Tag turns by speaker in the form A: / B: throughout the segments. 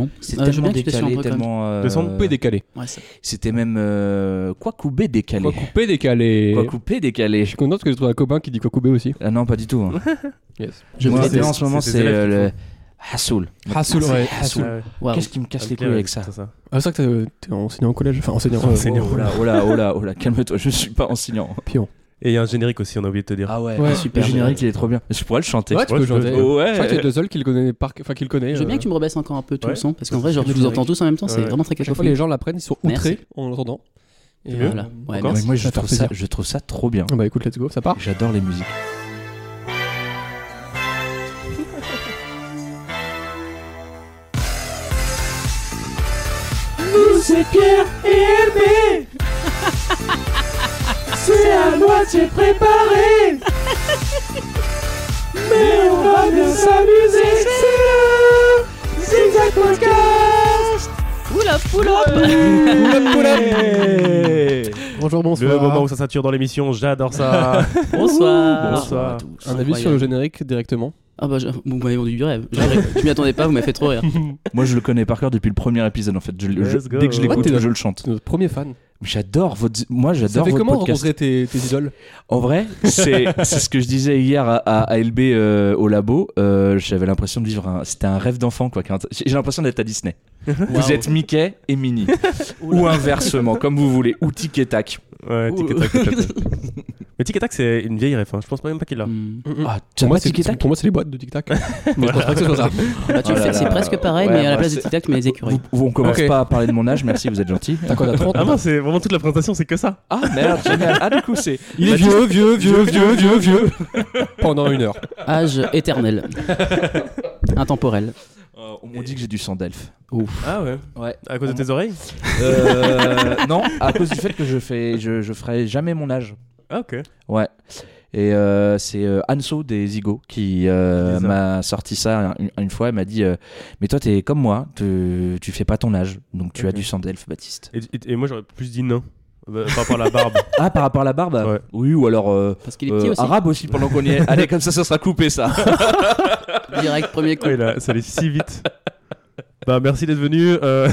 A: Non.
B: C'est
A: Ah, je veux
B: tellement
A: bien que tu descends un
B: décalé,
A: peu quand même.
B: tellement. euh,
C: Descendre coupé décalé.
A: Ouais, ça-
B: C'était même. euh, quoi coupé décalé
C: Quoi coupé décalé.
B: Quoi coupé décalé
D: Je suis content parce que j'ai trouvé un copain qui dit quoi couper aussi.
B: Ah non, pas du tout.
D: Yes.
A: Je
B: Moi,
A: vous
C: c'est-
A: déteste.
B: en ce moment,
C: c'est
B: c'est
C: tes élèves
B: euh, le
C: qui
B: Hassoul.
D: Hassoul, ouais.
B: Hassoul.
A: Waouh.
B: Qu'est-ce qui me casse les couilles avec ça
D: Ah, c'est vrai que t'es- t'es enseignant au collège. Enfin, enseignant. euh,
C: Enseignant.
B: Oh là, oh là, oh là, oh là, calme-toi, je suis pas enseignant.
D: Pion.
C: Et il y a un générique aussi, on a oublié de te dire.
B: Ah ouais,
D: Ouais.
B: super. Le générique, il est trop bien. Je pourrais le chanter.
D: Ouais, tu
C: Ouais,
D: peux
C: je peux-
D: chanter.
C: ouais.
D: Je crois que t'es le seul qui le connaît. par- Enfin, qui le connaît.
A: Je veux bien
D: euh,
A: que tu me rebaisses encore un peu tout
C: Ouais.
A: le son, parce qu'en
C: Parce
A: vrai,
C: que
A: genre, je
C: c'est
A: vous entends
C: générique.
A: tous en même temps, c'est
C: Ouais.
A: vraiment très
D: chaque fois les
A: cacophonique.
D: gens l'apprennent, ils sont
A: Merci.
D: outrés en l'entendant. Et
C: mieux
A: Voilà. Ouais,
C: Encore
B: Mais
A: merci.
B: moi, je
D: Ça
B: trouve
D: fait
B: ça,
D: plaisir.
B: je trouve ça trop bien.
D: Ah Bah écoute, let's go, ça part.
B: J'adore les musiques.
D: Bonjour, bonsoir.
C: Le moment où ça sature dans l'émission, j'adore ça.
A: Bonsoir.
C: Bonsoir.
A: à tous.
D: Un avis sur le générique directement.
A: Ah bah, je- vous m'avez vendu du rêve. Je je m'y attendais pas, vous m'avez fait trop rire.
B: Moi, je le connais par cœur depuis le premier épisode, en fait. Je- je-
C: Let's go.
B: dès que je
C: Ouais,
B: l'écoute,
D: t'es-
B: je le chante.
D: C'est notre premier fan.
B: J'adore votre. Moi,
D: Ça
B: j'adore
D: fait
B: votre
D: comment
B: podcast.
D: rencontrer tes, tes idoles
B: En vrai, c'est c'est ce que je disais hier à, à- à LB euh, au labo. euh, J'avais l'impression de vivre un. C'était un rêve d'enfant, quoi. qu'un- J'ai j'ai l'impression d'être à Disney. Vous êtes Mickey et Minnie. ou inversement, comme vous voulez. Ou Tic et Tac.
C: Ouais, tic et tac, tic et tac. Mais tic et tac, c'est une vieille ref. hein. Je pense pas même pas qu'il l'a.
A: Hmm.
B: Ah,
D: pour, moi, c'est-
B: Tic et Tac
D: pour moi, c'est les boîtes de Tic Tac. Mais je pense pas que ce soit ça.
A: Bah, tu le
B: Oh là
A: fais,
B: là.
A: c'est presque pareil,
B: Ouais,
A: mais à la
B: moi,
A: place de Tic
B: c'est-
A: Tac, mais les écuries.
B: Vous, vous- on commence
D: Ok.
B: pas à parler de mon âge, merci, vous êtes gentil.
D: T'as quoi, t'as 30
C: Ah non, c'est vraiment toute la présentation, c'est que ça.
B: Ah merde, génial. Ah, du coup, c'est.
D: Il est vieux, vieux, vieux, vieux, vieux, vieux. Pendant une heure.
A: Âge éternel. Intemporel.
B: Euh, on dit que j'ai du sang d'elfe.
C: Ah ouais.
B: Ouais.
C: À cause de tes oreilles
B: Euh, non, à cause du fait que je fais, je, je ferai jamais mon âge.
C: Ah ok.
B: Ouais. Et euh, c'est euh, Anso des Igo qui euh,
C: Des
B: m'a sorti ça une, une fois. Elle m'a dit euh, Mais toi, t'es comme moi, tu, tu fais pas ton âge, donc tu as
C: Ok.
B: du sang d'elfe, Baptiste.
C: Et, et- et moi j'aurais plus dit nain. Euh, par rapport à la barbe.
B: Ah, par rapport à la barbe
C: Ouais.
B: Oui, ou alors euh,
A: Parce qu'il est
B: euh,
A: petit aussi.
B: arabe aussi pendant qu'on y est. Allez, comme ça, ça sera coupé ça.
A: Direct, premier coup.
C: Oh, il a- ça allait si vite. Bah merci d'être venu. Euh,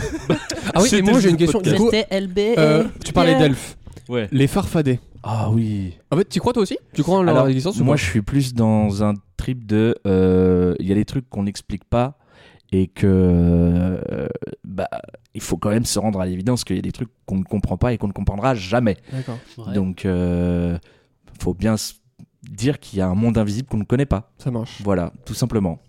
D: Ah oui, et
C: C'était
D: moi, j'ai
C: le
D: une question. Du coup,
A: C'était E LB.
D: euh, tu parlais d'elfes.
B: Ouais.
D: Les farfadets.
B: Ah oui.
D: En fait, tu crois toi aussi Tu crois en leur
B: Alors,
D: existence ou
B: Moi,
D: pas
B: je suis plus dans un trip de. euh, Il y a des trucs qu'on n'explique pas et que. euh, bah, il faut quand même se rendre à l'évidence qu'il y a des trucs qu'on ne comprend pas et qu'on ne comprendra jamais.
D: D'accord.
A: Ouais.
B: Donc, euh, faut bien se dire qu'il y a un monde invisible qu'on ne connaît pas.
D: Ça marche.
B: Voilà, tout simplement.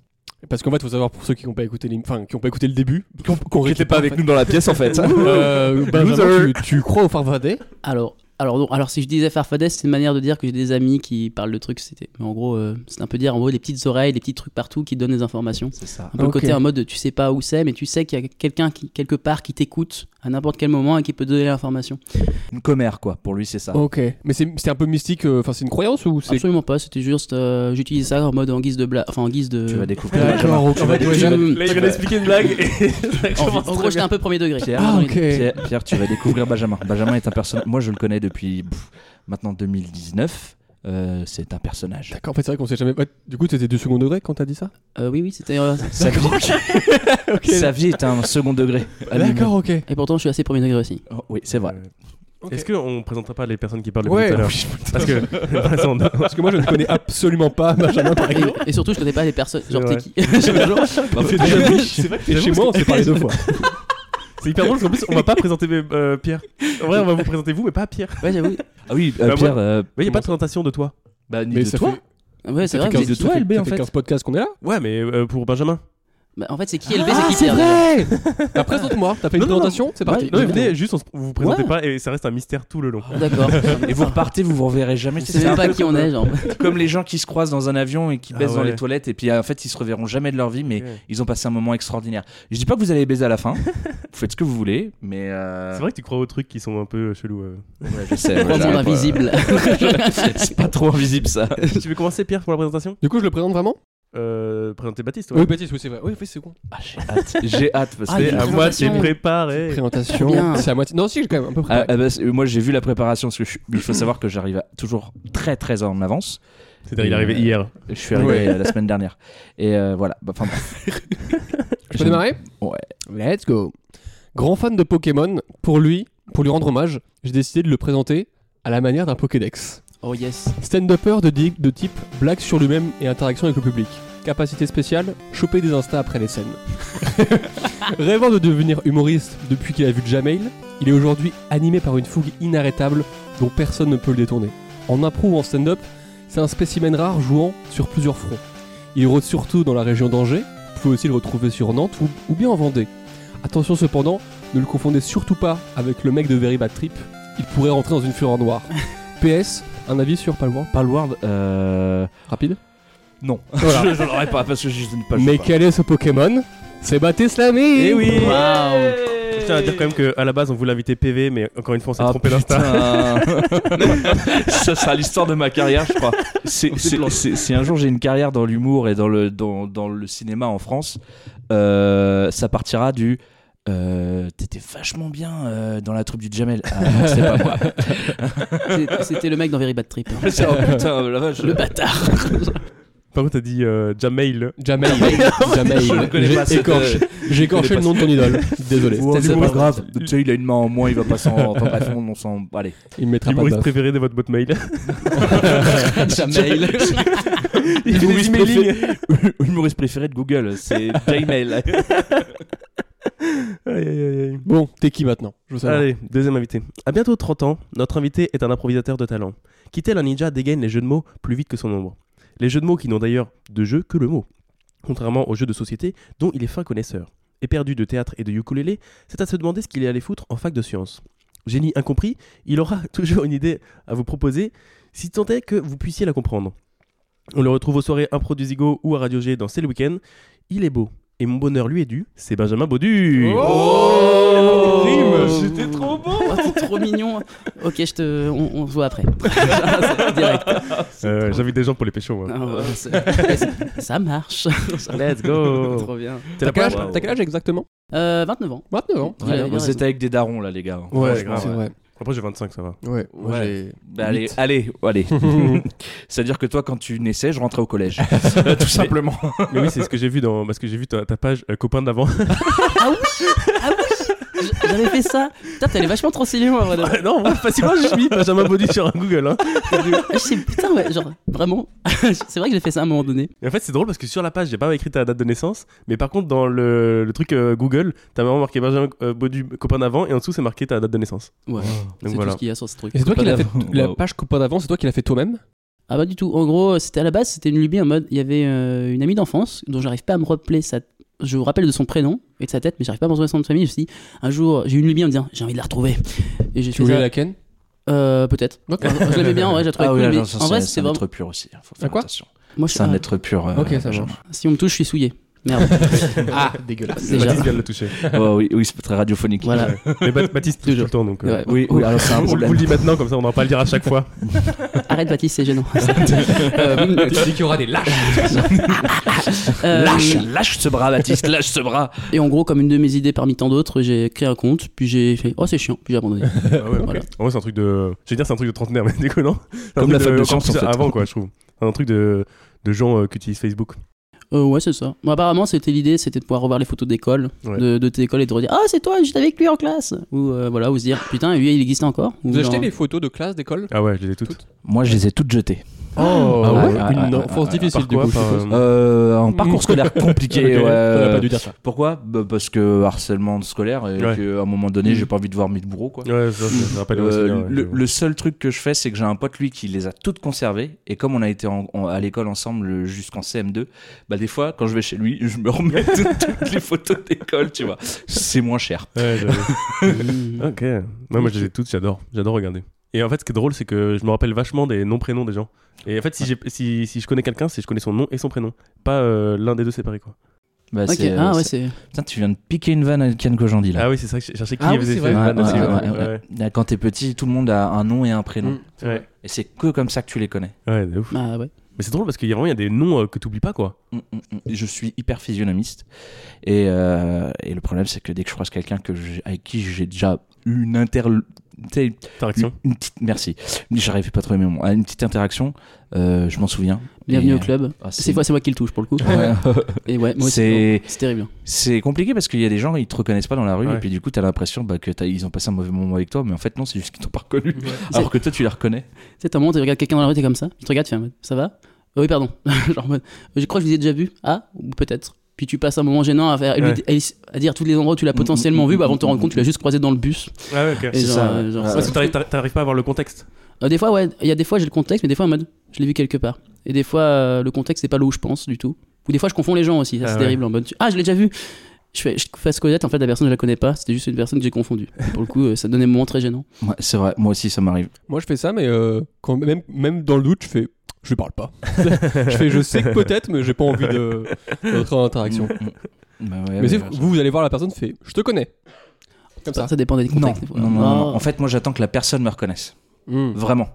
D: Parce qu'en fait, faut savoir pour ceux qui n'ont pas écouté, les... enfin, qui ont pas écouté le début,
B: Qu'on
D: n'était pas avec
B: nous dans la pièce, en fait.
D: euh, Benjamin,
B: Loser.
D: tu, tu crois aux farfadets
A: Alors, alors, non, alors si je disais farfadet, c'est une manière de dire que j'ai des amis qui parlent de trucs. C'était, mais en gros, euh, c'est un peu dire en gros des petites oreilles, des petits trucs partout qui donnent des informations.
B: C'est ça.
A: Un peu le
D: Ok.
A: côté en mode tu sais pas où c'est, mais tu sais qu'il y a quelqu'un qui quelque part qui t'écoute à n'importe quel moment et qui peut te donner l'information.
B: Une commère, quoi. Pour lui, c'est ça.
D: Ok. Mais c'est c'est un peu mystique, euh, enfin, c'est une croyance ou c'est.
A: Absolument pas. C'était juste, euh, j'utilisais ça en mode en guise de blague, enfin en guise de.
B: Tu vas découvrir.
D: Ah, D'accord, ok.
C: en fait, ouais,
A: tu
C: là,
A: vas-
C: il vient d'expliquer une blague et ça
A: En,
C: commence
A: en
C: très
A: gros, j'étais
C: bien.
A: un peu premier degré.
B: Pierre,
D: Ah, ok.
B: Pierre, Pierre, tu vas découvrir Benjamin. Benjamin est un personnage. Moi, je le connais depuis pff, maintenant 2019. Euh, c'est un personnage.
D: D'accord, en fait, c'est vrai qu'on sait jamais. Ouais, du coup, t'étais du second degré quand t'as dit ça
A: Euh, oui, oui, c'était. euh,
B: Sa vie, sa vie est un second degré.
D: Ah, D'accord, ok.
A: et pourtant, je suis assez premier degré aussi.
B: Oh, oui, c'est vrai.
C: Est-ce qu'on présenterait pas les personnes qui parlent depuis
D: Ouais.
C: tout à l'heure Parce que. Parce qu'on-
D: Parce que moi, je ne connais absolument pas Benjamin, par exemple.
A: Et, et surtout, je connais pas les personnes. Genre,
C: vrai.
A: t'es qui Genre,
B: Ah,
C: C'est vrai que
D: Et chez
C: Ah, j'avoue,
D: moi, on s'est parlé deux fois.
C: C'est hyper drôle parce qu'en plus, on va pas présenter euh, Pierre. En vrai, on va vous présenter vous, mais pas Pierre.
A: Ouais, j'avoue.
B: Ah oui, euh,
C: Bah, moi-
B: Pierre. euh,
C: Mais il a pas
B: comment
C: de présentation de toi.
B: ça- Bah, ni
D: Mais
B: de
D: ça
B: toi.
D: fait,
A: Ouais, c'est
D: ça
A: vrai.
D: fait
A: que vous
D: 15,
A: êtes-
B: êtes toi,
D: ça fait-
B: LB,
D: ça
B: en
D: fait Ah,
B: fait.
D: 15 podcasts qu'on est là.
C: Ouais, mais euh, pour Benjamin.
A: Bah, en fait, c'est qui LB, c'est qui Pierre déjà
D: Bah, présente-moi. T'as fait
C: Non,
D: une
C: non, non.
D: présentation C'est parti.
A: Ouais,
C: Non, mais
A: Évidemment.
C: venez, juste, on se- vous vous présentez
A: Ouais.
C: pas et ça reste un mystère tout le long.
A: D'accord.
B: Et vous repartez, vous vous reverrez jamais.
A: Je
B: C'est
A: sais même
B: un
A: pas
B: peu
A: qui on est, genre.
B: Comme les gens qui se croisent dans un avion et qui
C: Ah
B: baissent dans
C: ouais.
B: les toilettes et puis en fait ils se reverront jamais de leur vie mais euh,
C: Ouais.
B: ils ont passé un moment extraordinaire. Je dis pas que vous allez baiser à la fin, vous faites ce que vous voulez mais euh,
C: C'est vrai que tu crois aux trucs qui sont un peu euh, chelous. euh.
B: ouais, je sais, ouais,
A: Trois mondes
B: j'arrive pas.
A: invisibles.
B: C'est pas trop invisible ça.
C: tu veux commencer, Pierre, pour la présentation
D: Du coup, je le présente vraiment
C: euh, Présenter Baptiste,
D: Oui,
C: ouais.
D: Baptiste, oui, c'est vrai. Oui, oui, c'est bon.
B: Ah, j'ai hâte, j'ai hâte parce
A: Ah,
B: que
A: il y a
C: À
A: une
C: moi,
A: présentation.
C: c'est préparé.
A: Trop
D: Présentation.
A: bien.
D: C'est à moitié. Non, si, j'ai quand même un peu
B: Ah,
D: préparé.
B: ah bah, c'est- moi j'ai vu la préparation parce que je suis- il faut savoir que j'arrive à- toujours très très en avance.
C: C'est-à-dire, il est arrivé hier.
B: Je suis arrivé
D: Ouais.
B: euh, la semaine dernière et euh, voilà. Bah, Enfin bref.
D: Je peux démarrer
B: Ouais.
D: Let's go. Grand fan de Pokémon, pour lui, pour lui rendre hommage, j'ai décidé de le présenter à la manière d'un Pokédex.
A: Oh yes.
D: Stand-upper de, di- de type blague sur lui-même et interaction avec le public. Capacité spéciale, choper des instas après les scènes. Rêvant de devenir humoriste depuis qu'il a vu Jamail, il est aujourd'hui animé par une fougue inarrêtable dont personne ne peut le détourner. En impro ou en stand-up, c'est un spécimen rare jouant sur plusieurs fronts. Il rôde surtout dans la région d'Angers, vous pouvez aussi le retrouver sur Nantes ou, ou bien en Vendée. Attention cependant, ne le confondez surtout pas avec le mec de Very Bad Trip, il pourrait rentrer dans une fureur noire. PS, un avis sur Palworld
B: Palworld, euh...
D: Rapide
B: non.
D: Voilà.
B: je je l'aurais pas parce que je ne pas le
D: Mais
B: choix.
D: quel est ce Pokémon C'est Batislami
B: Eh oui
A: Waouh.
C: Je tiens à dire quand même qu'à la base, on voulait inviter PV, mais encore une fois, on s'est trompé d'insta.
B: putain. Ça sera l'histoire de ma carrière, je crois. C'est, c'est- c'est- si un jour j'ai une carrière dans l'humour et dans le, dans, dans le cinéma en France, euh, ça partira du. euh, T'étais vachement bien euh, dans la troupe du Jamel. Ah, non, c'est pas moi.
A: C'est- C'était le mec dans Very Bad Trip. hein.
B: C'est- oh, putain, la vache.
A: Le bâtard.
C: Par contre, t'as dit euh, Jamail.
D: Jamail.
B: Je ne connais pas
D: Jamail. J'ai
B: cette,
D: écorché,
B: euh,
D: j'ai écorché
B: connais
D: le
B: pas
D: nom de ton idole. Désolé.
B: C'était-
C: C'était
B: c'est pas
C: l'humoriste.
B: grave. Tu sais, il a une main en moins, il va pas s'en. Enfin bref, on, on s'en. Allez.
D: Il me mettra pas de
C: L'humoriste
D: baffe.
C: préféré de votre boîte mail.
B: Jamel. L'humoriste préféré, l'humoriste préféré de Google, c'est Jamel.
C: Aïe, aïe, aïe, aïe.
D: Bon, t'es qui maintenant Je veux savoir.
C: Allez, deuxième invité. À bientôt 30 ans, notre invité est un improvisateur de talent, qui tel un ninja dégaine les jeux de mots plus vite que son ombre. Les jeux de mots qui n'ont d'ailleurs de jeu que le mot, contrairement aux jeux de société dont il est fin connaisseur. Éperdu de théâtre et de ukulélé, c'est à se demander ce qu'il est allé foutre en fac de sciences. Génie incompris, il aura toujours une idée à vous proposer, si tant est que vous puissiez la comprendre. On le retrouve aux soirées Impro du Zigo ou à Radio G dans C'est le week-end. Il est beau, et mon bonheur lui est dû, c'est Benjamin Baudu
D: Oh
A: Rime.
C: C'était trop beau
A: Oh, c'est trop mignon. Ok, je te, on, on se voit après. C'est Direct.
C: Euh, J'invite des gens pour les pécho, moi.
A: Ah, ouais, c'est- ça marche.
C: Let's go
B: Oh.
A: Trop bien.
D: T'as
C: T'es la
D: quel, âge,
C: première
D: t'as quel âge exactement
A: Euh, 29 ans.
D: 29 ans.
A: Ouais,
B: Vous êtes avec des darons là, les gars.
C: Ouais,
D: c'est
C: grave.
D: vrai.
C: Après, j'ai 25, ça va.
D: Ouais, moi,
B: Ouais.
D: j'ai
B: Bah, allez,
D: huit.
B: allez, allez. C'est-à-dire que toi, quand tu naissais, je rentrais au collège. Tout simplement.
C: Mais oui, c'est ce que j'ai vu dans. Parce que j'ai vu ta, ta page euh, copain d'avant.
A: J- J'avais fait ça. Putain, t'allais vachement trop sérieux, moi. vraiment.
C: non, moi, facilement, j'ai mis Benjamin Baudu sur un Google. Hein.
A: Je sais, putain, ouais, genre, vraiment. c'est vrai que j'ai fait ça à un moment donné.
C: Et en fait, c'est drôle parce que sur la page, j'ai pas écrit ta date de naissance. Mais par contre, dans le, le truc euh, Google, t'as vraiment marqué Benjamin euh, Baudu copain d'avant et en dessous, c'est marqué ta date de naissance.
B: Oh.
A: Ouais.
C: Donc
A: C'est
C: voilà.
A: tout ce qu'il y a sur ce truc.
D: Et c'est toi qui l'as fait. La
B: Wow.
D: page copain d'avant, c'est toi qui l'as fait toi-même
A: Ah bah du tout. En gros, c'était à la base, c'était une lubie en mode, il y avait euh, une amie d'enfance dont j'arrive pas à me rappeler sa... Je me rappelle de son prénom et de sa tête, mais j'arrive pas à me rappeler son nom de famille. Je me suis dit, un jour, j'ai eu une lubie en me disant, j'ai envie de la retrouver. Et j'ai
D: Tu
A: fait
D: voulais
A: ça.
D: la ken
A: Euh, peut-être.
D: Ok.
A: Je l'aimais bien, ouais, j'ai trouvé
B: Ah oui,
A: cool.
B: là,
A: mais
B: non, ça,
A: en vrai,
B: c'est
A: c'est
B: un
A: vraiment.
B: être pur aussi. hein, Faut faire
D: Un quoi
B: attention.
A: Moi, je
B: C'est
A: suis
B: un
A: un-
B: être pur. euh,
D: Ok, ça
B: Benjamin.
A: Si on me touche, je suis souillé. Merde.
D: Ah, dégueulasse.
A: Déjà.
C: Baptiste vient de le toucher.
B: Oh, oui, oui, c'est très radiophonique.
A: Voilà.
C: Mais Ba- Baptiste, touche tout le temps. Donc, euh,
A: Ouais.
B: Oui, oui, alors c'est un
C: on vous
B: problème.
C: le dit maintenant, comme ça, on n'aura pas à le dire à chaque fois.
A: Arrête, Baptiste, c'est gênant.
D: Euh, Tu dis qu'il y aura des lâches.
A: Euh,
B: Lâche, lâche ce bras, Baptiste, lâche ce bras.
A: Et en gros, comme une de mes idées parmi tant d'autres, j'ai créé un compte, puis j'ai fait Oh, c'est chiant, puis j'ai abandonné.
C: Ah ouais, ok.
A: Voilà.
C: En vrai, c'est un truc de. Je vais dire, c'est un truc de trentenaire, mais déconnant. C'est un
B: Comme
C: truc
B: la fac de
C: encore
B: sciences,
C: plus
B: en fait.
C: Avant, quoi, je trouve. C'est un truc de, de gens euh, qui utilisent Facebook.
A: Euh, ouais, c'est ça. Bon, apparemment, c'était l'idée, c'était de pouvoir revoir les photos d'école,
C: Ouais.
A: de, de tes écoles, et de redire Ah, c'est toi, j'étais avec lui en classe Ou euh, voilà, ou se dire Putain, lui, il existait encore Ou
D: Vous
A: genre-
D: achetez des photos de classe, d'école
C: Ah ouais, je les ai toutes.
B: Moi, je les ai toutes jetées.
C: Oh,
D: Ah ouais,
B: ouais, ouais, ouais,
D: Une enfance
B: ouais,
D: difficile
C: Par
D: du
C: quoi
D: coup. je
C: Par,
D: suppose.
C: euh,
B: Euh, un parcours scolaire compliqué.
D: Ok, Mm.
B: ouais.
D: t'aurais pas dû dire ça.
B: Pourquoi Bah, Parce que harcèlement scolaire et
C: Ouais.
B: qu'à un moment donné, j'ai pas envie de voir mes bourreaux, quoi.
C: Ouais, ça, ça, ça rappelle
B: Euh,
C: aussi bien, ouais,
B: le,
C: je vois.
B: le seul truc que je fais, c'est que j'ai un pote, lui, qui les a toutes conservées. Et comme on a été en- en- à l'école ensemble euh, jusqu'en CM2, bah, des fois, quand je vais chez lui, je me remets toutes, toutes les photos d'école, tu vois. C'est moins cher.
C: Ouais, j'avoue.
A: Mmh.
C: ok. Non, moi, je les ai toutes, j'adore. J'adore regarder. Et en fait, ce qui est drôle, c'est que je me rappelle vachement des noms-prénoms des gens. Et en fait, si, j'ai- si, si je connais quelqu'un, c'est je connais son nom et son prénom. Pas euh, l'un des deux séparés, quoi.
B: Bah,
A: Ok,
B: c'est,
A: ah
B: euh,
A: ouais,
B: c'est-
A: c'est.
B: Putain, tu viens de piquer une vanne à Ken Kojandi, là.
C: Ah oui, c'est ça que je cherchais qui
D: Ah oui,
C: faisait
D: c'est
C: ces
D: vrai.
C: vannes
B: Ouais,
C: aussi,
B: ouais,
C: ouais,
B: ouais, ouais. Là, Quand t'es petit, tout le monde a un nom et un prénom.
D: Mm.
C: ouais. Ouais.
B: Et c'est que comme ça que tu les connais.
C: Ouais, de ouf.
A: Ah ouais.
C: Mais c'est drôle parce qu'il y a vraiment il y a des noms euh, que t'oublies pas, quoi.
B: Mm, mm, mm. Je suis hyper physionomiste. Et, euh, et le problème, c'est que dès que je croise quelqu'un que j'ai- avec qui j'ai déjà eu une inter- tu sais,
C: Interaction.
B: Une, une petite, merci. J'arrivais pas à trouver mes mots. Ah, Une petite interaction, euh, je m'en souviens.
A: Bienvenue
B: Et,
A: au club.
B: ah,
A: C'est moi, c'est moi qui le touche pour le coup.
B: Ouais.
A: Et ouais, moi aussi,
B: C'est-
A: C'est terrible.
B: c'est compliqué parce qu'il y a des gens, ils te reconnaissent pas dans la rue
C: Ouais.
B: et puis du coup, t'as l'impression bah, que t'as- ils ont passé un mauvais moment avec toi, mais en fait, non, c'est juste qu'ils t'ont pas reconnu. Alors que toi, tu les reconnais.
A: Tu sais, t'as un moment, tu regardes quelqu'un dans la rue, t'es comme ça. Il te regarde, tu fais un mode, ça va Ah Oui, pardon. Genre, en mode, je crois que je vous ai déjà vu. Ah, ou peut-être. Puis tu passes un moment gênant à, faire, à lui-
C: Ouais.
A: à lui- à dire tous les endroits où tu l'as
B: Mm,
A: potentiellement
B: mm,
A: vu,
B: mm,
A: bah, avant de te rendre
B: mm,
A: compte, tu l'as juste croisé dans le bus.
C: Ah ouais, ok.
A: Et
B: C'est
A: genre,
B: ça,
A: euh, genre,
B: ouais.
A: ça,
C: Parce que
A: c'est-
C: t'arrives- t'arrives t'arrives pas à voir le contexte.
A: Euh, des fois, ouais, il y a des fois j'ai le contexte, mais des fois en mode, je l'ai vu quelque part. Et des fois, euh, le contexte, c'est pas là où je pense du tout. Ou des fois, je confonds les gens aussi, ça,
C: Ah
A: c'est
C: ouais.
A: terrible. En mode, tu- ah, je l'ai déjà vu. Je fais, je fais ce connaître, en fait, la personne, je la connais pas, c'était juste une personne que j'ai confondue. Et pour le coup, euh, ça donnait un moment très gênant.
B: Ouais, c'est vrai, moi aussi, ça m'arrive.
D: Moi, je fais ça, mais euh, quand même, même dans le doute, je fais. Je lui parle pas. je fais, je sais que peut-être, mais j'ai pas envie de d'entrer en interaction.
B: Mm, mm. Bah ouais,
D: mais c'est-
B: ouais,
D: vous, vous allez voir la personne, fait, je te connais. Comme ça.
A: Ça dépend des
B: Non,
A: contextes. des fois.
B: non, non, non, non.
A: Ah.
B: En fait, moi, j'attends que la personne me reconnaisse.
D: Mm.
B: Vraiment.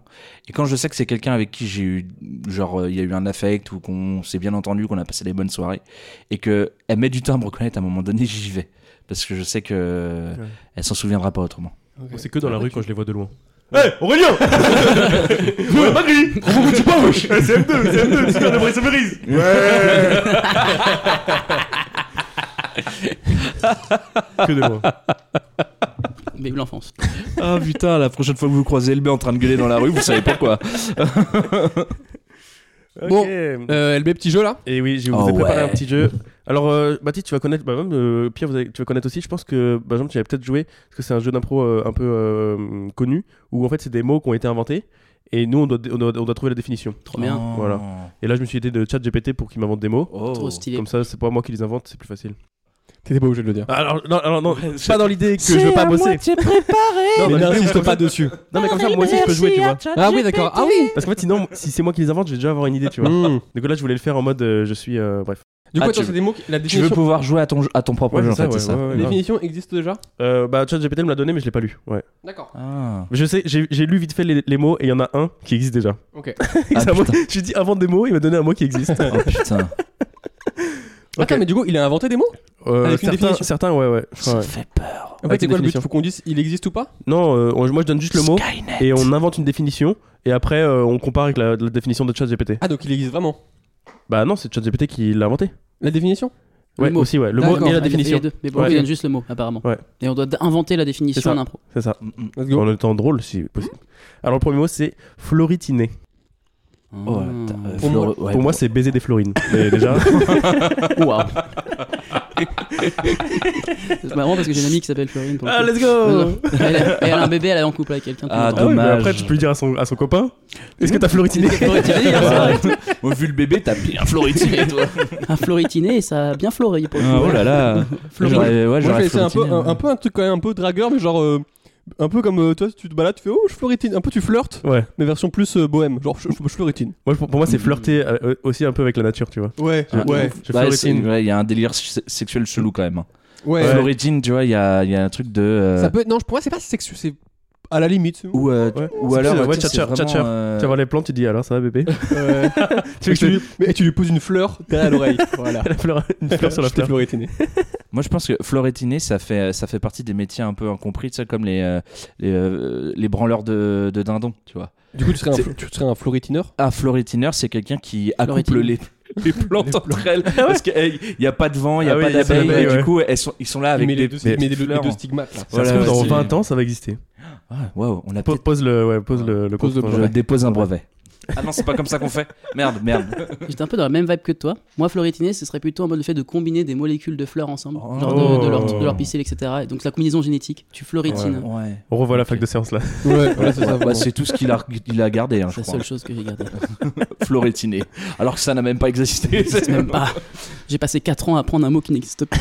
B: Et quand je sais que c'est quelqu'un avec qui j'ai eu, genre, euh, il y a eu un affect ou qu'on s'est bien entendu, qu'on a passé des bonnes soirées, et que elle met du temps à me reconnaître, à un moment donné, j'y vais. Parce que je sais que
C: Ouais.
B: elle s'en souviendra pas autrement.
C: Moi, C'est que dans la rue quand je les vois de loin.
D: Ouais.
C: Hey, Aurélien Ouais, Magri Tu pas, wesh Ouais, Eh, C'est M2, c'est M2, c'est de Brice Ouais Que de loin.
A: Vive l'enfance.
B: Ah putain, la prochaine fois que vous croisez LB en train de gueuler dans la rue, vous savez pourquoi.
D: Bon.
C: Ok.
D: Euh, LB, petit jeu là
C: Et oui, je vous
B: Oh
C: ai préparé
B: ouais.
C: un petit jeu. Alors, euh, Baptiste, tu vas connaître, bah, même, euh, Pierre, vous allez- tu vas connaître aussi. Je pense que, par exemple, tu avais peut-être joué, parce que c'est un jeu d'impro euh, un peu euh, connu, où en fait, c'est des mots qui ont été inventés, et nous, on doit, on doit, on doit trouver la définition.
A: Trop bien.
C: Voilà. Et là, je me suis aidé de chat GPT pour qu'il m'invente des mots.
B: Oh.
A: Trop stylé.
C: Comme ça, c'est pas moi qui les invente, c'est plus facile.
D: T'étais pas obligé de le dire.
C: Alors, non, alors, non, pas dans l'idée que je veux pas
D: Non,
C: bosser. mais
D: mais
C: non,
D: n'insiste
C: comme
D: pas
C: ça-
D: dessus.
C: Non, mais comme ça, moi aussi, je peux jouer, tu vois.
D: Ah oui, d'accord. Ah oui
C: Parce qu'en fait, sinon, si c'est moi qui les invente, je vais déjà avoir une idée, tu vois.
D: Mm.
C: Donc là, je voulais le faire en mode euh, je suis. euh, bref.
D: Du coup,
B: Ah,
D: attends,
B: tu-
D: c'est des mots. qui- La
B: Tu veux
D: définition,
B: pouvoir jouer à ton, à ton propre
C: Ouais,
B: jeu, en
C: c'est ça,
B: fait,
C: ouais,
B: c'est ça.
C: ouais, ouais,
D: la
C: grave.
D: définition existe déjà
C: Euh, bah, ChatGPT me l'a donné, mais je l'ai pas lu. Ouais.
D: D'accord.
B: Ah.
C: Je sais, j'ai j'ai lu vite fait les, les mots et il y en a un qui existe déjà.
D: Ok.
B: Ah,
C: Ça m'a-
B: putain.
C: J'ai dit invente des mots, il m'a donné un mot qui existe.
B: Oh putain.
C: Ok.
D: Attends, Ah, mais du coup, il a inventé des mots
C: Euh,
D: Avec une
C: certains,
D: définition.
C: certains, ouais, ouais. je crois, ouais.
B: fait peur.
D: En fait,
C: Avec
D: c'est
C: une
D: quoi le but
C: définition.
D: Faut qu'on dise il existe ou pas
C: Non, euh, on- moi je donne juste le mot
B: Skynet.
C: et on invente une définition et après euh, on compare avec la, la définition de ChatGPT.
D: Ah, donc il existe vraiment.
C: Bah non, c'est ChatGPT qui l'a inventé.
D: La définition
A: Le
C: Ouais,
A: mot.
C: aussi, ouais. Le
D: D'accord.
C: mot et
D: Ah,
C: la
A: Ah, il y
D: il
A: a-
C: définition.
A: il y a les deux. Mais pour
C: Ouais.
A: le coup, il donne juste le mot, apparemment.
C: Ouais.
A: Et on doit d- inventer la
C: C'est
A: définition
C: ça.
A: en impro.
C: C'est ça.
B: Mm, mm.
D: Let's
C: En
D: go.
C: le temps drôle, si possible. Mmh. Alors le premier mot c'est floritiner.
B: Oh,
A: Ah.
B: putain, euh,
D: Pour moi-
B: Flore- ouais,
C: Mm. Pour moi c'est baiser des florines. Mais déjà.
A: Waouh. C'est marrant parce que j'ai une amie qui s'appelle Florine. pour le coup.
C: Ah, go
A: elle, a, elle a un bébé, elle est en couple avec quelqu'un.
B: Ah,
A: tout
C: Ah oui, mais
B: Dommage.
C: après tu peux le dire à son, à son copain Est-ce que t'as floritiné
A: Floritiné, hein,
B: Ah,
A: c'est vrai.
B: Moi, vu le bébé, t'as bien
A: Floritiné, toi. Un floritiné, ça a bien fleuri pour le
B: Ah,
A: coup.
B: oh là là.
A: Florine.
B: J'aurais- ouais,
D: Moi, je
B: j'aurais hein.
D: vais essayer un peu,
B: floriné,
D: un,
B: ouais.
D: un peu un truc quand même un peu dragueur, mais genre. euh, un peu comme euh, toi, si tu te balades, tu fais oh, je fleuritine. Un peu tu flirtes,
C: Ouais.
D: mais version plus euh, bohème. Genre, je, je fleuritine.
C: Moi pour, pour moi c'est flirter euh, aussi un peu avec la nature, tu vois.
D: Ouais,
B: Ah,
D: ouais,
C: Je
B: Ouais, c'est- ouais,
C: fleuritine.
B: Il y a un délire se- sexuel chelou quand même. hein.
D: ouais.
B: Florentine, tu vois, il y a, il y a un truc de. euh,
D: Ça peut être. Non, pour moi, c'est pas sexu, c'est à la limite. c'est-
B: Ou, euh,
C: Ouais.
B: ou
C: C'est
B: alors.
C: plus,
B: euh,
C: ouais,
B: tu sais, c'est
C: tchatcher,
B: vraiment,
C: tchatcher.
B: euh,
C: Tu vas voir les plantes, tu dis alors ça va bébé
D: Ouais.
C: Tu veux que je te
D: Et tu lui- mais tu lui poses une fleur derrière l'oreille. Voilà.
C: la fleur, une fleur sur la
D: Je t'ai
C: fleur.
D: fleuritiné.
B: Moi, je pense que florétiner, ça fait, ça fait partie des métiers un peu incompris, tu sais, comme les, euh, les, euh, les branleurs de, de dindons, tu vois.
D: Du coup, tu serais un, flo- tu serais un floritineur
B: Un florétineur, c'est quelqu'un qui accouple
A: Florétine.
B: les, les plantes entre elles. Parce qu'il n'y a pas de vent, il n'y a
C: Ah
B: pas
C: oui, y a pas
B: d'abeilles,
C: d'abeilles,
B: et
C: ouais.
B: du coup, elles sont, ils sont là avec
D: mais
B: des,
D: les deux,
B: des
D: mais les deux-
B: fleurs.
D: les deux stigmates là.
C: Ça se
B: Voilà,
C: trouve, dans
B: c'est-
C: 20 ans, ça va exister.
B: Ah, Waouh, on a
C: Po-
B: peut-être.
C: Pose le, ouais, pose le, le
D: Pose le
C: compte.
B: Je dépose un brevet. Ah non, c'est pas comme ça qu'on fait. Merde, merde.
A: J'étais un peu dans la même vibe que toi. Moi, floritiner, ce serait plutôt en mode le fait de combiner des molécules de fleurs ensemble,
B: Oh.
A: genre de, de leur, de leur piscile, etc. Et donc, la combinaison génétique. Tu floritines.
B: Ouais.
C: On revoit la fac de séance là.
D: Ouais, voilà, c'est
B: Ouais,
D: ça.
B: bah, c'est tout ce qu'il a, il a gardé, hein,
A: C'est
B: je
A: la
B: crois.
A: seule chose que j'ai gardée.
B: Florétiner. Alors que ça n'a même pas existé.
A: C'est même pas. J'ai passé 4 ans à apprendre un mot qui n'existe pas.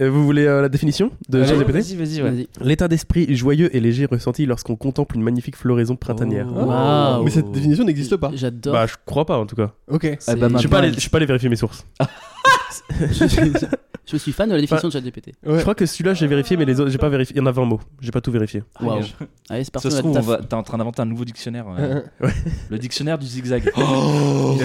C: Euh, Vous voulez euh, la définition de
B: Allez,
C: ChatGPT
B: Vas-y, vas-y, ouais.
A: Vas-y.
C: L'état d'esprit joyeux et léger ressenti lorsqu'on contemple une magnifique floraison printanière.
A: Oh. Waouh.
D: Mais cette définition n'existe pas.
A: J'adore.
C: Bah, je crois pas en tout cas.
D: Ok.
A: C'est-
B: bah,
C: Je
B: ma-
C: suis pas allé- je suis pas allé vérifier mes sources.
A: je, je suis fan de la définition de ChatGPT.
C: Je
D: Ouais.
C: crois que celui-là, j'ai vérifié, mais les autres, j'ai pas vérifié. Il y en a 20 mots. J'ai pas tout vérifié.
A: Waouh. Allez, c'est parti.
B: Ça se
A: on a
B: trouve,
A: le
B: on
A: taf.
B: va- t'es en train d'inventer un nouveau dictionnaire. euh, le dictionnaire du zigzag.
C: Et à
A: Zigzag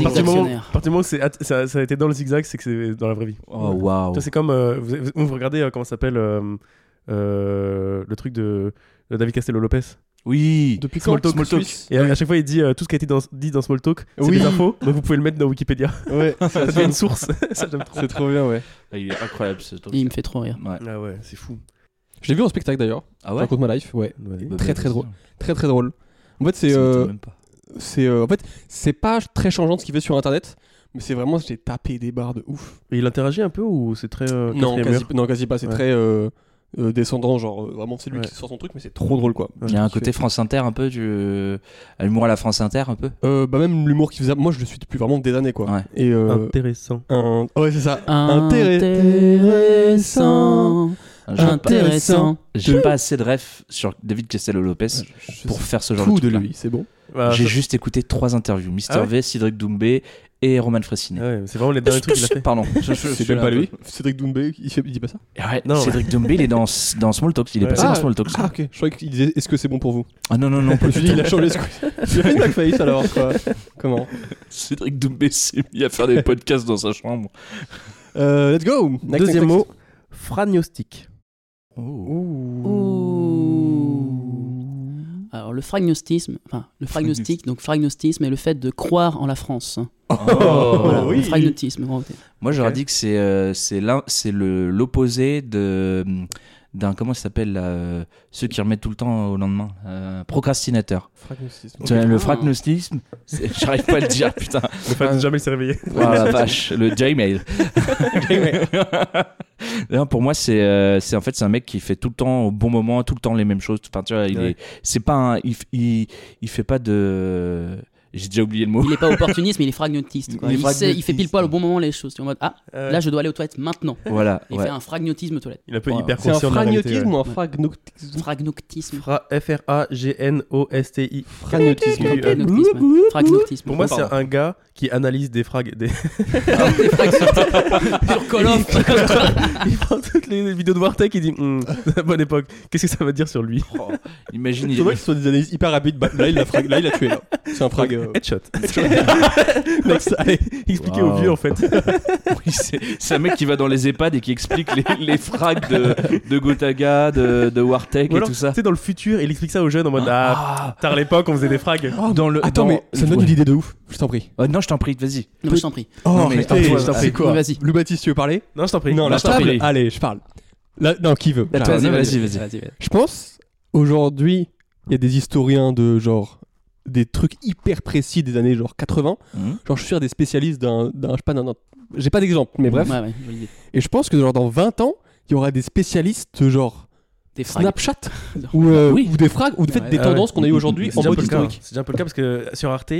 C: partir du moment-
A: dictionnaire.
C: à partir du moment où c'est at- ça, ça a été dans le zigzag, c'est que c'est dans la vraie vie.
B: Oh, waouh.
C: Ça, C'est comme. euh, vous, vous regardez euh, comment ça s'appelle euh, euh, le truc de de David Castello Lopez.
B: Oui.
D: Depuis
C: Small
D: quand
C: Talk,
D: Small Talk
C: Et à chaque fois, il dit euh, tout ce qui a été dans- dit dans Small Talk, c'est
D: Oui.
C: des infos, donc vous pouvez le mettre dans Wikipédia.
D: Ouais,
C: Ça devient une source. ça, j'aime trop.
D: c'est trop bien, ouais.
B: Ah, Il est incroyable ce
A: Et il me fait trop rire.
B: Ouais.
C: Ah ouais, c'est fou.
D: Je l'ai vu en spectacle d'ailleurs.
B: Ah
D: Je
B: ouais.
D: Raconte ma life, ouais.
B: Bah,
D: très,
B: bah,
D: très
B: vas-y.
D: drôle. Très très drôle. En fait, c'est
B: Ça m'étonne
D: euh,
B: même pas.
D: c'est euh, en fait c'est pas très changeant de ce qu'il fait sur internet, mais c'est vraiment j'ai tapé des barres de ouf.
C: Et il interagit un peu ou c'est très. euh,
D: Non,
C: quatrième
D: quasi,
C: mur
D: non, quasi pas. C'est
C: Ouais.
D: très euh, euh, descendant, genre euh, vraiment c'est lui
C: Ouais.
D: qui sort son truc, mais c'est trop drôle quoi.
B: Il y a un côté France Inter un peu, du... à l'humour à la France Inter un peu.
D: Euh, bah même l'humour qu'il faisait, moi je le suis depuis vraiment des années quoi.
B: Ouais.
D: Et euh,
C: Intéressant.
D: un... ouais c'est ça.
A: Intéressant.
B: Je
A: Intéressant.
B: J'ai pas assez de refs sur David Castello Lopez
D: Je
B: pour
D: sais
B: faire ce genre
D: tout
B: de,
D: de
B: truc-là.
D: lui, c'est bon.
C: Bah,
B: J'ai
C: ça-
B: juste écouté trois interviews Mister
C: Ah ouais
B: V, Cédric Doumbé et Roman Fressinet.
C: Ah ouais, c'est vraiment les
B: Est-ce
C: derniers
B: que
C: trucs qu'il a
B: c'est
C: fait.
B: pardon, je- je- je
D: C'est
B: suis
D: même
B: là
D: pas
B: un peu.
D: lui. Cédric Doumbé, il, fait- il dit pas ça.
B: Ouais,
C: Non.
B: Cédric Doumbé, il est dans, dans Small Talks, il est
C: Ouais.
B: passé
D: Ah.
B: dans Small Talks.
D: Ah ok. Je croyais qu'il disait est-ce que c'est bon pour vous.
B: Ah non non non,
D: Je me suis dit il a changé. ce que- Il a fait une McFace alors quoi. Comment?
B: Cédric Doumbé s'est mis à faire des podcasts dans sa chambre.
D: Euh, let's go. Next,
C: Deuxième
D: next,
C: mot, fragnostic.
A: Alors le fragnostisme, enfin le fragnostic, donc fragnostisme est le fait de croire en la France.
B: Oh,
A: voilà,
D: oui.
A: le fragnotisme. en fait.
B: Moi, j'aurais
C: Ok.
B: dit que c'est euh, c'est l'un- c'est le l'opposé de d'un comment ça s'appelle là, euh, ceux qui remettent tout le temps au lendemain, euh, procrastinateur.
D: next. Fragnostisme.
B: Tu vois, Le
A: Ah.
B: fragnostisme, c'est- j'arrive pas à le dire, putain.
C: Le fait de jamais s'est réveillé.
B: Oh la vache, le J-mail. Non, pour moi, c'est euh, c'est- en fait c'est un mec qui fait tout le temps au bon moment, tout le temps les mêmes choses. Enfin, tu vois, il
C: Ouais.
B: est c'est pas un, il, f- il il fait pas de j'ai déjà oublié le mot.
A: Il est pas opportuniste, mais il est fragnotiste. quoi.
B: Il est
A: Il, sait-
B: fragnotiste.
A: il fait pile poil au bon moment les choses. Tu es en mode ah là je dois aller aux toilettes maintenant.
B: Voilà.
A: Il
B: ouais.
A: fait un fragnotisme aux toilettes.
C: Il est un peu
B: Ouais.
C: hyper
D: C'est un
C: conscient de la réalité.
D: fragnotisme
C: ouais.
D: ou un
B: Mmh.
D: fragnotisme
A: Fragnotisme.
C: Fra- F-R-A-G-N-O-S-T-I.
D: Fragnotisme.
C: Fragnotisme.
A: Fragnotisme. Fragnotisme.
C: Pour moi,
A: Pardon.
C: c'est un gars qui analyse des frags. Des...
A: Des frags sur- sur Call of.
C: il prend toutes les vidéos de Wartek, il dit Hmm, bonne époque, qu'est-ce que ça veut dire sur lui
B: Oh, imagine,
D: Il
B: il,
D: faudrait que ce soit des analyses hyper rapides. Bah, là, il l'a frag- là, il l'a tué. là. C'est un frag. euh,
C: Headshot. Next, allez, expliquez aux
B: Wow.
C: vieux en fait.
B: Oui, c'est c'est un mec qui va dans les EHPAD et qui explique les, les frags de, de Gotaga, de, de Wartek
C: Ou
B: et
C: alors,
B: tout
C: tu
B: ça.
C: sais, dans le futur, il explique ça aux jeunes en mode Ah, tard à l'époque, on faisait des frags.
B: Ah, dans le,
D: Attends,
B: dans-
D: mais ça me donne une idée de ouf. Je t'en prie.
B: Oh, non, je t'en prie, vas-y.
A: Non mais je t'en prie.
D: Oh,
B: Non, mais
D: arrêtez,
B: attends,
D: je t'en
B: c'est
D: prie.
A: quoi Vas-y.
D: Lou Baptiste, tu veux parler
C: Non, je t'en prie.
D: Non,
B: la
D: la
B: je t'en table.
D: table.
B: prie.
D: Allez, je parle. La- Non, qui veut
B: Attends,
D: J'arrête.
B: vas-y, vas-y, vas-y.
D: Je pense, aujourd'hui, il y a des historiens de genre des trucs hyper précis des années genre 80.
B: Mhm.
D: Genre, je suis sûr des spécialistes d'un, d'un- je sais pas, d'un- d'un- j'ai pas d'exemple, mais bref.
A: Ouais, ouais, je vois l'idée.
D: Et je pense que genre dans 20 ans, il y aura des spécialistes genre
A: Des frags.
D: Snapchat Ah ou, euh,
A: Oui.
D: ou des frags ou en fait
A: Ouais,
D: des
C: ouais.
D: tendances qu'on a eu aujourd'hui
C: C'est
D: en
C: déjà un
D: mode
C: peu le cas. hein.
D: historique.
C: C'est déjà un peu le cas parce que sur Arte,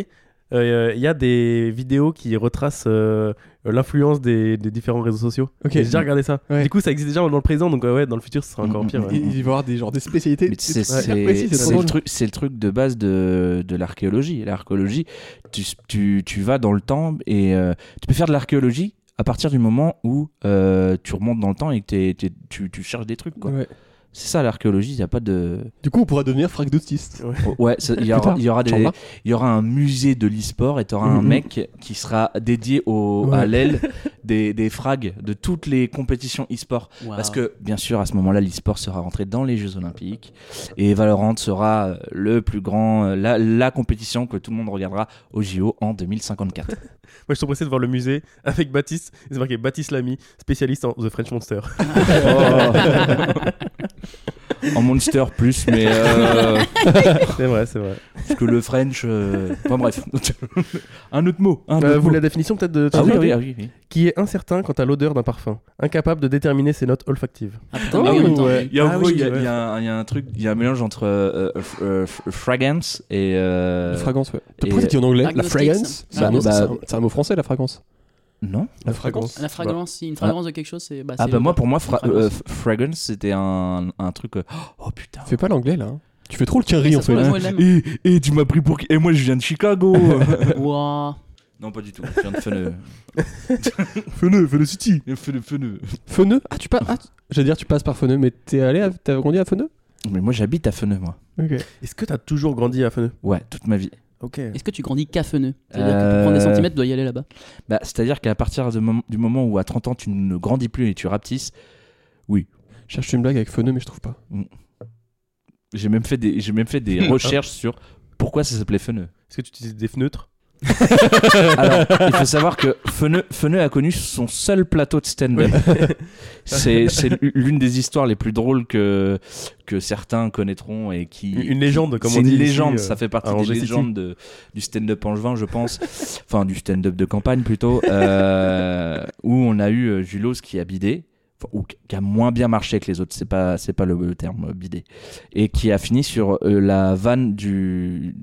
C: euh, il y a des vidéos qui retracent euh, l'influence des, des différents réseaux sociaux.
D: Ok.
C: J'ai déjà regardé ça.
D: Ouais.
C: Du coup, ça existe déjà dans le présent, donc euh, ouais, dans le futur, ce sera encore
B: Mm,
C: pire.
B: mm,
C: ouais.
D: Il, il va y avoir des, genre, des spécialités.
B: Mais
D: des
B: c'est
D: trucs
B: c'est-
D: hyper précis, hein. c'est trop
B: c'est le,
D: drôle.
B: truc- c'est le truc de base de, de l'archéologie. L'archéologie, tu, tu, tu vas dans le temps et euh, tu peux faire de l'archéologie à partir du moment où euh, tu remontes dans le temps et que t'es- t'es- tu, tu cherches des trucs. quoi.
D: Ouais.
B: C'est ça l'archéologie, il n'y a pas de...
D: Du coup, on pourra devenir fragdotiste.
B: Oh, Ouais, ça- il y, aura-
D: Putain,
B: il y aura des,
D: Chamba.
B: il y aura un musée de l'e-sport et tu auras un
D: Mhm.
B: mec qui sera dédié au,
D: Ouais.
B: à l'aile des, des frags de toutes les compétitions e-sport.
A: Waouh.
B: Parce que, bien sûr, à ce moment-là, l'e-sport sera rentré dans les Jeux Olympiques et Valorant sera euh, le plus grand, euh, la, la compétition que tout le monde regardera au JO en 2054.
C: Moi, je suis pressé de voir le musée avec Baptiste. C'est marqué Baptiste Lamy, spécialiste en The French Monster.
B: en Monster plus, mais euh,
C: c'est vrai, c'est vrai.
B: parce que le French. euh, Enfin bref. un autre mot. un
C: Euh,
B: autre
C: vous
B: mot.
C: la définition peut-être de
B: Ah oui, oui, ah oui, oui.
C: qui est incertain quant à l'odeur d'un parfum, incapable de déterminer ses notes olfactives.
A: Ah putain, mais
B: Oh,
A: oui, en même temps,
D: ouais.
B: Il y a,
C: Ah
B: en gros,
C: oui,
B: il y a-
C: ouais.
B: il y a un- il y a un truc, il y a un mélange entre euh, euh, f- euh, f- fragrance et. euh,
D: La fragrance, ouais.
B: et-
D: Pourquoi t'as dit en anglais La
A: Fragnostic,
D: fragrance
A: ça.
D: C'est un-
B: Ah, bah-
D: c'est un- c'est un mot français, la fragrance.
B: Non.
D: La fragrance.
A: La fragrance, si une fragrance de quelque chose, c'est. Bah,
B: Bah. Ah
A: c'est-
B: bah moi pour moi fra-
A: fragrance.
B: euh, f- fragrance c'était un, un truc. euh, Oh putain.
D: Fais pas l'anglais là. hein. Tu fais trop le carry
A: Ça
D: en
A: se trouve,
D: fait.
A: la
D: hein.
A: moi, elle aime.
B: Et, et tu m'as pris pour qui Et moi je viens de Chicago.
A: Ouah.
B: non pas du tout. Je viens de Feneux.
C: Feneux, Feneux City
B: Feneux, Feneux.
D: Feneux Ah, tu passes. Ah, tu- j'allais dire, tu passes par Feneux, mais t'es allé, à... t'as grandi à Feneux
B: Mais moi j'habite à Feneux moi.
D: Ok.
C: Est-ce que t'as toujours grandi à Feneux
B: Ouais toute ma vie.
C: Ok.
A: Est-ce que tu grandis cafeneux C'est-à-dire que
B: Euh,
A: pour prendre des centimètres, tu dois y aller là-bas.
B: Bah c'est à dire qu'à partir de mom- du moment où à 30 ans tu ne grandis plus et tu rapetisses.
D: Je cherche une blague avec Feneux, mais je trouve pas.
B: J'ai même fait des, j'ai même fait des recherches sur pourquoi ça s'appelait Feneux.
C: Est-ce que tu utilises des fenêtres
B: Alors, il faut savoir que Feneux, Feneux a connu son seul plateau de stand-up. C'est, c'est l'une des histoires les plus drôles que, que certains connaîtront et qui.
C: Une légende, comme
B: c'est
C: on
B: une
C: dit. ici,
B: légende,
C: euh,
B: ça fait
C: à
B: partie
C: Angers
B: des
C: City.
B: légendes de- du stand-up angevin, je pense. enfin, du stand-up de campagne plutôt, euh, où on a eu euh, Julos qui a bidé, enfin, ou qui a moins bien marché que les autres, c'est pas, c'est pas le, le terme, euh, bidé, et qui a fini sur euh, la vanne du,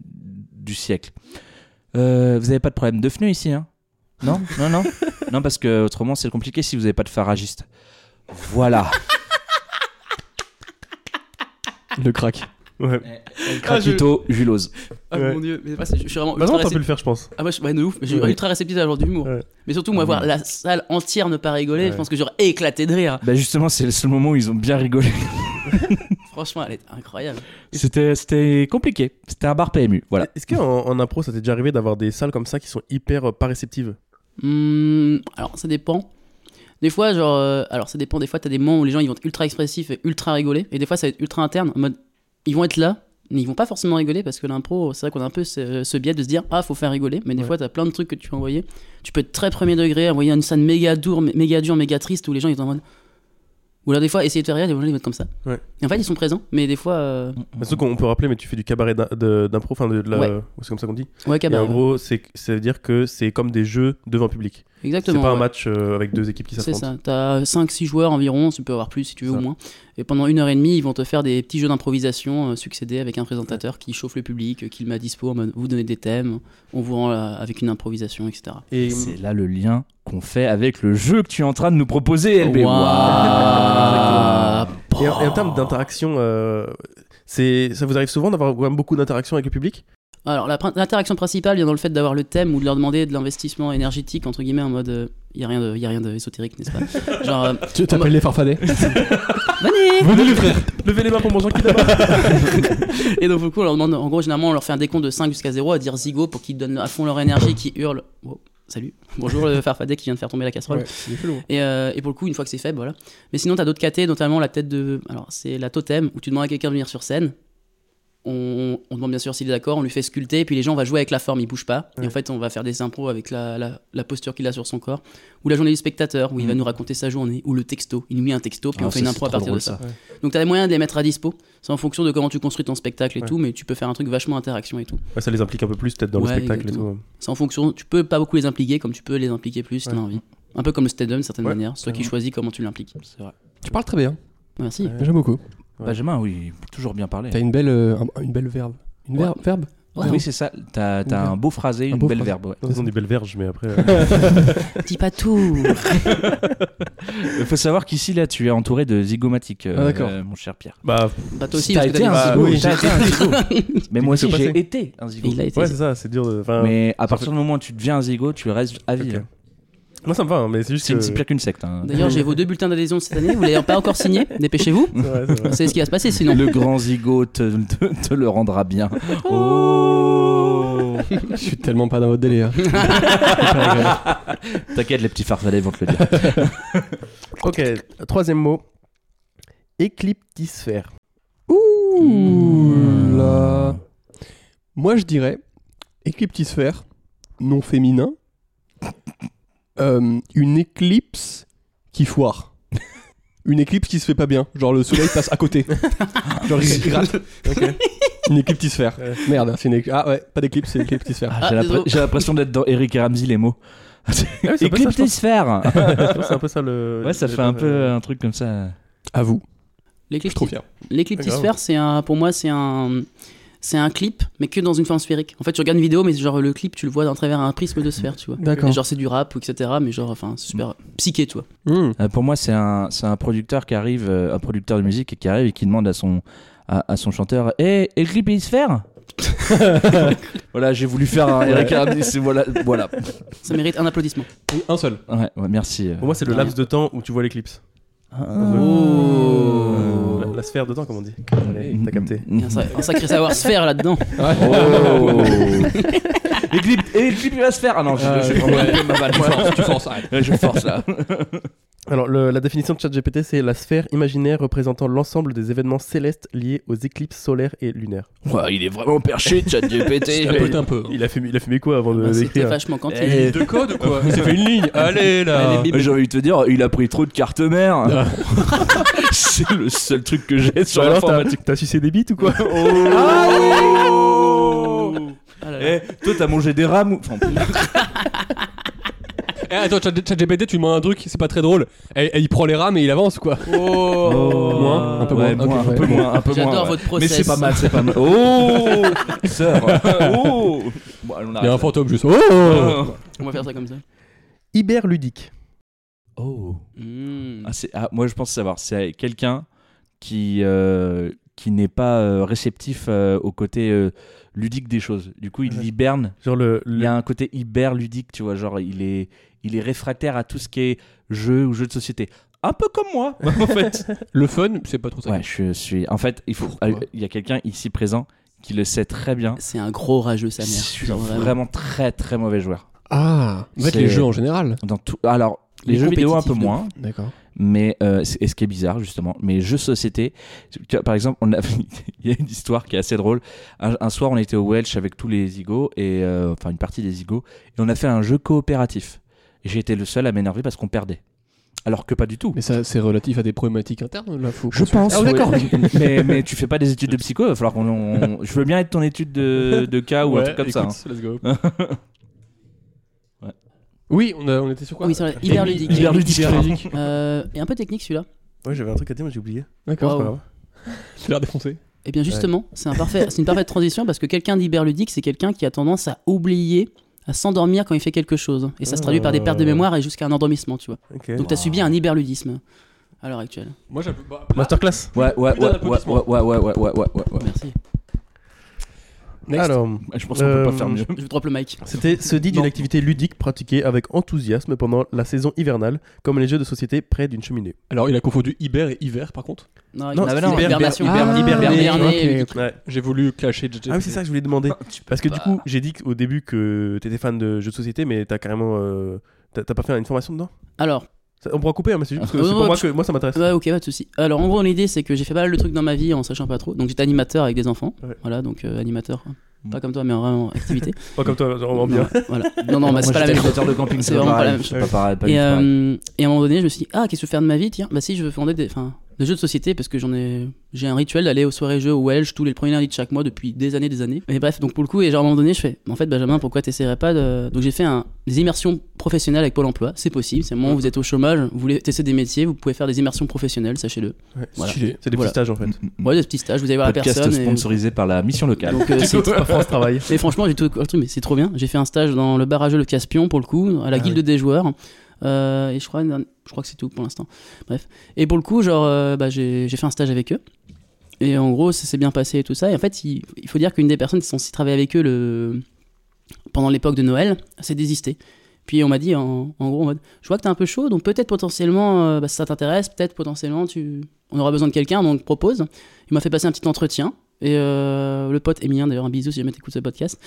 B: du siècle. Euh, vous avez pas de problème de pneus ici, hein Non, non, non, non, parce que autrement c'est compliqué si vous avez pas de faragiste. Voilà.
D: Le crack.
C: Ouais.
B: Craquito, Julose.
A: Ah
C: Ouais.
A: mon dieu, mais c'est pas- je suis vraiment ultra
C: Maintenant, t'as pu
A: réceptif.
C: le faire, je pense.
A: Ah moi, je, ouais, de ouf, mais je suis
C: Ouais.
A: ultra réceptif à ce genre d'humour.
C: Ouais.
A: Mais surtout, moi,
B: Ah,
A: voir
B: ouais.
A: la salle entière ne pas rigoler, je
C: Ouais.
A: pense que j'aurais éclaté de rire.
B: Bah justement, c'est le seul moment où ils ont bien rigolé.
A: Franchement, elle est incroyable.
B: C'était, c'était compliqué. C'était un bar PMU. Voilà.
C: Est-ce qu'en en impro, ça t'est déjà arrivé d'avoir des salles comme ça qui sont hyper euh, pas réceptives
A: Hmm, alors, ça dépend. Des fois, genre, euh, alors ça dépend. Des fois, t'as des moments où les gens ils vont être ultra expressifs et ultra rigoler, et des fois, ça va être ultra interne. En mode, ils vont être là, mais ils vont pas forcément rigoler parce que l'impro, c'est vrai qu'on a un peu ce, ce biais de se dire ah faut faire rigoler, mais des
C: Ouais.
A: fois, t'as plein de trucs que tu peux envoyer. Tu peux être très premier degré, envoyer une scène méga dure, mé- méga dure, méga triste où les gens ils sont en mode ou alors des fois essayer de faire rire, les gens ils vont être comme ça.
C: Ouais.
A: Et en fait, ils sont présents, mais des fois, euh,
C: Parce qu'on peut rappeler, mais tu fais du cabaret d'im- de- d'impro, enfin de, de la.
A: Ouais.
C: euh, C'est comme ça qu'on dit.
A: ouais,
C: Et
A: cabaret.
C: en gros, c'est ça veut dire que c'est comme des jeux devant public. C'est
A: Exactement.
C: pas un
A: ouais.
C: match euh, avec deux équipes qui
A: C'est
C: s'affrontent.
A: ça, t'as 5-6 joueurs environ, tu peux avoir plus si tu veux
C: Ça.
A: au moins. Et pendant une heure et demie, ils vont te faire des petits jeux d'improvisation euh, succédés avec un présentateur qui chauffe le public, euh, qui le met à dispo en mode vous donnez des thèmes, on vous rend là avec une improvisation, etc.
C: Et
B: C'est là le lien qu'on fait avec le jeu que tu es en train de nous proposer, LB.
A: Waouh.
B: Eh ben, Waouh.
C: Et en, et en termes d'interaction, euh, c'est- ça vous arrive souvent d'avoir quand même beaucoup d'interactions avec le public
A: Alors, la prin- l'interaction principale vient dans le fait d'avoir le thème ou de leur demander de l'investissement énergétique, entre guillemets, en mode euh, y a rien de- y a rien d'ésotérique, n'est-ce pas Genre, euh,
D: Tu t'appelles les farfadets
A: venez
D: Venez les frères
C: Levez les mains pour mon Jean qui est là-bas
A: Et donc, du coup, on leur demande, en gros, généralement, on leur fait un décompte de 5 jusqu'à 0 à dire zigo pour qu'ils donnent à fond leur énergie, qu'ils hurlent. Wow, salut. Bonjour, le farfadet qui vient de faire tomber la casserole. Et, euh, et pour le coup, une fois que c'est faible, voilà. Mais sinon, t'as d'autres KT, notamment la tête de. Alors, c'est la totem où tu demandes à quelqu'un de venir sur scène. On, on demande bien sûr s'il est d'accord, on lui fait sculpter, puis les gens, on va jouer avec la forme, il bouge pas. Et en fait, on va faire des impros avec la, la- la posture qu'il a sur son corps. Ou la journée du spectateur, où il va nous raconter sa journée. Ou le texto, il nous met un texto, puis
B: Mm. Ah,
A: on fait
B: ça,
A: une
B: c'est
A: impro à
B: trop
A: partir
B: drôle,
A: de ça. Donc t'as les moyens de les mettre à dispo. C'est en fonction de comment tu construis ton spectacle et
C: Ouais.
A: tout, mais tu peux faire un truc vachement interaction et tout.
C: Ouais, Ça les implique un peu plus peut-être dans
A: Ouais,
C: le spectacle et tout.
A: exactement. C'est en fonction. Tu peux pas beaucoup les impliquer, comme tu peux les impliquer plus si
C: Ouais.
A: t'en as envie. Un peu comme le stadium, d'une certaine
C: Ouais,
A: manière. C'est toi qui
C: clairement.
A: choisis comment tu l'impliques. C'est vrai.
D: Tu parles très bien.
A: Merci.
C: Ouais.
D: J'aime beaucoup.
B: Benjamin, oui, toujours bien parlé.
D: T'as une belle, euh, un- une belle verbe. Une
A: Ouais.
D: ver- verbe
A: Ouais.
B: Oui, c'est ça. T'as, t'as
D: Une
B: un beau phrasé, une
D: beau
B: belle
D: phrasé.
B: verbe. ouais.
C: Ils ont des belles verges, mais après. euh,
A: Dis pas tout.
B: Il faut savoir qu'ici, là, tu es entouré de zygomatiques, euh,
D: Ah, d'accord.
B: euh, mon cher Pierre.
C: bah,
A: Bah toi aussi.
B: T'as
A: parce que
B: été
A: t'as
B: un
C: Bah,
B: zygo.
C: oui,
B: t'as
C: j'ai
B: été un zygo. Mais moi
C: Qu'est-ce
B: aussi,
C: qui s'est
B: j'ai
C: passé
B: été un
A: dit-
B: zygo.
A: Il a été.
C: ouais, c'est ça, c'est dur de. enfin,
B: Mais à
C: ça
B: partir
C: fait-
B: du moment où tu deviens un zygo, tu restes à vie.
C: Ok. hein. Moi, ça me va, hein, mais c'est juste.
B: C'est une-
C: que-
B: c'est pire qu'une secte. hein.
A: D'ailleurs, j'ai vos deux bulletins d'adhésion cette année. Vous l'avez pas encore signé Dépêchez-vous.
C: Ouais, c'est vrai.
A: C'est ce qui va se passer sinon.
B: Le grand zigo te, te- te le rendra bien. Oh
D: Je suis tellement pas dans votre délire.
B: T'inquiète, les petits farfadets vont te le dire.
C: Ok, troisième mot. Écliptisphère.
D: Ouh là. Moi, je dirais écliptisphère, non féminin, euh, une éclipse qui foire. Une éclipse qui se fait pas bien. Genre le soleil passe à côté. Genre il il rate. Une écliptisphère.
C: Ouais.
D: Merde, c'est une éclipse. Ah ouais, pas d'éclipse, c'est écliptisphère.
B: Ah, j'ai
A: Ah,
B: l'impré-
A: désolé.
B: j'ai l'impression d'être dans Eric et Ramsey, les mots.
C: Ah oui, c'est un peu ça, je pense.
B: Écliptisphère
C: C'est un euh, peu ça le.
B: Ouais, ça fait un peu un truc comme ça.
D: À vous. Je suis trop
A: L'éclipse.
D: fier.
C: Pas grave.
A: L'écliptisphère, c'est un, pour moi, c'est un, c'est un clip, mais que dans une forme sphérique. En fait, tu regardes une vidéo, mais genre le clip, tu le vois d'un travers un prisme de sphère, tu vois.
D: D'accord.
A: Et genre c'est du rap, etc. Mais genre, enfin, c'est
B: Mm.
A: super psyché, tu vois.
D: Mmh.
B: Euh, pour moi, c'est un, c'est un producteur qui arrive, euh, un producteur de musique qui arrive et qui demande à son, à, à son chanteur Eh, Hé, Écliptisphère Voilà, j'ai voulu faire un Eric et Ramsey, c'est- voilà. voilà.
A: Ça mérite un applaudissement.
D: Un seul.
B: Ouais, ouais, merci. euh.
C: Pour moi, c'est le laps de temps où tu vois l'éclipse.
B: Oh.
C: La, la sphère de temps, comme on dit. Allez,
B: Mm,
C: T'as capté.
B: mm, mm.
A: Un, sa- un sacré savoir se faire là-dedans.
B: Oh Éclipse, éclipse va se faire. Ah non, je,
D: Euh,
B: je, je-
D: ouais.
B: ma vanne.
D: Tu forces, tu forces, arrête.
B: Ouais, je force là.
C: Alors, le- la définition de ChatGPT, c'est la sphère imaginaire représentant l'ensemble des événements célestes liés aux éclipses solaires et lunaires.
B: Ouais, il est vraiment perché, ChatGPT.
D: Ça peut un peu. hein.
C: Il a fumé, il a fumé quoi avant de
A: Ah, C'était
C: l'écrire
A: vachement quantique.
B: Eh,
D: De code ou quoi C'est fait une ligne. Allez là.
A: Allez, bim.
B: J'ai envie de te dire, il a pris trop de cartes mères. C'est le seul truc que j'ai sur
C: Alors, t'as-
B: l'informatique.
C: t'as sucé des bites ou quoi
B: Ah Oh
A: Ah là là.
B: Eh, toi t'as mangé des rames ou- Enfin,
D: Eh, attends, Chat- ChatGPT, tu lui demandes un truc, c'est pas très drôle. Et, et il prend les rames et il avance quoi.
B: Oh.
D: Moins, un peu
B: Ouais,
D: moins,
B: moins,
D: ok,
B: un peu
D: ouais.
B: moins, un peu moins.
A: J'adore
B: ouais.
A: votre process.
B: Mais c'est pas mal, c'est pas mal. Oh, sœur. Oh. Bon, allez, on
D: Il y a un
B: arrête.
D: fantôme juste. Oh
B: Oh.
A: On va faire ça comme ça.
C: Hyperludique.
B: Oh.
A: Mm.
B: Ah, c'est- ah, moi, je pense savoir. C'est quelqu'un qui, euh, qui n'est pas euh, réceptif euh, au côté euh, ludique des choses. Du coup, il
C: Ouais.
B: hiberne.
C: Genre le. le-
B: Il y a un côté hyper ludique, tu vois. Genre, il est, il est réfractaire à tout ce qui est jeu ou jeu de société. Un peu comme moi, en fait.
D: Le fun, c'est pas trop ça.
B: ouais, je suis. En fait, il faut. euh,
D: Pourquoi
B: Il y a quelqu'un ici présent qui le sait très bien.
A: C'est un gros rageux, sa
B: Je
A: mère.
B: suis
A: Genre, vraiment.
B: vraiment très très mauvais joueur.
D: Ah, en fait,
B: C'est-
D: les jeux en général.
B: Dans tout. Alors, les
A: Il est
B: jeux vidéo un peu
A: compétitif, de
B: moins.
D: D'accord.
B: mais euh, c'est- et ce qui est bizarre justement mais jeux société tu vois, par exemple on a, il y a une histoire qui est assez drôle un, un soir on était au Welsh avec tous les zigos et euh, enfin une partie des zigos et on a fait un jeu coopératif et j'ai été le seul à m'énerver parce qu'on perdait alors que pas du tout
A: Ah,
D: Mais ça, c'est relatif à des problématiques internes là. Faut
B: Je pense.
D: Ah, d'accord.
B: oui. mais, mais tu fais pas des études de psycho, il va falloir qu'on. on- Je veux bien être ton étude de, de cas Ah, ou un truc comme ça.
D: Let's go.
B: hein.
D: Oui, on, a- on était sur quoi
A: Ah Oui, c'est vrai. Hyperludique.
D: Hyperludique.
B: Hyperludique.
A: Euh, et un peu technique celui-là.
C: Ouais, j'avais un truc à dire, mais j'ai oublié.
D: D'accord.
A: Waouh.
D: J'ai l'air défoncé.
A: Eh bien justement, c'est un parfait, c'est une parfaite transition parce que quelqu'un d'hyperludique, c'est quelqu'un qui a tendance à oublier, à s'endormir quand il fait quelque chose. Et ça se traduit par des
B: Euh.
A: pertes de mémoire et jusqu'à un endormissement, tu vois.
C: Ok.
A: Donc t'as subi un hyperludisme à l'heure actuelle.
D: Moi, j'avais.
C: Masterclass.
B: Ouais, ouais, ouais,
D: Putain,
B: ouais, ouais,
D: applaudissements.
B: ouais, ouais, ouais, ouais, ouais, ouais.
A: Merci.
D: Next.
C: Alors,
B: Je pense qu'on peut pas
C: Euh,
B: faire mieux.
A: Je vous drop le mic.
C: c'était ce dit d'une
B: Non.
C: activité ludique pratiquée avec enthousiasme pendant la saison hivernale, comme les jeux de société près d'une cheminée.
D: Alors, il a confondu hiver et hiver, par contre.
C: Non,
A: Ah, il-
C: mais
A: c'est
C: non,
A: hibernation.
B: hiberne-
A: Ah,
B: hiberne-
A: hiberner,
D: ok,
A: ludique.
C: Ouais.
D: J'ai voulu clasher JJ.
C: Ah oui, c'est ça que je voulais demander. Parce
A: bah.
C: que du coup, j'ai dit au début que t'étais fan de jeux de société, mais t'as carrément. euh, T'as t'as pas fait une formation dedans
A: Alors,
C: Ça- On pourra couper, hein, mais c'est juste parce que
A: Ah,
C: c'est
A: non,
C: pour
A: non,
C: moi
A: tu-
C: que moi ça m'intéresse.
A: Ouais, ok, pas de souci. Alors, en gros, l'idée, c'est que j'ai fait pas mal de trucs dans ma vie en sachant pas trop. Donc, j'étais animateur avec des enfants.
C: Ouais.
A: Voilà, donc euh, animateur.
B: Mm.
A: Pas comme toi, mais en vraiment activité.
C: Pas comme toi, genre, on va bien.
A: Non, voilà. Non, non, bah, c'est pas
B: Moi,
A: la même
B: j'étais
A: chose.
B: animateur de camping,
A: C'est vraiment pas la même
B: C'est pas pareil, pas du
A: Et,
B: tout pareil.
A: euh, et à un moment donné, je me suis dit, ah, qu'est-ce que je veux faire de ma vie Tiens, bah si, je veux fonder des, enfin, des jeux de société parce que j'en ai, j'ai un rituel d'aller aux soirées jeux au Welsh tous les premiers lundis de chaque mois depuis des années, des années. Et bref, donc pour le coup, et genre à un moment donné, je fais, en fait, Benjamin, pourquoi t'essaierais pas de. Donc j'ai fait un, des immersions professionnelles avec Pôle emploi, c'est possible, c'est le moment où vous êtes au chômage, vous voulez tester des métiers, vous pouvez faire des immersions professionnelles, sachez-le. Voilà.
D: Stylé.
C: C'est des
A: Voilà.
C: petits stages en fait.
A: Ouais, des petits stages, vous allez voir
B: podcast
A: la personne. et-
B: sponsorisé par la mission locale.
A: Donc, euh, c'est-
C: Pas France Travail.
A: mais franchement, j'ai tout le truc, mais c'est trop bien. J'ai fait un stage dans le barrageux Le Caspion pour le coup, à la
C: Ah
A: guilde des joueurs. Euh, et je crois, une- je crois que c'est tout pour l'instant. Bref. Et pour le coup, genre, euh, bah, j'ai j'ai fait un stage avec eux. Et en gros, ça s'est bien passé et tout ça. Et en fait, il, il faut dire qu'une des personnes qui sont censées travailler avec eux le, pendant l'époque de Noël s'est désistée. Puis on m'a dit en, en gros, en mode, je vois que t'es un peu chaud, donc peut-être potentiellement, euh, bah, ça t'intéresse, peut-être potentiellement, tu, on aura besoin de quelqu'un, donc propose. Il m'a fait passer un petit entretien. Et euh, le pote Emilien, d'ailleurs, un bisou si jamais t'écoutes ce podcast,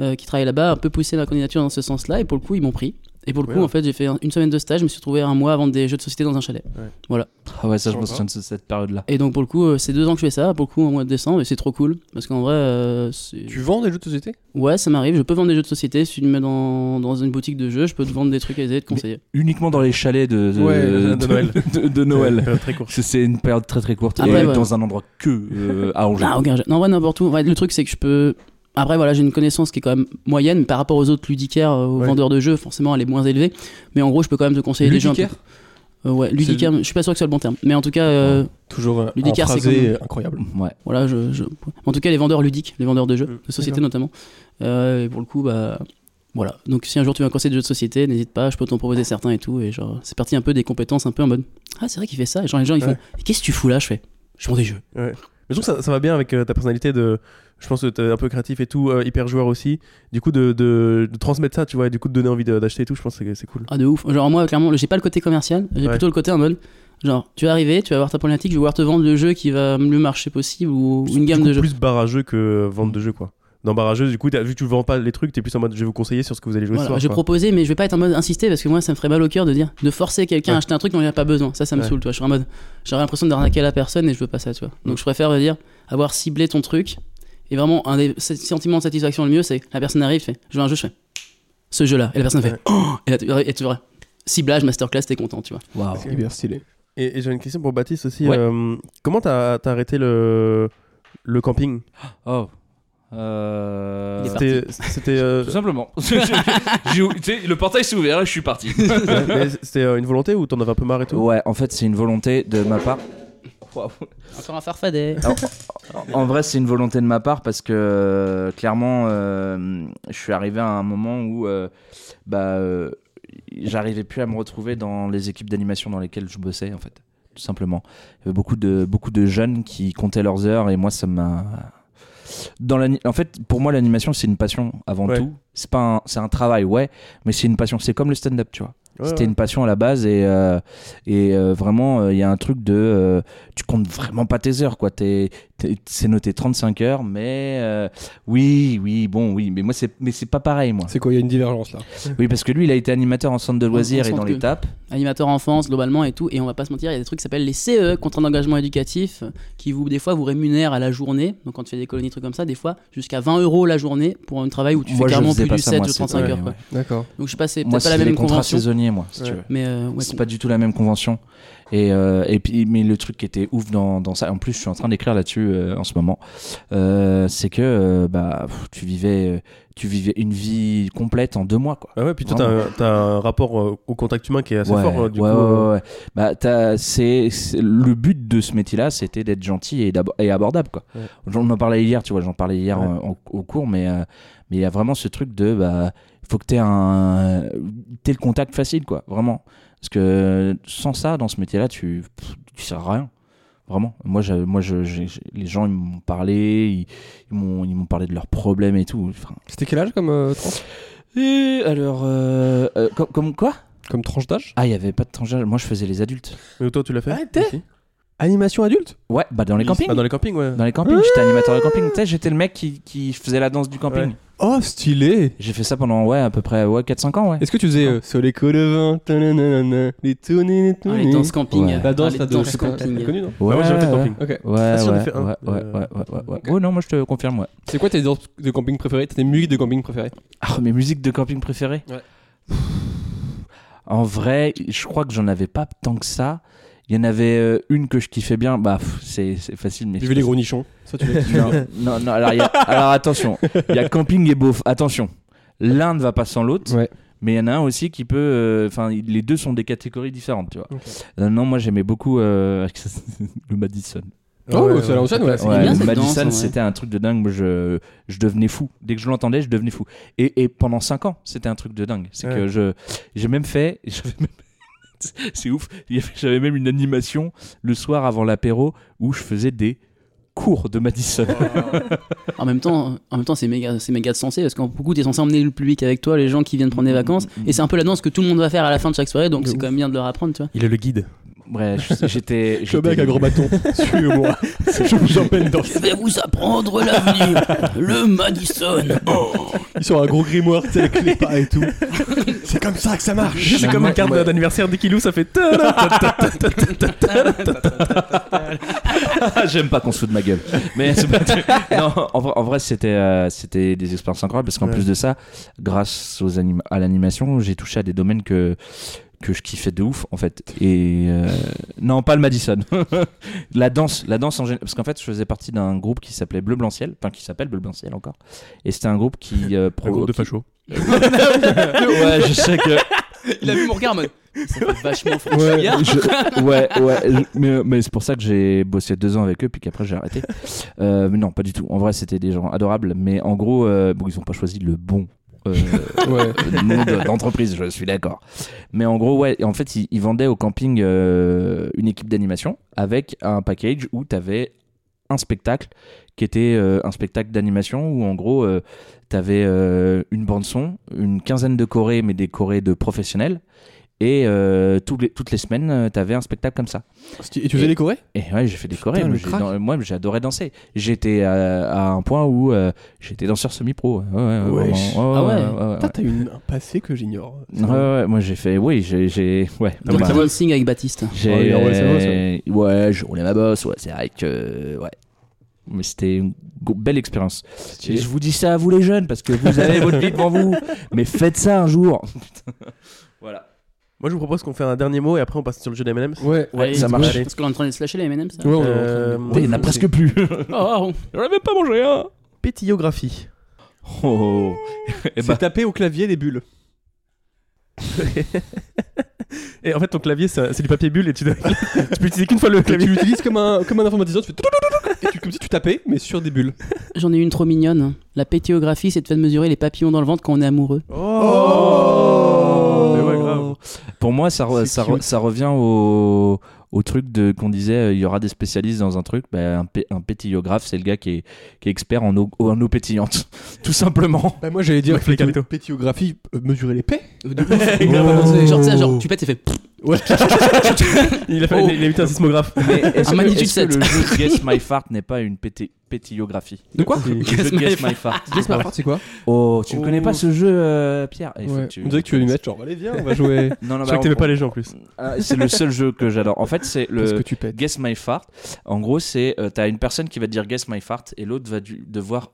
A: euh, qui travaille là-bas, a un peu poussé ma candidature dans ce sens-là. Et pour le coup, ils m'ont pris. Et pour le coup,
C: Ouais.
A: en fait, j'ai fait un- une semaine de stage, je me suis retrouvé un mois à vendre des jeux de société dans un chalet.
B: Ah ouais, ça je me
C: Sympa.
B: souviens de ce- cette période-là.
A: Et donc, pour le coup, euh, c'est deux ans que je fais ça, pour le coup, au mois de décembre, et c'est trop cool. Parce qu'en vrai, euh, c'est-
D: Tu vends des jeux de société
A: ouais, ça m'arrive, je peux vendre des jeux de société. Si tu me mets dans, dans une boutique de jeux, je peux te vendre des trucs et essayer de te conseiller.
B: Uniquement dans les chalets de, de,
C: Ouais,
A: Euh,
B: de,
C: de Noël.
B: de- de Noël.
C: Euh, Très court.
B: C'est- C'est une période très très courte.
A: Après,
B: et
A: Ah ouais.
B: dans un endroit que euh, à Angers.
A: Ah, aucun jeu. Non, ouais, n'importe où. Ouais, le truc, c'est que je peux. Après, voilà, j'ai une connaissance qui est quand même moyenne mais par rapport aux autres ludicaires, euh, aux
C: Ouais.
A: vendeurs de jeux, forcément, elle est moins élevée. Mais en gros, je peux quand même te conseiller des jeux. un
D: Ludicaire
A: peu- Euh, ouais, ludicaire, je suis pas sûr que ce soit le bon terme. Mais en tout cas, euh,
D: Toujours un
A: Ludicaire, c'est
D: phrasé incroyable.
B: Ouais.
A: voilà, je, je- En tout cas, les vendeurs ludiques, les vendeurs de jeux, de société notamment. Euh, et pour le coup, bah. Voilà. Donc, si un jour tu veux un conseil de jeux de société, n'hésite pas, je peux t'en proposer certains et tout. Et genre, c'est parti un peu des compétences, un peu en mode Ah, c'est vrai qu'il fait ça. Et genre, les gens, ils
C: Ouais.
A: font Mais Qu'est-ce que tu fous là Je fais Je vends des jeux.
C: Mais je trouve que ça, ça va bien avec euh, ta personnalité de. Je pense que t'es un peu créatif et tout, euh, hyper joueur aussi. Du coup, de, de- de transmettre ça, tu vois, et du coup, de donner envie de- d'acheter et tout, je pense que c'est- c'est cool.
A: Ah de ouf. Genre moi clairement j'ai pas le côté commercial, j'ai
C: Ouais.
A: plutôt le côté en mode genre tu vas arriver, tu vas avoir ta problématique, je vais voir te vendre le jeu qui va le marché possible ou une gamme
C: Du coup,
A: de jeux.
C: Plus barrageux que euh, vente de jeux, quoi. dans Barrageuse, du coup, t'as- vu que tu vends pas les trucs, t'es plus en mode je vais vous conseiller sur ce que vous allez jouer
A: Voilà,
C: ce soir.
A: je
C: quoi.
A: proposais, mais je vais pas être en mode insister parce que moi, ça me ferait mal au cœur de dire, de forcer quelqu'un à
C: Ouais.
A: acheter un truc dont il n'y a pas besoin. Ça, ça me
C: Ouais.
A: saoule, tu vois. Je suis en mode, j'aurais l'impression d'arnaquer la personne et je veux pas ça, tu vois. Donc, je préfère euh, dire, avoir ciblé ton truc et vraiment, un des se- sentiments de satisfaction le mieux, c'est la personne arrive, fait, je veux un jeu, je fais ce jeu-là. Et la personne fait,
C: Ouais.
A: oh Et là, tu- et tu vois, ciblage, masterclass, t'es content, tu vois.
B: Waouh.
D: C'est hyper stylé.
C: Et, et j'ai une question pour Baptiste aussi.
B: Ouais.
C: euh, comment t'as t'as arrêté le, le camping
B: Oh. Euh...
A: Il est
C: C'était. c'était, euh,
B: Tout simplement. J'ai- j'ai- tu sais, le portail s'est ouvert et je suis parti.
C: ouais, mais c'était euh, une volonté ou t'en avais un peu marre et tout
B: ouais, en fait, c'est une volonté de ma part.
A: Encore un farfadet.
B: En vrai, c'est une volonté de ma part parce que euh, clairement, euh, je suis arrivé à un moment où euh, bah, euh, j'arrivais plus à me retrouver dans les équipes d'animation dans lesquelles je bossais, en fait, tout simplement. Il y avait beaucoup de, beaucoup de jeunes qui comptaient leurs heures et moi, ça m'a. Dans l'ani- en fait, pour moi, l'animation, c'est une passion avant
C: Ouais.
B: tout. C'est pas, un- c'est un travail, ouais, mais c'est une passion. C'est comme le stand-up, tu vois.
C: Ouais,
B: C'était
C: ouais.
B: une passion à la base et, euh, et euh, vraiment euh, il y a un truc de euh, tu comptes vraiment pas tes heures quoi. T'es- t'es- c'est noté 35 heures mais euh, oui oui bon oui mais moi c'est mais c'est pas pareil moi.
D: C'est quoi Il y a une divergence là.
B: Oui parce que lui il a été animateur en centre de loisirs
A: en
B: et dans
A: centre
B: les
A: que-
B: tapes.
A: Animateur enfance, globalement et tout. Et on va pas se mentir, il y a des trucs qui s'appellent les CE, contrats d'engagement éducatif, qui vous, des fois, vous rémunèrent à la journée. Donc, quand tu fais des colonies, trucs comme ça, des fois, jusqu'à 20 euros la journée pour un travail où tu
B: Moi,
A: fais
B: je
A: carrément
B: faisais
A: plus
B: pas
A: du
B: ça,
A: 7
B: moi,
A: ou
B: c'est-
A: 35 heures.
B: ouais,
A: quoi.
B: ouais.
D: D'accord.
A: Donc, je suis passé
B: Moi
A: peut-être pas la
B: c'est les
A: même
B: contrats
A: convention.
B: saisonniers moi si tu
C: Ouais.
B: veux.
A: Mais euh, ouais,
B: C'est pas du tout la même convention. Et, euh, et puis, mais le truc qui était ouf dans, dans ça, en plus, je suis en train d'écrire là-dessus euh, en ce moment, euh, c'est que euh, bah, pff, tu, vivais, euh, tu vivais une vie complète en deux mois. Quoi.
C: Ah ouais, puis toi, t'as un- t'as un rapport euh, au contact humain qui est assez
B: ouais,
C: fort, euh, du
B: ouais,
C: coup.
B: ouais,
C: euh,
B: ouais, ouais. Bah, t'as- c'est, c'est- le but de ce métier-là, c'était d'être gentil et, d'abo- et abordable. Quoi.
C: Ouais.
B: On en parlait hier, tu vois, j'en parlais hier
C: Ouais.
B: en- en- au cours, mais euh, mais il y a vraiment ce truc de, bah, faut que t'aies un, t'aies le contact facile, quoi, vraiment. Parce que sans ça, dans ce métier-là, tu, pff, tu sers à rien. Vraiment, moi, je, moi je, j'ai- j'ai- les gens ils m'ont parlé, ils, ils m'ont, ils m'ont parlé de leurs problèmes et tout. Enfin,
D: C'était quel âge comme, euh, tran-
B: et alors, euh, euh, comme, comme quoi
D: comme tranche d'âge
B: Ah, il y avait pas de tranche d'âge. Moi, je faisais les adultes.
C: Mais toi, tu l'as fait
D: Arrêtez
C: Ici
D: Animation adulte
B: Ouais, bah dans les campings.
C: Ah, dans les campings, ouais.
B: Dans les campings, j'étais animateur de camping. Tu sais, j'étais le mec qui, qui faisait la danse du camping.
C: Ouais.
D: Oh, stylé
B: J'ai fait ça pendant ouais, à peu près ouais, 4-5 ans, ouais.
D: Est-ce que tu faisais euh, sur les cols de vin, tananana, les tournées, les
A: Ah,
D: tournées
A: les danses camping.
B: Ouais.
A: euh,
D: La danse,
A: ah, les
D: la danse,
A: danses
D: c'est pas- c'est
A: camping.
D: connu, non
C: Ah, moi, j'ai fait le camping.
D: Ok.
B: Ouais,
C: Ah, si, j'en ai
B: ouais,
C: fait un.
B: ouais, ouais,
C: Euh,
B: ouais, ouais, ouais, ouais.
D: ok.
B: Ouais, non, moi je te confirme, ouais.
D: C'est quoi tes danses de camping préférées Tes musiques de camping préférées
B: Ah, mes musiques de camping préférées
D: Ouais.
B: En vrai, je crois que j'en avais pas tant que ça. Il y en avait euh, une que je kiffais bien. Bah, pff, c'est c'est facile, mais.
D: J'ai vu les gros nichons. Ça, tu l'as
B: Non, non, non, alors, il y a- alors attention, il y a camping et beauf. Attention, l'un ne va pas sans l'autre.
D: Ouais.
B: Mais il y en a un aussi qui peut. euh, Enfin, il- les deux sont des catégories différentes, tu vois. Euh, non, moi j'aimais beaucoup euh, le Madison.
D: Oh,
C: Ouais,
D: c'est
C: ouais.
D: à l'ancienne, ouais.
A: bien,
B: le
A: cette danse,
B: Madison,
A: ouais.
B: c'était un truc de dingue. Moi, Je, je devenais fou. Dès que je l'entendais, je devenais fou. Et, et pendant 5 ans, c'était un truc de dingue. C'est
C: Ouais.
B: que je, j'ai même fait. j'avais même- c'est ouf. il y avait- J'avais même une animation le soir avant l'apéro où je faisais des cours de Madison.
A: En même temps, en même temps, c'est méga, c'est méga sensé parce qu'en beaucoup, t'es censé emmener le public avec toi, les gens qui viennent prendre
B: Mmh,
A: des vacances. Et c'est un peu la danse que tout le monde va faire à la fin de chaque soirée, donc
D: De
A: c'est
D: ouf.
A: quand même bien de leur apprendre, tu vois.
C: Il est le guide.
B: Bref, je- j'étais.
D: Je suis
B: j'étais-
D: avec un gros bâton. Suis-moi. Je vous emmène dans.
A: Je vais vous apprendre l'avenir, le Madison. Oh.
D: Ils sont un gros grimoire, tu sais, avec les pas et tout. C'est comme ça que ça marche.
C: C'est comme
B: moi,
C: une carte
B: moi-
C: d'anniversaire dès qu'il ouvre, ça fait.
B: Ah, J'aime pas qu'on se fout de ma gueule. Mais c'est pas- non, en vrai, en vrai, c'était euh, c'était des expériences incroyables parce qu'en
C: Ouais.
B: plus de ça, grâce aux anima- à l'animation, j'ai touché à des domaines que que je kiffais de ouf en fait. Et euh, non, pas le Madison. la danse, la danse en général, parce qu'en fait, je faisais partie d'un groupe qui s'appelait Bleu Blanc Ciel, enfin qui s'appelle Bleu Blanc Ciel encore. Et c'était un groupe qui euh, pro-
C: Un groupe de
B: qui-
C: facho.
B: ouais, je sais que
A: Il a vu mon regard en mode. Ça fait vachement fou.
D: Ouais.
A: Bien.
B: Je- ouais, ouais, je- mais, mais c'est pour ça que j'ai bossé deux ans avec eux, puis qu'après j'ai arrêté. Euh, mais non, pas du tout. En vrai, c'était des gens adorables, mais en gros, euh, bon, ils ont pas choisi le bon. euh,
D: Ouais.
B: nom de- d'entreprise, je suis d'accord. Mais en gros, ouais, en fait, ils, ils vendaient au camping euh, une équipe d'animation avec un package où tu avais un spectacle qui était euh, un spectacle d'animation où en gros euh, t'avais euh, une bande son, une quinzaine de chorés mais des chorés de professionnels Et euh, tous les- toutes les semaines, euh, t'avais un spectacle comme ça.
D: Et tu faisais les chorés
B: Et ouais, j'ai fait des chorés.
D: Putain, le
B: Moi, j'ai
D: crack.
B: dan- moi, j'adorais danser. J'étais à, à un point où euh, j'étais danseur semi-pro. Ouais, ouais, ouais,
D: Wesh.
B: vraiment.
A: Ah ouais.
B: ouais,
D: Putain, T'as eu un passé que j'ignore.
B: Ouais, ouais, moi j'ai fait, oui, j'ai, j'ai, ouais.
A: Dans
B: bah,
A: le dancing avec Baptiste.
B: j'ai,
D: Ouais, ouais, ça va, ça
B: ouais, je roulais ma bosse, ouais, c'est vrai que, ouais. Mais c'était une go- belle expérience. Et je vous dis ça à vous les jeunes parce que vous avez votre vie devant vous, mais faites ça un jour. voilà.
C: Moi, je vous propose qu'on fasse un dernier mot et après on passe sur le jeu des M&M's.
D: Ouais.
B: Ouais,
A: Allez,
B: ça
A: c'est
B: marche.
A: cool, Parce qu'on est en train de slasher les MM, ça.
D: Ouais, on est en train de-
C: Euh,
B: Putain, Il y en a presque plus.
A: Oh,
B: J'en avais pas mangé hein. un.
C: Pétillographie.
B: Oh. Eh
D: C'est
B: ben.
D: taper au clavier des bulles.
C: Et en fait, ton clavier, c'est c'est du papier bulle et tu, dois- tu peux utiliser qu'une fois le
D: Que tu
C: clavier.
D: l'utilises comme un, comme un informatiseur, tu fais tout- et tu- comme si tu tapais, mais sur des bulles.
A: J'en ai une trop mignonne. La pétéographie, c'est de faire mesurer les papillons dans le ventre quand on est amoureux.
D: Oh.
C: Mais ouais, grave.
B: Pour moi, ça, re-
D: C'est
B: ça, re-
D: cute.
B: ça revient au, au truc de qu'on disait, euh, il y aura des spécialistes dans un truc. Bah, un, pé- un pétillographe, c'est le gars qui est, qui est expert en eau, en eau pétillante, tout simplement.
D: Bah, moi j'allais dire
C: Avec les
D: péti-
C: camétos.
D: pétiographie, euh, mesurer l'épée.
A: bah, Genre, tu sais, genre, tu pètes, ça fait.
C: Il a, fait,
A: Oh.
C: il a- il a mis un sismographe.
B: Mais est-ce
A: Un
B: que,
A: magnitude
B: est-ce que le
A: sept.
B: jeu Guess My Fart n'est pas une pété- pétillographie
D: De quoi
B: Le
A: Guess
B: jeu
A: My
B: Guess My Fart.
D: Guess my part, c'est quoi
B: Oh, tu ne connais pas
D: Oh.
B: ce jeu, euh, Pierre Eh, faut
D: Ouais.
B: que
D: On dirait que tu veux lui mettre genre, allez viens, on va jouer.
B: Non, non,
C: Je crois
B: bah,
C: que t'aimais
B: on-
C: pas les jeux en plus.
B: Ah, C'est le seul jeu que j'adore. En fait, c'est
D: Parce
B: le.
D: que tu pètes.
B: Guess my fart. En gros, c'est euh, t'as une personne qui va te dire guess my fart et l'autre va du- devoir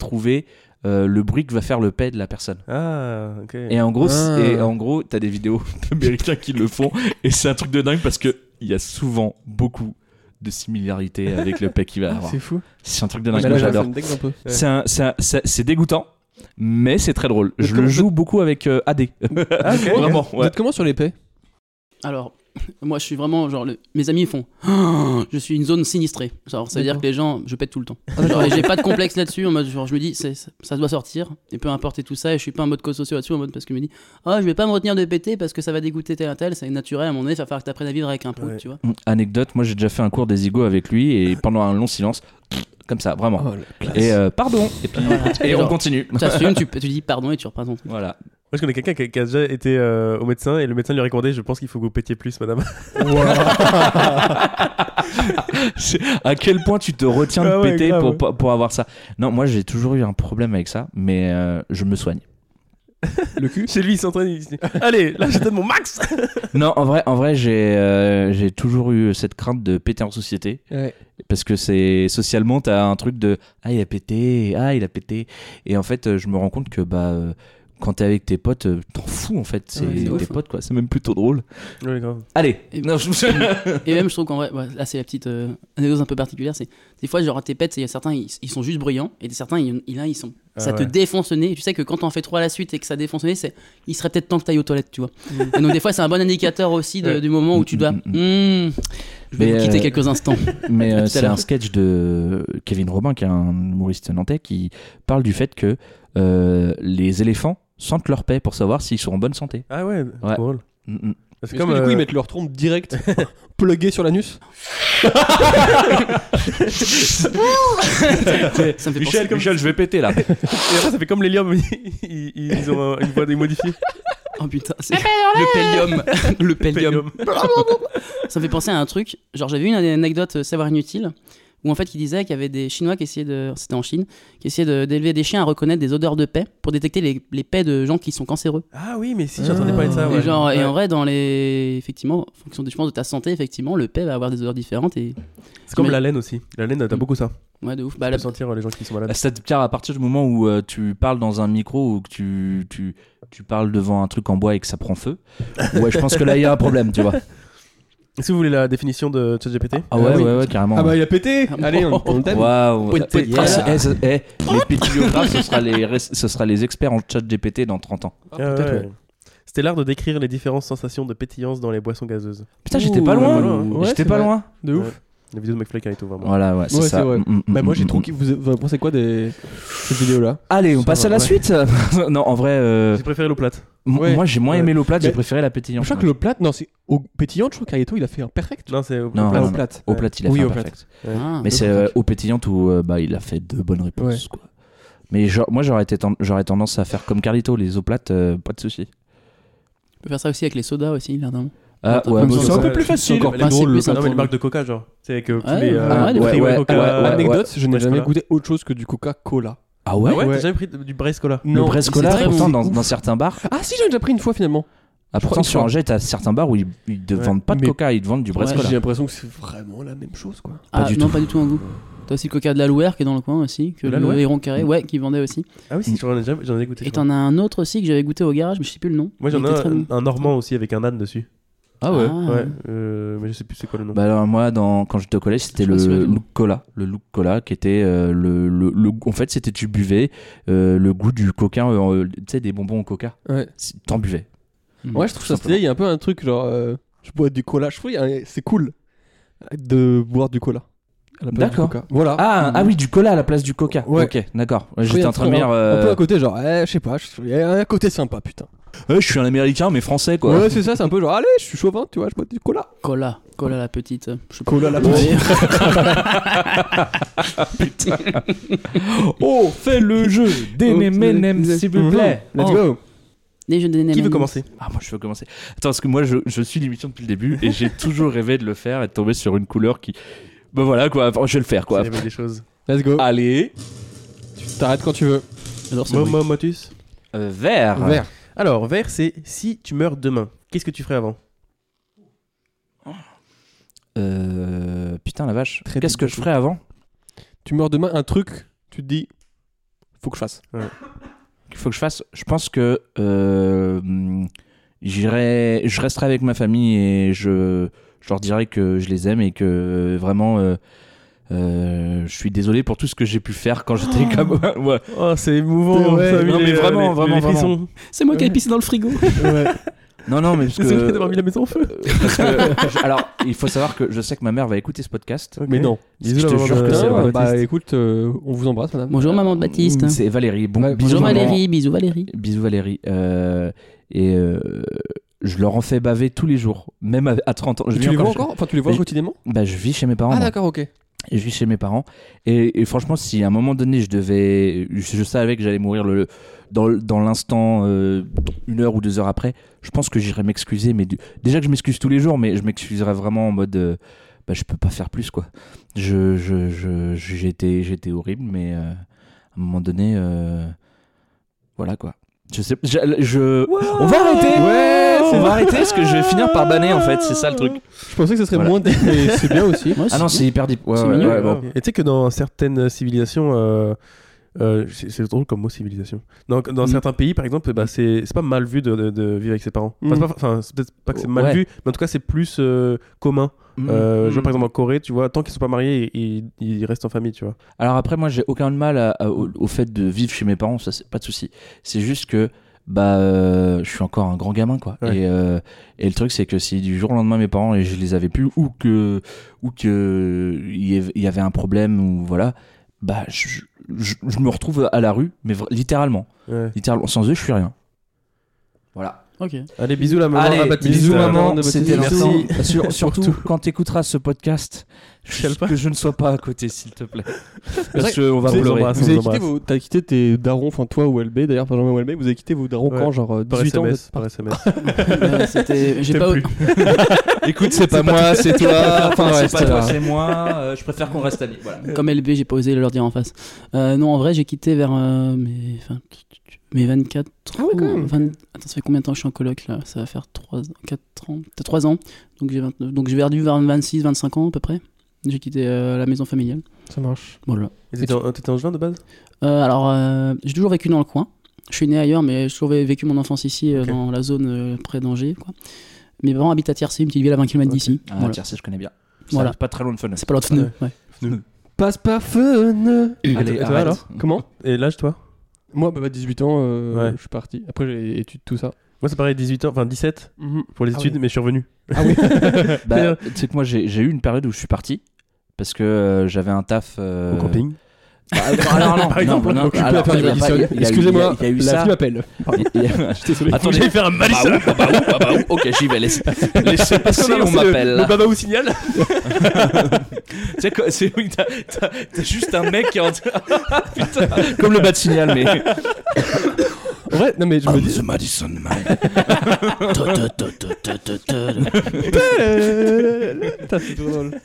B: trouver euh, le bruit que va faire le pet de la personne.
C: Ah, ok.
B: Et en gros, c'est-
D: Ah.
B: et en gros, t'as des vidéos d'Américains qui le font et c'est un truc de dingue parce que il y a souvent beaucoup de similarités avec le pet qui va avoir.
D: C'est fou.
B: C'est un truc de
D: Mais
B: dingue.
D: là,
B: Moi, j'adore.
D: ça me dégue un peu.
B: C'est un- c'est un- c'est- c'est dégoûtant, mais c'est très drôle.
D: Mais
B: Je
D: comment
B: le
D: ça-
B: joue beaucoup avec euh, AD.
C: Ah, ok.
B: Vraiment.
D: Vous
B: Ouais.
D: êtes comment sur l'épée
A: Alors, moi, je suis vraiment genre. le- Mes amis ils font. Ah Je suis une zone sinistrée. Genre, ça veut dire
D: D'accord.
A: que les gens, je pète tout le temps.
B: Ah,
A: Genre, et j'ai pas de complexe là-dessus. En mode, genre, je me dis, c'est- ça ça doit sortir. Et peu importe et tout ça. Et je suis pas en mode cause sociaux là-dessus. En mode, parce que je me dis, oh, je vais pas me retenir de péter parce que ça va dégoûter tel un tel. C'est naturel. À mon avis, ça va falloir que t'apprennes à vivre avec un prout,
C: Ouais.
A: tu vois.
B: Euh, Anecdote, moi j'ai déjà fait un cours des ego avec lui et pendant un long silence, comme ça, vraiment.
D: Oh, la classe.
B: Et euh, pardon. Et puis
A: Voilà.
B: et
A: Et
B: on
A: genre,
B: continue.
A: T'assumes, tu, tu dis pardon et tu reprends ton truc.
B: Voilà.
C: Moi, je connais quelqu'un qui, qui a déjà été euh, au médecin et le médecin lui a recommandé Je pense qu'il faut que vous pétiez plus, madame.
B: C'est- à quel point tu te retiens de
C: Ah ouais,
B: péter
C: grave,
B: pour,
C: ouais.
B: pour, pour avoir ça Non, moi j'ai toujours eu un problème avec ça, mais euh, je me soigne.
D: le cul
C: Chez lui, il s'entraîne. Il se dit Allez, là, je donne mon max
B: Non, en vrai, en vrai, j'ai euh, j'ai toujours eu cette crainte de péter en société
D: Ouais.
B: parce que c'est socialement t'as un truc de ah il a pété, ah il a pété, et en fait euh, je me rends compte que bah euh, quand t'es avec tes potes, euh, t'en fous en fait, c'est
A: Ouais, c'est
B: tes
A: ouf, hein.
B: potes quoi, c'est même plutôt drôle.
C: Ouais, grave.
B: Allez,
A: Et-
B: non, je me-
A: Et même, je trouve qu'en vrai, ouais, là, c'est la petite euh, anecdote un peu particulière. C'est des fois, genre, tes pets, il y a certains, ils, ils sont juste bruyants, et certains, ils, ils- là, ils sont.
C: Ah
A: ça te
C: ouais.
A: défonce le nez. Et tu sais que quand t'en fais trois à la suite et que ça défonce le nez, c'est, il serait peut-être temps que t'ailles aux toilettes, tu vois. Et donc, des fois, c'est un bon indicateur aussi de-
C: Ouais.
A: du moment où tu dois.
B: Mm,
A: hmm,
B: mm,
A: je vais
B: Mais,
A: vous quitter
B: euh,
A: quelques instants.
B: Mais euh,
A: tout à
B: c'est
A: l'heure.
B: un sketch de euh, Kevin Robin, qui est un humoriste nantais, qui parle du fait que euh, les éléphants sentent leur paix pour savoir s'ils sont en bonne santé.
C: Ah ouais, c'est
B: Ouais.
C: drôle.
B: Mm, mm.
C: C'est
D: Comme
C: comme.
D: du coup,
C: euh,
D: ils mettent leur trompe direct pluguée sur l'anus.
A: ça me fait
C: Michel,
A: penser.
C: comme-
B: je vais péter là.
C: Et après, ça fait comme l'hélium. ils, ils ont un- une voix démodifiée.
A: Oh putain, c'est le pellium. le pellium. Ça me fait penser à un truc. Genre, j'avais une anecdote euh, savoir inutile où en fait, qui disait qu'il y avait des Chinois qui essayaient de. C'était en Chine, qui essayaient de- d'élever des chiens à reconnaître des odeurs de paix pour détecter les, les paix de gens qui sont cancéreux.
C: Ah oui, mais si,
D: Ah.
C: j'entendais parler de ça.
D: Ah
A: et,
C: Ouais.
A: genre, et
C: Ouais.
A: en vrai, dans les. Effectivement, en fonction du, je pense, de ta santé, effectivement, le paix va avoir des odeurs différentes et.
C: C'est comme
A: mais-
C: la laine aussi. La laine, t'as
A: Mm.
C: beaucoup ça.
A: Ouais, de ouf. Bah,
C: Tu
A: la-
C: peux sentir euh, les gens qui sont malades.
B: C'est Pierre, à partir du moment où euh, tu parles dans un micro ou que tu, tu, tu parles devant un truc en bois et que ça prend feu, ouais, je pense que là il y a un problème, tu vois.
C: Est-ce que vous voulez la définition de ChatGPT
B: Ah ouais,
D: Ah oui.
B: ouais, ouais, carrément.
D: Ah bah, il a pété
A: Ah bon.
D: Allez, on, on le t'aime.
B: Waouh!
D: Point de tête.
B: Ah, c'est- eh, ça- eh, les pétillographes, ce sera les, res- ce sera les experts en chat GPT dans 30 ans.
D: Ah,
C: Ah
D: peut-être,
C: ouais.
D: ouais.
C: C'était l'art de décrire les différentes sensations de pétillance dans les boissons gazeuses.
B: Putain, j'étais
D: Ouh,
B: pas
D: ouais,
B: loin!
D: ouais, ouais,
B: j'étais
D: c'est
B: pas
D: vrai.
B: loin!
D: De ouf.
C: Ouais. La vidéo de McFly et tout, vraiment.
B: Voilà, ouais, c'est
D: Ouais,
B: ça.
D: c'est vrai.
B: Mm, mm,
D: Bah, moi,
B: mm,
D: j'ai
B: mm,
D: trop kiffé. Vous, vous pensez quoi des cette vidéo là
B: Allez, on
D: Ça
B: passe
D: va,
B: à la
D: ouais.
B: suite. non, en vrai, euh,
C: J'ai préféré l'eau plate.
B: m-
D: Ouais.
B: moi j'ai moins
C: Ouais.
B: aimé l'eau plate, j'ai
D: Mais-
B: préféré la
D: Je
B: pétillante.
D: crois que le plat, non, c'est au pétillant, je crois qu'Arieto il a fait un perfect.
C: Non, c'est eau
B: Non,
D: Ah,
C: plate.
D: au plat.
B: Au plate, il a
D: Oui,
B: fait
D: au
B: un
D: plate.
B: perfect.
A: Ah,
B: Mais
A: le-
B: c'est euh, au pétillante où euh, bah, il a fait deux bonnes réponses. Quoi. Mais genre, moi j'aurais été ten- j'aurais tendance à faire comme Carlito, les eaux plates, euh, pas de soucis.
A: On peut faire ça aussi avec les sodas aussi, l'air d'un.
B: Ah
A: Attends, comme ça,
B: c'est
A: ça
B: un
A: va.
B: peu plus facile.
A: encore
C: les
A: principe,
C: drôles,
A: mais
C: le-
A: ça
C: non, mais
A: me-
C: les marques de coca, genre. C'est avec euh, tous
A: Ouais,
C: les. euh,
A: ah ouais, les
C: les
B: ouais,
C: Freeway
B: ouais,
C: Coca.
B: ouais,
D: Anecdote, je n'ai
C: Brest
D: jamais
C: Cola.
D: goûté autre chose que du Coca-Cola.
B: Ah
C: Ah
B: ouais,
C: ouais,
D: Ouais.
C: t'as jamais pris de- du Brest Cola
B: Le Brest Cola,
A: c'est
B: pourtant,
A: vraiment
B: dans, dans certains bars,
D: Ah si, j'en ai déjà pris une fois finalement.
B: ah,
D: crois
B: pourtant
D: que
B: sur
D: ça-
B: Angers, t'as certains bars où ils, ils te
C: Ouais.
B: vendent pas de
D: Mais-
B: coca, ils te vendent du Brest
A: Ouais.
D: J'ai
B: Cola.
D: l'impression que c'est vraiment la même chose quoi.
B: Pas
A: Ah,
B: du
A: non,
B: tout.
A: pas du tout un goût. T'as aussi le coca de la Louère qui est dans le coin aussi, que
C: De la
A: le
C: Louère
A: héron carré, ouais, qui vendait aussi.
C: Ah oui, si, j'en ai, jamais- j'en ai goûté. je
A: Et
C: crois.
A: t'en as un autre aussi que j'avais goûté au garage, mais je sais plus le nom.
C: Moi j'en
A: Il
C: ai
A: était très
C: un,
A: bon.
C: un normand aussi avec un âne dessus.
D: Ah ouais.
C: Ouais, euh, mais je sais plus c'est quoi le nom.
B: Bah alors moi, dans, quand j'étais au collège, c'était
A: Je
B: le
A: me souviens du nom.
B: look cola, le look cola qui était euh, le, le, le- en fait c'était tu buvais euh, le goût du coca, euh, tu sais des bonbons au coca,
D: Ouais.
B: Si- t'en buvais.
D: Ouais, je trouve ça stylé. Il y a un peu un truc genre, euh, je bois du cola. Je trouve il y a un- c'est cool de boire du cola. à la place du
B: D'accord.
D: Coca. Voilà.
B: Ah, ah oui, du cola à la place du coca.
D: mm-hmm. Ouais.
B: Ok, d'accord. Ouais,
D: Je trouve il y
B: J'étais
D: a
B: en train de
D: un-
B: dire.
D: Un peu
B: euh,
D: à côté, genre, eh, je sais pas, je- il y a un côté sympa, putain.
B: Eh, je suis un Américain mais français quoi.
D: Ouais, c'est ça, c'est un peu genre, allez, je suis chauvin, tu vois, je bois du cola.
A: Cola, Cola la petite. Je sais pas.
D: Cola la
A: Ouais.
B: Oh, fais le jeu des
A: Oh,
B: M&M,
A: tu-
B: s'il vous plaît.
D: Let's
B: Oh.
D: go.
A: Des jeux de
C: Qui veut
A: M&M's.
C: commencer
B: Ah, moi je veux commencer. Attends, parce que moi je, je suis l'émission depuis le début et j'ai toujours rêvé de le faire et de tomber sur une couleur qui. Ben voilà quoi, enfin, je vais le faire quoi.
C: C'est avec des choses.
D: Let's go.
B: Allez,
D: Tu t'arrêtes quand tu veux.
A: J'adore ce
C: Mo-
A: bruit.
C: Mo- Motus
B: euh, vert.
D: Vert.
C: Alors, vert, c'est si tu meurs demain, qu'est-ce que tu ferais avant
B: Euh, putain la vache.
D: Très
B: Qu'est-ce que je ferais avant
D: Tu meurs demain, un truc, tu te dis, faut que je fasse.
B: Qu'il faut que je fasse Je pense que euh, j'irai, je resterai avec ma famille et je, je leur dirai que je les aime et que vraiment. euh, euh, je suis désolé pour tout ce que j'ai pu faire quand j'étais comme. Ouais.
C: Oh, c'est émouvant.
D: Ouais,
C: ça,
B: non,
C: les-
B: mais vraiment,
C: les- les
B: vraiment, vraiment.
C: frissons.
A: C'est moi qui ai pissé dans le frigo.
B: Non, non, mais parce
C: Désolé
B: que. euh,
C: d'avoir mis la maison en feu.
B: parce que- je- alors, il faut savoir que je sais que ma mère va écouter ce podcast.
D: Mais non.
B: je te jure que
D: Putain,
B: c'est
D: bah,
B: vrai. Bah, euh, mm,
D: écoute, euh, on vous embrasse, madame.
A: Bonjour maman de Baptiste.
B: Mmh, C'est Valérie. Bon,
D: Ouais,
B: bisous,
A: Bonjour
B: maman.
A: Valérie, bisous Valérie.
B: Bisous Valérie. Euh, et euh, je leur en fais baver tous les jours, même à, à 30 ans. Je
D: tu les vois
B: chez-
D: encore Enfin, tu les vois
B: Mais-
D: quotidiennement
B: bah, Je vis chez mes parents.
D: Ah,
B: moi.
D: d'accord, ok.
B: je vis chez mes parents. Et, et franchement, si à un moment donné, je devais. Je, je savais que j'allais mourir le, dans, le- dans l'instant, euh, une heure ou deux heures après, je pense que j'irais m'excuser. Mais du- déjà que je m'excuse tous les jours, mais je m'excuserais vraiment en mode. euh, bah, je peux pas faire plus, quoi. Je, je, je- je- j'ai, été, j'ai été horrible, mais euh, à un moment donné. euh, voilà, quoi. Je sais. Je, je- on va arrêter
D: Ouais, c'est
B: On va
D: vrai.
B: arrêter parce que je vais finir par banner, en fait. C'est ça le truc.
D: Je pensais que ce serait
B: Voilà.
D: moins. mais c'est bien aussi.
A: Moi,
B: Ah non, c'est hyper deep. Ouais,
A: C'est
B: ouais,
A: mignon.
B: ouais, bon.
C: Et tu sais que dans certaines civilisations, euh, euh, c'est c'est drôle comme mot civilisation. Dans, dans
A: Mm.
C: certains pays, par exemple, bah, c'est c'est pas mal vu de, de- de vivre avec ses parents.
D: Mm.
C: Enfin, c'est pas- Enfin, c'est peut-être pas que c'est mal
B: Ouais.
C: vu, mais en tout cas, c'est plus euh, commun. Euh,
A: Mm.
C: Genre, par exemple, en Corée, tu vois, tant qu'ils sont pas mariés, ils, ils restent en famille, tu vois.
B: Alors après, moi, j'ai aucun mal à- à- au, au fait de vivre chez mes parents, ça, c'est pas de souci. C'est juste que bah, euh, je suis encore un grand gamin, quoi.
C: Ouais.
B: Et, euh, et le truc, c'est que si du jour au lendemain, mes parents, et je les avais plus, ou que ou que il y av- il y avait un problème, ou voilà, bah, je, je- je me retrouve à la rue, mais vra- littéralement,
C: Ouais.
B: littéralement, sans eux, je suis rien. Voilà.
A: Ok. Eh
C: Allez, bisous la maman. à
B: Allez,
C: Baptiste.
B: bisous
C: Euh,
B: maman,
D: de
B: c'était
C: Baptiste.
B: l'instant.
C: Merci.
B: Sur-
C: Pour
B: Surtout
C: tout.
B: quand t'écouteras ce podcast,
C: Chiale pas.
B: que je ne sois pas à côté, s'il te plaît.
D: vrai
B: Parce qu'on va
C: que-
B: pleurer.
C: Ah, ça
D: Vous
C: nous
D: avez quitté
C: embrasse.
D: vos, t'as quitté tes darons, enfin toi ou LB d'ailleurs, pas Benjamin ou LB, vous avez quitté vos darons
C: Ouais.
D: quand genre euh,
C: Par
D: 18 ans vous
C: SMS.
D: êtes
C: Par
D: partis
C: SMS.
A: Euh, C'était. J'ai
C: T'aimes
A: pas.
C: plus.
B: Écoute, c'est pas moi, c'est toi. Enfin,
D: ouais,
B: c'est
D: c'est
B: pas toi,
D: ça.
B: c'est moi. euh, je préfère qu'on reste amis. Voilà.
A: Comme LB, j'ai pas osé leur dire en face. Euh, non, en vrai, j'ai quitté vers euh, mes, enfin, mes 24
D: Ah ouais, quand
A: ans,
D: même.
A: 20 Attends, ça fait combien de temps que je suis en coloc là Ça va faire 3 ans, 4 ans. T'as 3 ans. Donc j'ai 29. Donc j'ai perdu vers 26, 25 ans à peu près. J'ai quitté euh, la maison familiale.
D: Ça marche.
A: Voilà.
C: Mais T'étais en, t'étais en juin de base
A: Euh, alors, euh, j'ai toujours vécu dans le coin. Je suis né ailleurs, mais j'ai toujours vécu mon enfance ici, euh,
C: Ok.
A: dans la zone euh, près d'Angers. Quoi. Mes parents habitent à Tiercy, une petite ville à 20 km
C: Ok.
A: d'ici.
B: Ah,
A: Voilà.
B: Tiercy, je connais bien. Ça
A: Voilà.
B: arrive Pas très loin de Fun.
A: C'est pas l'autre pneu. Ouais.
D: Passe pas fun
C: Et
B: Allez,
C: toi,
B: arrête.
C: alors
D: Comment
C: Et l'âge, toi
D: Moi, bah, bah, 18 ans, euh,
C: Ouais.
D: je suis parti. Après, j'ai études, tout ça.
C: Moi, c'est pareil, 18 ans, enfin 17 pour les
D: Ah
C: études,
D: oui.
C: mais je suis revenu.
D: Ah oui
B: Bah, tu sais que moi, j'ai j'ai eu une période où je suis parti parce que euh, j'avais un taf. euh,
C: Au camping.
B: bah, ah, non, non,
C: Par
B: non,
C: exemple,
B: non,
D: Occupé à
B: alors,
D: faire du
B: il y a pas-
D: Madison.
B: il y a- il y a eu-
D: Excusez-moi,
B: Il y a eu
D: la
B: ça.
D: fille m'appelle.
B: Il y a-
D: Je suis désolé.
B: Attendez, faire un Madison. Bah, bah, bah, bah, bah, ok, j'y vais. Laissez, laissez passer, on m'appelle. là.
D: baba au signal
B: Tu sais, quoi, c'est oui, t'as- t'as t'as juste un mec qui est en train. Putain, Comme le bas de signal, mais.
D: Oh vrai, non mais je me dis.
B: the Madison Man.
D: Putain, c'est trop drôle.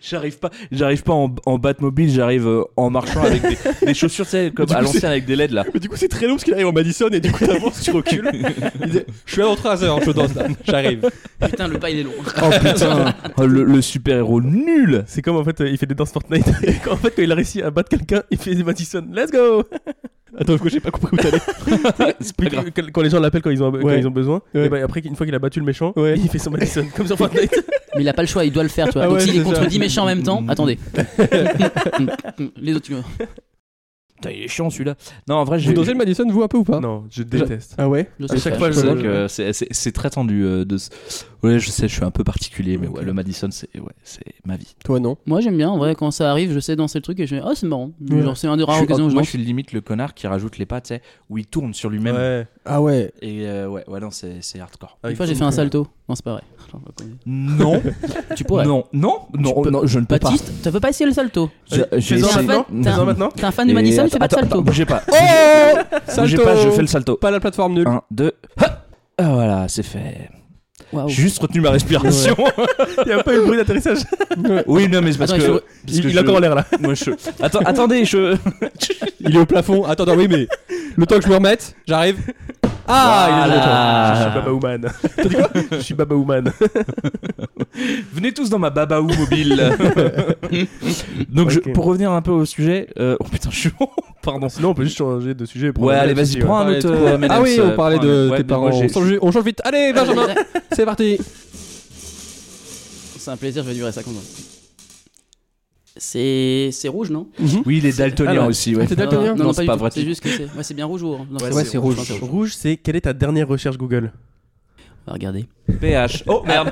B: J'arrive pas, j'arrive pas en, en Batmobile, j'arrive euh, en marchant avec des, des chaussures, tu sais, comme
D: Du coup,
B: à
D: c'est-
B: l'ancienne avec des LED là.
D: Mais du coup, c'est très long parce qu'il arrive en Madison et du coup, t'avances, tu recules. Il dit, Je suis à l'entrée à 3 heures, je danse là. J'arrive.
A: Putain, le pas il est long.
B: Oh putain, Oh, le, le super-héros nul.
C: C'est comme en fait, euh, il fait des danses Fortnite. Et quand, en fait, quand il a réussi à battre quelqu'un, il fait des Madison. Let's go
D: Attends, je j'ai pas compris où t'allais.
B: C'est pas grave.
C: Quand, quand les gens l'appellent quand, ils ont- quand
D: Ouais.
C: ils ont besoin,
D: Ouais.
C: et ben après, une fois qu'il a battu le méchant,
D: Ouais.
C: il fait son Madison. comme sur Fortnite.
A: Mais il a pas le choix, il doit le faire, tu vois.
D: Ah
A: Donc
D: ouais,
A: s'il est
D: c'est
A: contre
D: ça.
A: 10 méchants en même temps,
B: Mm.
A: attendez. Mm. Les autres, tu vois.
B: Putain, il est chiant celui-là. Non, en vrai,
D: Vous
B: j'ai.
D: dansez le Madison, vous un peu ou pas
C: Non, je déteste.
D: Ah ouais
A: Je
B: À
A: sais
B: chaque
A: pas.
B: fois, je
C: je-
B: sais que c'est- c'est c'est très tendu. euh, de... ce- Ouais, je sais, je suis un peu particulier, mais ouais, le Madison, c'est ouais, c'est ma vie.
D: Toi non.
A: Moi j'aime bien, en vrai, quand ça arrive, je sais danser le truc et je me dis, oh c'est marrant.
D: Ouais.
A: Genre, c'est un des rares
B: Je suis-
A: occasions où je
B: Oh, moi,
A: danse.
B: je suis limite le connard qui rajoute les pas, tu sais, où il tourne sur lui-même.
C: Ouais.
D: Ah ouais.
B: Et euh, ouais, ouais, non, c'est c'est hardcore.
A: Une fois, j'ai
B: euh,
A: fait un salto. Non, c'est pas vrai.
B: Non,
A: Tu pourrais.
B: non, non, non,
A: peux-
B: non, je ne peux pas.
A: Baptiste, tu peux pas essayer le salto.
C: Ah,
B: Je- j'ai
C: Fais-en
B: essayé-
C: maintenant.
A: T'as-
C: Fais-en maintenant.
A: T'es un fan du Madison, tu fais pas de
B: attends, attends,
A: salto.
B: Bougez pas. Bougez
D: Salto
B: pas, je fais le salto.
D: Pas la plateforme nulle.
B: 1, 2, ah, voilà, c'est fait.
A: Waouh.
B: J'ai juste retenu ma respiration.
C: Il n'y a pas eu le bruit d'atterrissage.
B: oui, non, mais c'est parce
A: Attends,
B: que. parce
C: Il,
B: que
C: il
B: je-
C: est encore en l'air là.
B: moi, je- Attends, attendez, je.
D: Il est au plafond. Attends, attends, oui, mais le temps que je me remette, j'arrive. Ah, il est là.
B: Voilà.
C: Je suis Baba Woman. T'as dit quoi Je suis Baba Woman.
B: Venez tous dans ma babaou mobile. Donc, je-
C: Ok.
B: pour revenir un peu au sujet. euh, Oh putain, je suis bon. Pardon.
C: Sinon, on peut juste changer de sujet. et prendre
B: Ouais,
C: un
B: allez,
C: autre
B: vas-y,
C: sujet,
B: prends
C: ouais.
B: un autre. euh, M&M's,
D: Ah oui,
B: euh,
D: on parlait
B: prends un-
D: de
B: ouais,
D: tes
B: mais
D: parents.
B: moi, j'ai-
D: On change- On change vite. Allez, Benjamin, c'est parti.
A: C'est un plaisir, je vais durer ça comme ça. C'est c'est rouge, non
D: Mhm.
B: Oui, les daltoniens
D: Alors,
B: aussi, ouais.
D: T'es
A: Non,
D: daltonien
A: Non,
B: Non,
A: non,
B: c'est
A: pas du
B: pas
A: tout.
B: vrai.
A: C'est juste que c'est. Ouais, c'est bien rouge ou orange Non,
B: Ouais,
D: ouais, c'est rouge.
A: je pense que c'est
C: Rouge, c'est quelle est ta dernière recherche Google
A: On va regarder.
B: PH. Oh merde.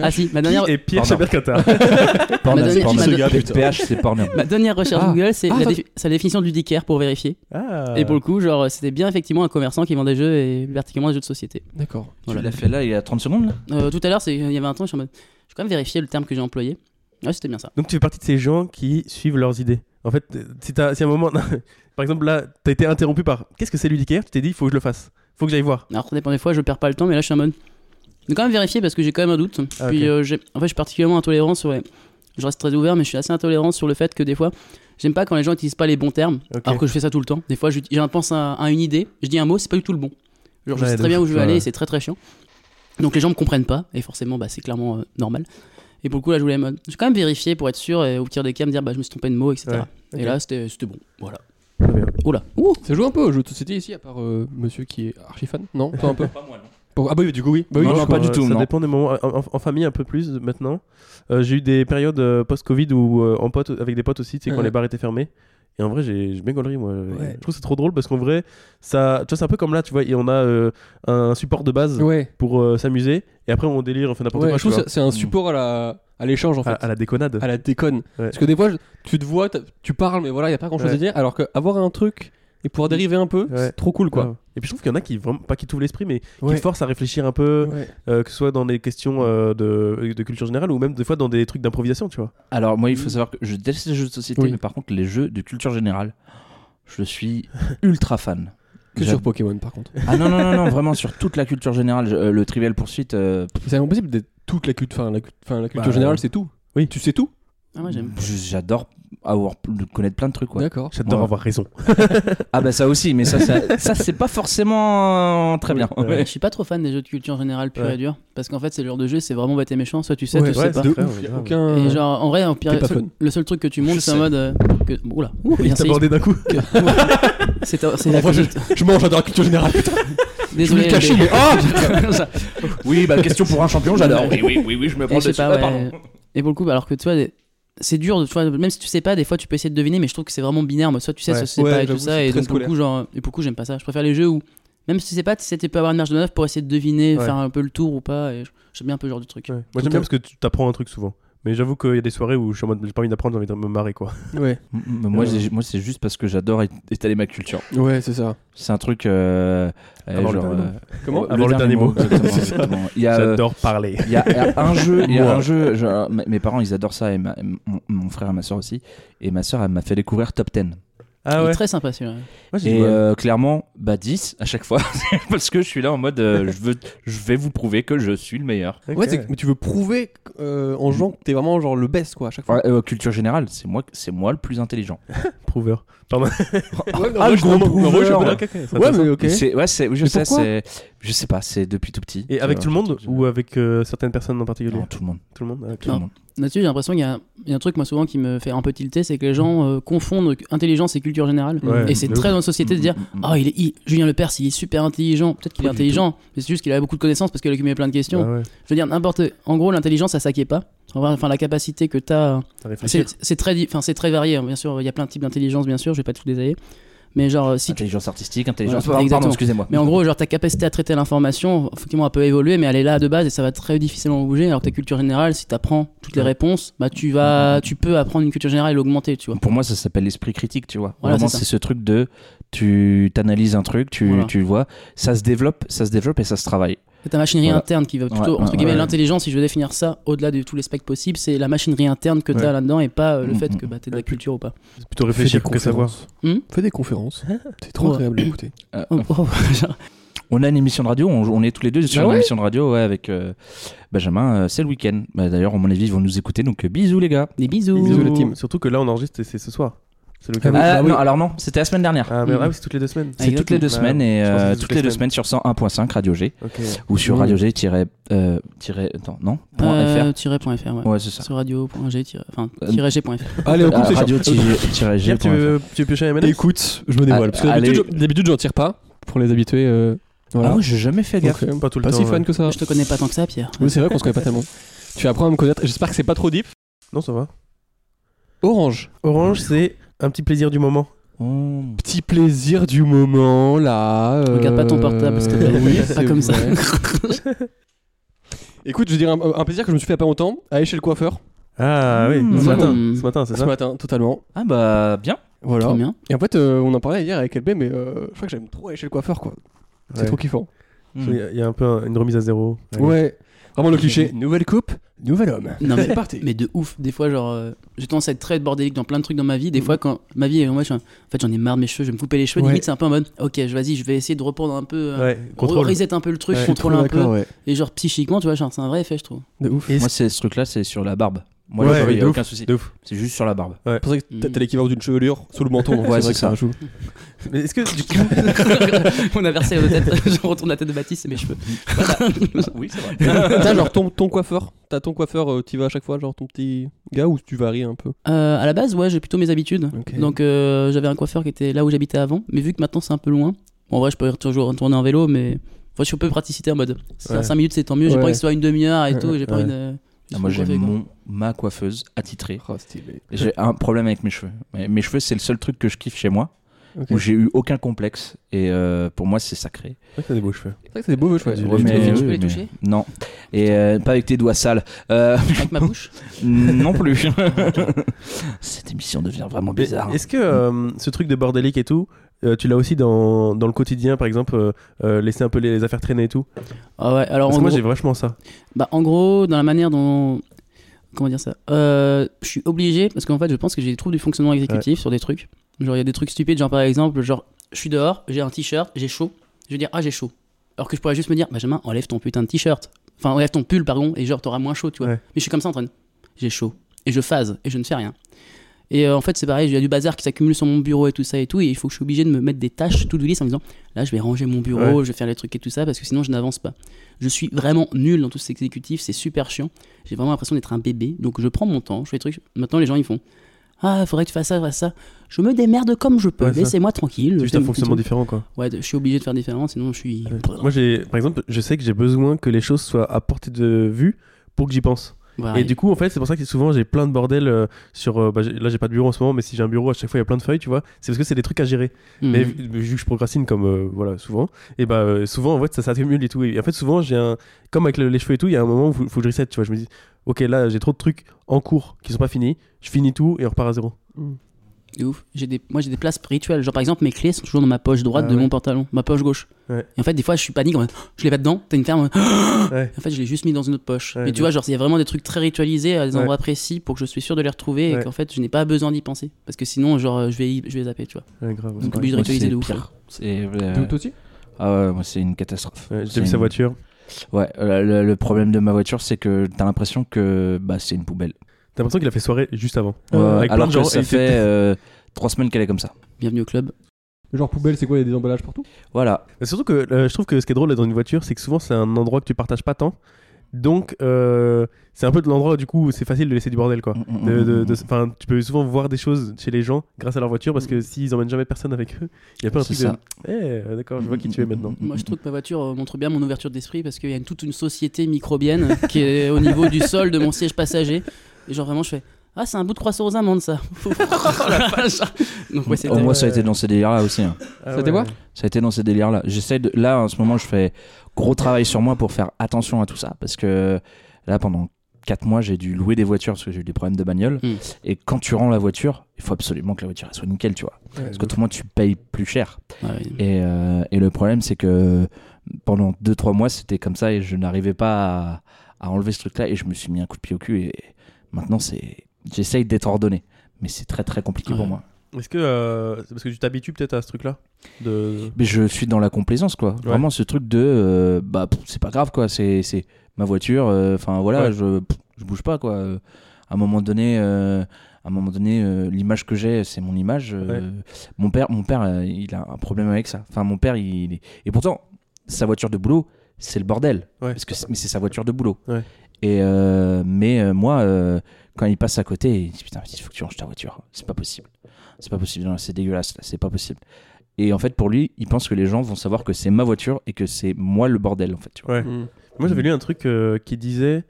A: Ah si, ma dernière,
C: Qui est Pierre
B: Pardon.
C: Chabercata
A: Ma dernière- ma-
B: Pornhub, Pornhub.
A: ma-
B: PH, c'est Pornhub.
A: ma dernière recherche
D: Ah.
A: Google, c'est
D: Ah,
A: la,
D: ça-
A: défi- sa définition du dicaire pour vérifier.
C: Ah.
A: Et pour le coup, genre, c'était bien effectivement un commerçant qui vend des jeux et verticalement des jeux de société.
D: D'accord.
B: Tu
A: Voilà.
B: l'as fait là, il y a 30 secondes là
A: Euh, tout à l'heure, c'est- il y avait un temps, je suis en mode, je vais quand même vérifier le terme que j'ai employé. Ouais, c'était bien ça.
C: Donc tu fais partie de ces gens qui suivent leurs idées. En fait, euh, si, t'as- si à un moment, par exemple là, t'as été interrompu par qu'est-ce que c'est ludicaire, tu t'es dit il faut que je le fasse, faut que j'aille voir.
A: Alors, ça dépend des fois, je perds pas le temps, mais là, je suis en mode. Mais quand même vérifier parce que j'ai quand même un doute.
C: Ah,
A: Puis,
C: ok.
A: euh, j'ai- en fait, je suis particulièrement intolérant sur. les- Je reste très ouvert, mais je suis assez intolérant sur le fait que des fois, j'aime pas quand les gens utilisent pas les bons termes,
C: Ok.
A: alors que je fais ça tout le temps. Des fois, je j'en pense à, à une idée, je dis un mot, c'est pas du tout le bon. Genre, je
C: Ouais,
A: sais
C: de
A: très bien où je veux
C: ouais.
A: aller, et c'est très très chiant. Donc, les gens me comprennent pas, et forcément, bah, c'est clairement euh, normal. Et pour le coup, là, je voulais. me- J'ai quand même vérifié pour être sûr, et au pire des cas, me dire, bah, je me suis trompé de mot, etc.
C: Ouais,
A: Et
C: ok.
A: là, c'était c'était bon. Voilà.
C: Très bien.
A: Oula. Ouh.
D: Ça joue un peu aux jeux de société ici, à part euh, monsieur qui est archi fan Non Toi un peu Pas moi, non. Ah bah oui, du coup, oui. Bah oui,
B: Non,
D: du
B: non,
D: coup.
B: pas du tout,
C: euh, Ça
B: non.
C: dépend des moments. En, en- en famille un peu plus maintenant. Euh, j'ai eu des périodes euh, post-Covid où euh, en pote, avec des potes aussi, tu sais quand
D: Ouais.
C: les bars étaient fermés. Et en vrai, j'ai j'ai bien gaulerie, moi.
D: Ouais.
C: Je trouve que c'est trop drôle parce qu'en vrai, ça, tu vois, c'est un peu comme là, tu vois, et on a euh, un support de base
D: Ouais.
C: pour euh, s'amuser et après on délire, on fait n'importe
D: Ouais,
C: quoi.
D: je trouve
C: tu
D: que c'est un support à la- à l'échange en
C: vois.
D: fait.
C: à, à la déconnade.
D: à la déconne. Parce que des fois, je- tu te vois, t'as- tu parles, mais voilà, il a pas grand chose
C: Ouais.
D: à dire. Alors qu'avoir un truc et pouvoir dériver un peu,
C: Ouais.
D: c'est trop cool quoi.
C: Ouais. Et puis je trouve qu'il y en a qui, vraiment, pas qui t'ouvrent l'esprit, mais qui
D: Ouais.
C: te forcent à réfléchir un peu,
D: Ouais.
C: euh, que ce soit dans des questions euh, de, de culture générale ou même des fois dans des trucs d'improvisation, tu vois.
B: Alors moi, il faut savoir que je déteste les jeux de société,
D: Oui.
B: mais par contre les jeux de culture générale, je suis ultra fan.
D: Que
B: J'ad-
D: sur Pokémon par contre.
B: Ah non non non non, vraiment sur toute la culture générale, je- euh, le Trivial Poursuite. euh,
D: C'est impossible d'être toute la culture, enfin la, cult- enfin, la culture
C: Bah,
D: générale,
C: euh,
D: c'est tout.
C: oui.
D: Tu sais tout.
A: Ah, moi, j'aime.
B: je- J'adore avoir de connaître plein de trucs. Quoi.
D: D'accord.
C: J'adore
B: Ouais.
C: avoir raison.
B: Ah bah ça aussi, mais ça ça, ça, c'est pas forcément euh, très bien.
C: Ouais.
A: Je suis pas trop fan des jeux de culture générale pure
C: Ouais.
A: et dure parce qu'en fait c'est le genre de jeu c'est vraiment bête et méchant soit tu sais
D: Ouais,
A: soit
C: ouais,
A: tu sais
C: c'est
A: pas.
C: de ouf,
D: Y a
C: grave.
D: aucun.
A: Et genre en vrai en pire,
D: T'es pas
A: le-
D: fun.
A: le seul truc que tu
B: Je
A: montres c'est en
B: sais.
A: mode euh, que oula ouh, il y a
C: Il
A: un séisme.
C: t'abordait d'un coup.
A: c'est c'est la
D: En vrai,
A: culture-
D: Je mange, j'adore la culture générale. Je
A: désolé
D: l'ai caché,
A: mais-
D: mais oh
A: Ça-
B: Oui bah question pour un champion, j'adore. Oui oui oui oui, je me
A: et
B: prends
A: eh, je sais
B: dessus.
A: pas,
B: Ah,
A: ouais.
B: pardon.
A: Et pour le coup bah, alors que tu vois des- c'est dur de tu vois, même si tu sais pas des fois tu peux essayer de deviner mais je trouve que c'est vraiment binaire moi, soit tu sais
C: Ouais.
A: soit tu sais
D: Ouais,
A: pas et tout
D: j'avoue,
A: ça
D: c'est
A: et
D: très
A: donc pour le coup genre et pour le coup j'aime pas ça je préfère les jeux où même si tu sais pas tu sais tu peux avoir une marge de manœuvre pour essayer de deviner
C: Ouais.
A: faire un peu le tour ou pas et j'aime bien un peu ce genre de truc
C: Ouais. Moi j'aime bien parce que tu t'apprends un truc souvent. Mais j'avoue qu'il y a des soirées où je suis en mode j'ai pas envie d'apprendre, j'ai envie de me marrer quoi.
D: Ouais,
B: Mm, mm, Moi
C: Euh.
B: j'ai- moi c'est juste parce que j'adore é- étaler ma culture.
D: ouais, c'est ça.
B: C'est un truc. euh, euh,
C: Avoir le
B: genre,
C: dernier
B: euh,
D: Comment
B: le
C: Avoir le dernier mot.
B: exactement,
C: C'est ça.
B: exactement. Il y a, euh,
C: J'adore parler.
B: Il y a un jeu, il y a
C: Moi.
B: un jeu je- mes mes parents ils adorent ça et ma- mon, mon frère et ma soeur aussi. Et ma soeur elle m'a fait découvrir Top 10.
A: Il
C: Ah
A: est
C: ouais.
A: très sympa celui-là.
C: Moi, j'ai
B: Et
C: dit, ouais.
B: euh, clairement, bah 10 à chaque fois. Parce que je suis là en mode, euh, je, veux, je vais vous prouver que je suis le meilleur.
C: Ok.
D: euh, Ouais, c'est que tu veux prouver euh, en jouant que t'es vraiment genre le best quoi à chaque fois.
B: Ouais, euh, culture générale, c'est moi, c'est moi le plus intelligent.
C: Prouveur.
D: Ouais, mais en
B: Ah,
D: vrai,
B: le
D: je
B: gros
D: comprends- mais en vrai, je
B: prouveur. Ouais.
D: comprends-
C: Ok, ok, c'est
D: Ouais,
C: intéressant.
D: mais ok.
B: C'est, ouais, c'est, oui, je
D: Mais
B: sais,
D: pourquoi
B: c'est, je sais pas, c'est depuis tout petit.
C: Et avec
B: Euh,
C: tout le monde
B: je-
C: ou avec euh, certaines personnes en particulier
B: Non, tout le monde.
C: Tout le monde. ok.
B: Tout le
A: Non.
B: monde.
A: Là-dessus, j'ai l'impression qu'il y, a- il y a un truc, moi, souvent, qui me fait un peu tilter, c'est que les gens euh, confondent intelligence et culture générale.
C: Ouais,
A: et c'est
C: de Mm-hmm.
A: très dans notre société de dire
B: Mm, mm, mm.
A: Ah, il est il- Julien Lepers, il est super intelligent. Peut-être qu'il est
C: Pas du
A: intelligent, mais c'est juste qu'il a beaucoup de connaissances parce qu'il a accumulé plein de questions.
C: Ah ouais,
A: Je veux dire, n'importe. En gros, l'intelligence, ça s'acquiert pas. Enfin, la capacité que t'as.
C: t'as réfléchi.
A: C'est c'est très, di- enfin, c'est très varié, hein. bien sûr. Il y a plein de types d'intelligence, bien sûr. Je vais pas tout détailler. Mais genre, euh, si tu-
B: Intelligence artistique, intelligence.
A: Voilà,
B: Pardon,
A: exactement.
B: excusez-moi.
A: Mais en gros, genre ta capacité à traiter l'information, effectivement, elle peut évoluer, mais elle est là de base et ça va très difficilement bouger. Alors que ta culture générale, si tu apprends toutes les
C: Ouais.
A: réponses, bah tu vas, tu peux apprendre une culture générale et l'augmenter, tu vois.
B: Pour moi, ça s'appelle l'esprit critique, tu vois.
A: Voilà,
B: Vraiment,
A: c'est ça.
B: c'est ce truc de tu t'analyses un truc, tu,
A: Voilà.
B: tu le vois, ça se développe, ça se développe et ça se travaille.
A: C'est ta machinerie
B: Voilà.
A: interne qui va plutôt,
B: Ouais, ouais,
A: entre guillemets,
B: ouais.
A: l'intelligence, si je veux définir ça, au-delà de tous les specs possibles, c'est la machinerie interne que tu as
C: Ouais.
A: là-dedans et pas euh, le
B: Mm,
A: fait
B: mm,
A: que bah, tu de la
C: Et puis-
A: culture ou pas.
C: C'est plutôt réfléchir que savoir.
A: Hmm
D: Fais des conférences. C'est trop
A: Ouais.
D: agréable d'écouter.
B: Euh,
A: Oh, oh, genre,
B: On a une émission de radio, on, on est tous les deux sur
D: Ah
B: une
D: ouais
B: émission de radio ouais, avec euh, Benjamin, euh, c'est le week-end. Bah, D'ailleurs, à mon avis, ils vont nous écouter, donc euh, bisous les gars.
A: des bisous.
D: Bisous, la team.
C: Surtout que là, on enregistre et c'est ce soir. C'est le
D: Ah
C: cas.
D: oui,
B: Ah,
D: bah oui.
B: Non, alors non, c'était la semaine dernière.
C: Ah, mais
A: Mm.
C: ah oui, c'est toutes les deux semaines.
A: Ah,
B: C'est toutes les deux
C: Bah,
B: semaines et
C: je pensais que
B: euh,
C: c'était
B: toutes les deux semaines sur 101.5 Radio G
C: Ok.
B: ou sur
D: Mmh.
B: Radio G tiret, euh, tiret- attends, non point
A: Euh, tiret point .fr, ouais.
B: fr. Ouais, c'est ça.
A: Sur radio.g, tiret- enfin,
B: Euh,
A: tiret g.fr.
D: Allez,
B: Ah,
D: écoute, c'est
B: radio tiret- tiret G
C: Pierre, tu
B: point fr.
C: veux, tu veux piocher un M&M
D: Écoute, je me dévoile. Parce que
B: Ah,
D: d'habitude,
B: allez.
D: je- d'habitude, j'en tire pas pour les habituer. euh, voilà.
B: Ah ouais, j'ai jamais fait
D: Donc,
B: gaffe.
D: euh,
C: Pas tout le
D: pas
C: temps.
D: si
C: ouais.
D: fan que ça.
A: Je te connais pas tant que ça, Pierre.
D: Oui, c'est vrai qu'on se connaît pas tellement. Tu apprends à me connaître. J'espère que c'est pas trop deep.
C: Non, ça va.
D: Orange.
C: Orange, c'est un petit plaisir du moment.
B: Oh.
D: Petit plaisir du moment là. euh,
A: Regarde pas ton portable, s'il te plaît.
D: Oui,
A: pas
D: c'est
A: comme ça.
D: vrai. Écoute, je dirais un, un plaisir que je me suis fait il y a pas longtemps. Aller chez le coiffeur
C: Ah oui,
B: Mm.
C: ce matin.
A: Mm.
C: Ce matin, c'est
D: ce
C: ça
D: matin, totalement.
B: Ah bah bien.
D: Voilà.
A: Trop bien.
D: Et en fait, euh, on en parlait hier avec LB, mais euh, je crois que j'aime trop aller chez le coiffeur, quoi. C'est
C: Ouais.
D: trop kiffant.
B: Hmm.
C: Il y a- il y a un peu un- une remise à zéro.
D: Ouais. Vraiment le cliché. Nouvelle coupe, nouvel homme.
A: Non, mais-
D: c'est parti.
A: Mais de ouf, des fois, genre, euh, j'ai tendance à être très bordélique dans plein de trucs dans ma vie. Des fois, quand ma vie, est- moi, je suis un- en fait, j'en ai marre de mes cheveux, je vais me couper les cheveux.
D: Ouais.
A: Limite, c'est un peu en mode, ok, je- vas-y, je vais essayer de reprendre un peu, euh,
C: Ouais,
A: re-
C: contrôle.
A: reset un peu le truc,
C: Ouais.
A: contrôler un peu.
D: D'accord, ouais.
A: Et genre, psychiquement, tu vois, genre, c'est un vrai effet, je trouve.
D: De ouf.
C: Et
B: Moi, c'est ce truc-là, c'est sur la barbe. Moi,
C: Ouais,
B: là, il y
C: de
B: a
C: ouf,
B: aucun souci.
C: de ouf.
B: C'est juste sur la barbe.
D: C'est pour ça que
A: Mm.
D: t'as- t'as l'équivalent d'une chevelure sous le menton. donc
B: Ouais,
D: vrai
B: c'est
D: que
B: ça.
D: un chou.
C: Mais est-ce que du coup.
A: On a versé la tête, je retourne la tête de Baptiste et mes cheveux. Ah,
B: oui, c'est vrai.
D: t'as genre ton, ton coiffeur. T'as ton coiffeur, euh, t'y vas à chaque fois, genre ton petit gars, ou tu varies un peu
A: Euh, à la base, ouais, j'ai plutôt mes habitudes.
D: Ok.
A: Donc, euh, j'avais un coiffeur qui était là où j'habitais avant, mais vu que maintenant, c'est un peu loin. Bon, en vrai, je peux toujours retourner en vélo, mais. Enfin, je suis un peu praticité en mode, si c'est
C: Ouais.
A: 5 minutes, c'est tant mieux, j'ai
D: Ouais.
A: pas envie que ce soit une euh, demi-heure et tout, j'ai pas
C: Ouais.
A: envie de.
B: Ah, moi, j'ai
A: Coiffer, quoi.
B: mon, ma coiffeuse attitrée.
D: Oh, stylé.
B: J'ai un problème avec mes cheveux. Mais mes cheveux, c'est le seul truc que je kiffe chez moi,
D: Ok.
B: où j'ai eu aucun complexe. Et euh, pour moi, c'est sacré.
C: Ouais, T'as des beaux cheveux.
D: C'est vrai que c'est des beaux cheveux.
C: Tu
D: ouais.
C: peux les
B: mais-
A: toucher, tu peux les
B: mais-
A: toucher
B: Non. Et euh, pas avec tes doigts sales. Euh,
A: Avec ma bouche
B: non plus. Cette émission devient vraiment
C: Mais
B: bizarre.
C: Est-ce que euh, ce truc de bordélique et tout, euh, tu l'as aussi dans, dans le quotidien, par exemple, euh, euh, laisser un peu les, les affaires traîner et tout
A: Ah ouais, alors
C: Parce
A: en
C: que moi,
A: gros,
C: j'ai vachement ça.
A: bah, en gros, dans la manière dont. Comment dire ça Euh, Je suis obligé, parce qu'en fait, je pense que j'ai des troubles du fonctionnement exécutif sur des trucs. Genre, il y a des trucs stupides, genre par exemple, genre, je suis dehors, j'ai un t-shirt, j'ai chaud. Je vais dire, ah, j'ai chaud. Alors que je pourrais juste me dire, bah, Benjamin, enlève ton putain de t-shirt. Enfin, enlève ton pull, pardon, et genre, t'auras moins chaud, tu vois.
C: Ouais.
A: Mais je suis comme ça en train de. J'ai chaud. Et je phase, et je ne fais rien. Et euh, en fait, c'est pareil, il y a du bazar qui s'accumule sur mon bureau et tout ça et tout, et il faut que je suis obligé de me mettre des tâches tout do list en me disant, là, je vais ranger mon bureau, je vais faire les trucs et tout ça, parce que sinon, je n'avance pas. Je suis vraiment nul dans tout cet exécutif, c'est super chiant. J'ai vraiment l'impression d'être un bébé, donc je prends mon temps, je fais les trucs. Maintenant, les gens, ils font Ah, faudrait que tu fasses ça, fasses ça. Je me démerde comme je peux,
C: Ouais, ça.
A: laissez-moi tranquille.
C: C'est juste un
A: Fais mon
C: fonctionnement
A: petit
C: différent, quoi.
A: truc. Ouais, je suis obligé de faire différent, sinon je suis.
C: Ah Moi, j'ai, par exemple, je sais que j'ai besoin que les choses soient à portée de vue pour que j'y pense.
A: Voilà.
C: Et du coup, en fait, c'est pour ça que souvent j'ai plein de bordel euh, sur. euh, bah, j'ai- là, j'ai pas de bureau en ce moment, mais si j'ai un bureau, à chaque fois il y a plein de feuilles, tu vois. C'est parce que c'est des trucs à gérer.
A: Mhm.
C: Mais vu, vu que je procrastine comme euh, voilà souvent, et bah euh, souvent en fait ça s'accumule et tout. Et en fait souvent j'ai un comme avec le- les cheveux et tout, il y a un moment où faut, faut que je reset. Tu vois, je me dis ok là j'ai trop de trucs en cours qui sont pas finis, je finis tout et on repart à zéro.
A: de ouf. J'ai des, moi j'ai des places rituelles. Genre par exemple, mes clés sont toujours dans ma poche droite
C: Ah
A: de
C: ouais.
A: mon pantalon, ma poche gauche.
C: Ouais.
A: Et en fait, des fois, je suis panique en mode, je l'ai pas dedans, t'as une ferme.
C: Ouais.
A: En fait, je l'ai juste mis dans une autre poche.
C: Ouais,
A: Mais
C: bien.
A: tu vois, genre, il y a vraiment des trucs très ritualisés à des
C: Ouais.
A: endroits précis pour que je suis sûr de les retrouver
C: Ouais.
A: et qu'en fait, je n'ai pas besoin d'y penser. Parce que sinon, genre, euh, je vais, y- je vais zapper, tu vois.
C: Ouais, grave.
A: Donc,
C: ouais.
A: obligé de
B: Moi,
A: ritualiser
B: c'est
A: de ouf.
B: pire. C'est,
D: Toi
B: euh,
D: toi aussi
B: Ah ouais, moi c'est une catastrophe.
C: Ouais, J'ai
B: C'est
C: vu sa
B: une-
C: voiture.
B: Ouais, euh, le, le problème de ma voiture, c'est que t'as l'impression que bah, c'est une poubelle.
C: T'as l'impression qu'il a fait soirée juste avant.
B: Ouais,
C: avec plein
B: alors
C: de
B: que
C: gens,
B: ça
C: il
B: fait
C: était-
B: euh, trois semaines qu'elle est comme ça.
A: Bienvenue au club.
D: Le euh, genre poubelle, c'est quoi Il y a des emballages partout
B: Voilà.
C: Mais Surtout que euh, je trouve que ce qui est drôle dans une voiture, c'est que souvent c'est un endroit que tu partages pas tant. Donc euh, c'est un peu de l'endroit du coup où c'est facile de laisser du bordel quoi.
B: Mm,
C: De- de-
B: Mmh.
C: de- enfin, tu peux souvent voir des choses chez les gens grâce à leur voiture parce que s'ils emmènent jamais personne avec eux, il y a pas un
B: Mmh. C'est
C: truc
B: ça. Mmh.
C: de. Eh, euh, d'accord, je vois qui tu es maintenant.
A: Moi, je trouve que ma voiture euh, montre bien mon ouverture d'esprit parce qu'il y a une- toute une société microbienne qui est au niveau du sol de mon siège passager. Et genre, vraiment, je fais Ah, c'est un bout de croissant aux amandes, ça. Donc, ouais, c'était. euh,
B: Au moins, ça a été dans ces délires-là aussi. hein.
C: Ah
D: Ça t'est voir
B: Ça a été dans ces délires-là. J'essaie de. Là, en ce moment, je fais gros travail sur moi pour faire attention à tout ça. Parce que là, pendant 4 mois, j'ai dû louer des voitures parce que j'ai eu des problèmes de bagnole.
A: Mm.
B: Et quand tu rends la voiture, il faut absolument que la voiture elle soit nickel, tu vois.
C: Mm-hmm.
B: Parce qu'autrement, tu payes plus cher.
A: Ouais, ouais.
B: Et, euh, et le problème, c'est que pendant 2-3 mois, c'était comme ça et je n'arrivais pas à, à enlever ce truc-là. Et je me suis mis un coup de pied au cul. Et maintenant, c'est. J'essaye d'être ordonné. Mais c'est très très compliqué pour
A: Ouais.
B: moi.
C: Est-ce que euh, c'est parce que tu t'habitues peut-être à ce truc-là de...
B: Mais je suis dans la complaisance, quoi. Vraiment, ce truc de. euh, bah, pff, c'est pas grave, quoi. C'est c'est ma voiture. euh, Enfin, voilà,
C: Ouais.
B: je, pff, je bouge pas, quoi. Euh, À un moment donné, euh, à un moment donné euh, l'image que j'ai, c'est mon image. euh, Mon père, mon père euh, il a un problème avec ça. Enfin, mon père, il. il est- Et pourtant, sa voiture de boulot, c'est le bordel.
C: Ouais.
B: Parce que c'est- mais c'est sa voiture de boulot.
C: Ouais.
B: Et euh, mais euh, moi, euh, quand il passe à côté, il dit Putain, il faut que tu ranges ta voiture. C'est pas possible. C'est pas possible. Non, C'est dégueulasse. là. C'est pas possible. Et en fait, pour lui, il pense que les gens vont savoir que c'est ma voiture et que c'est moi le bordel, en fait. Tu vois.
C: Ouais. Moi
B: Mmh.
C: j'avais lu un truc euh, qui disait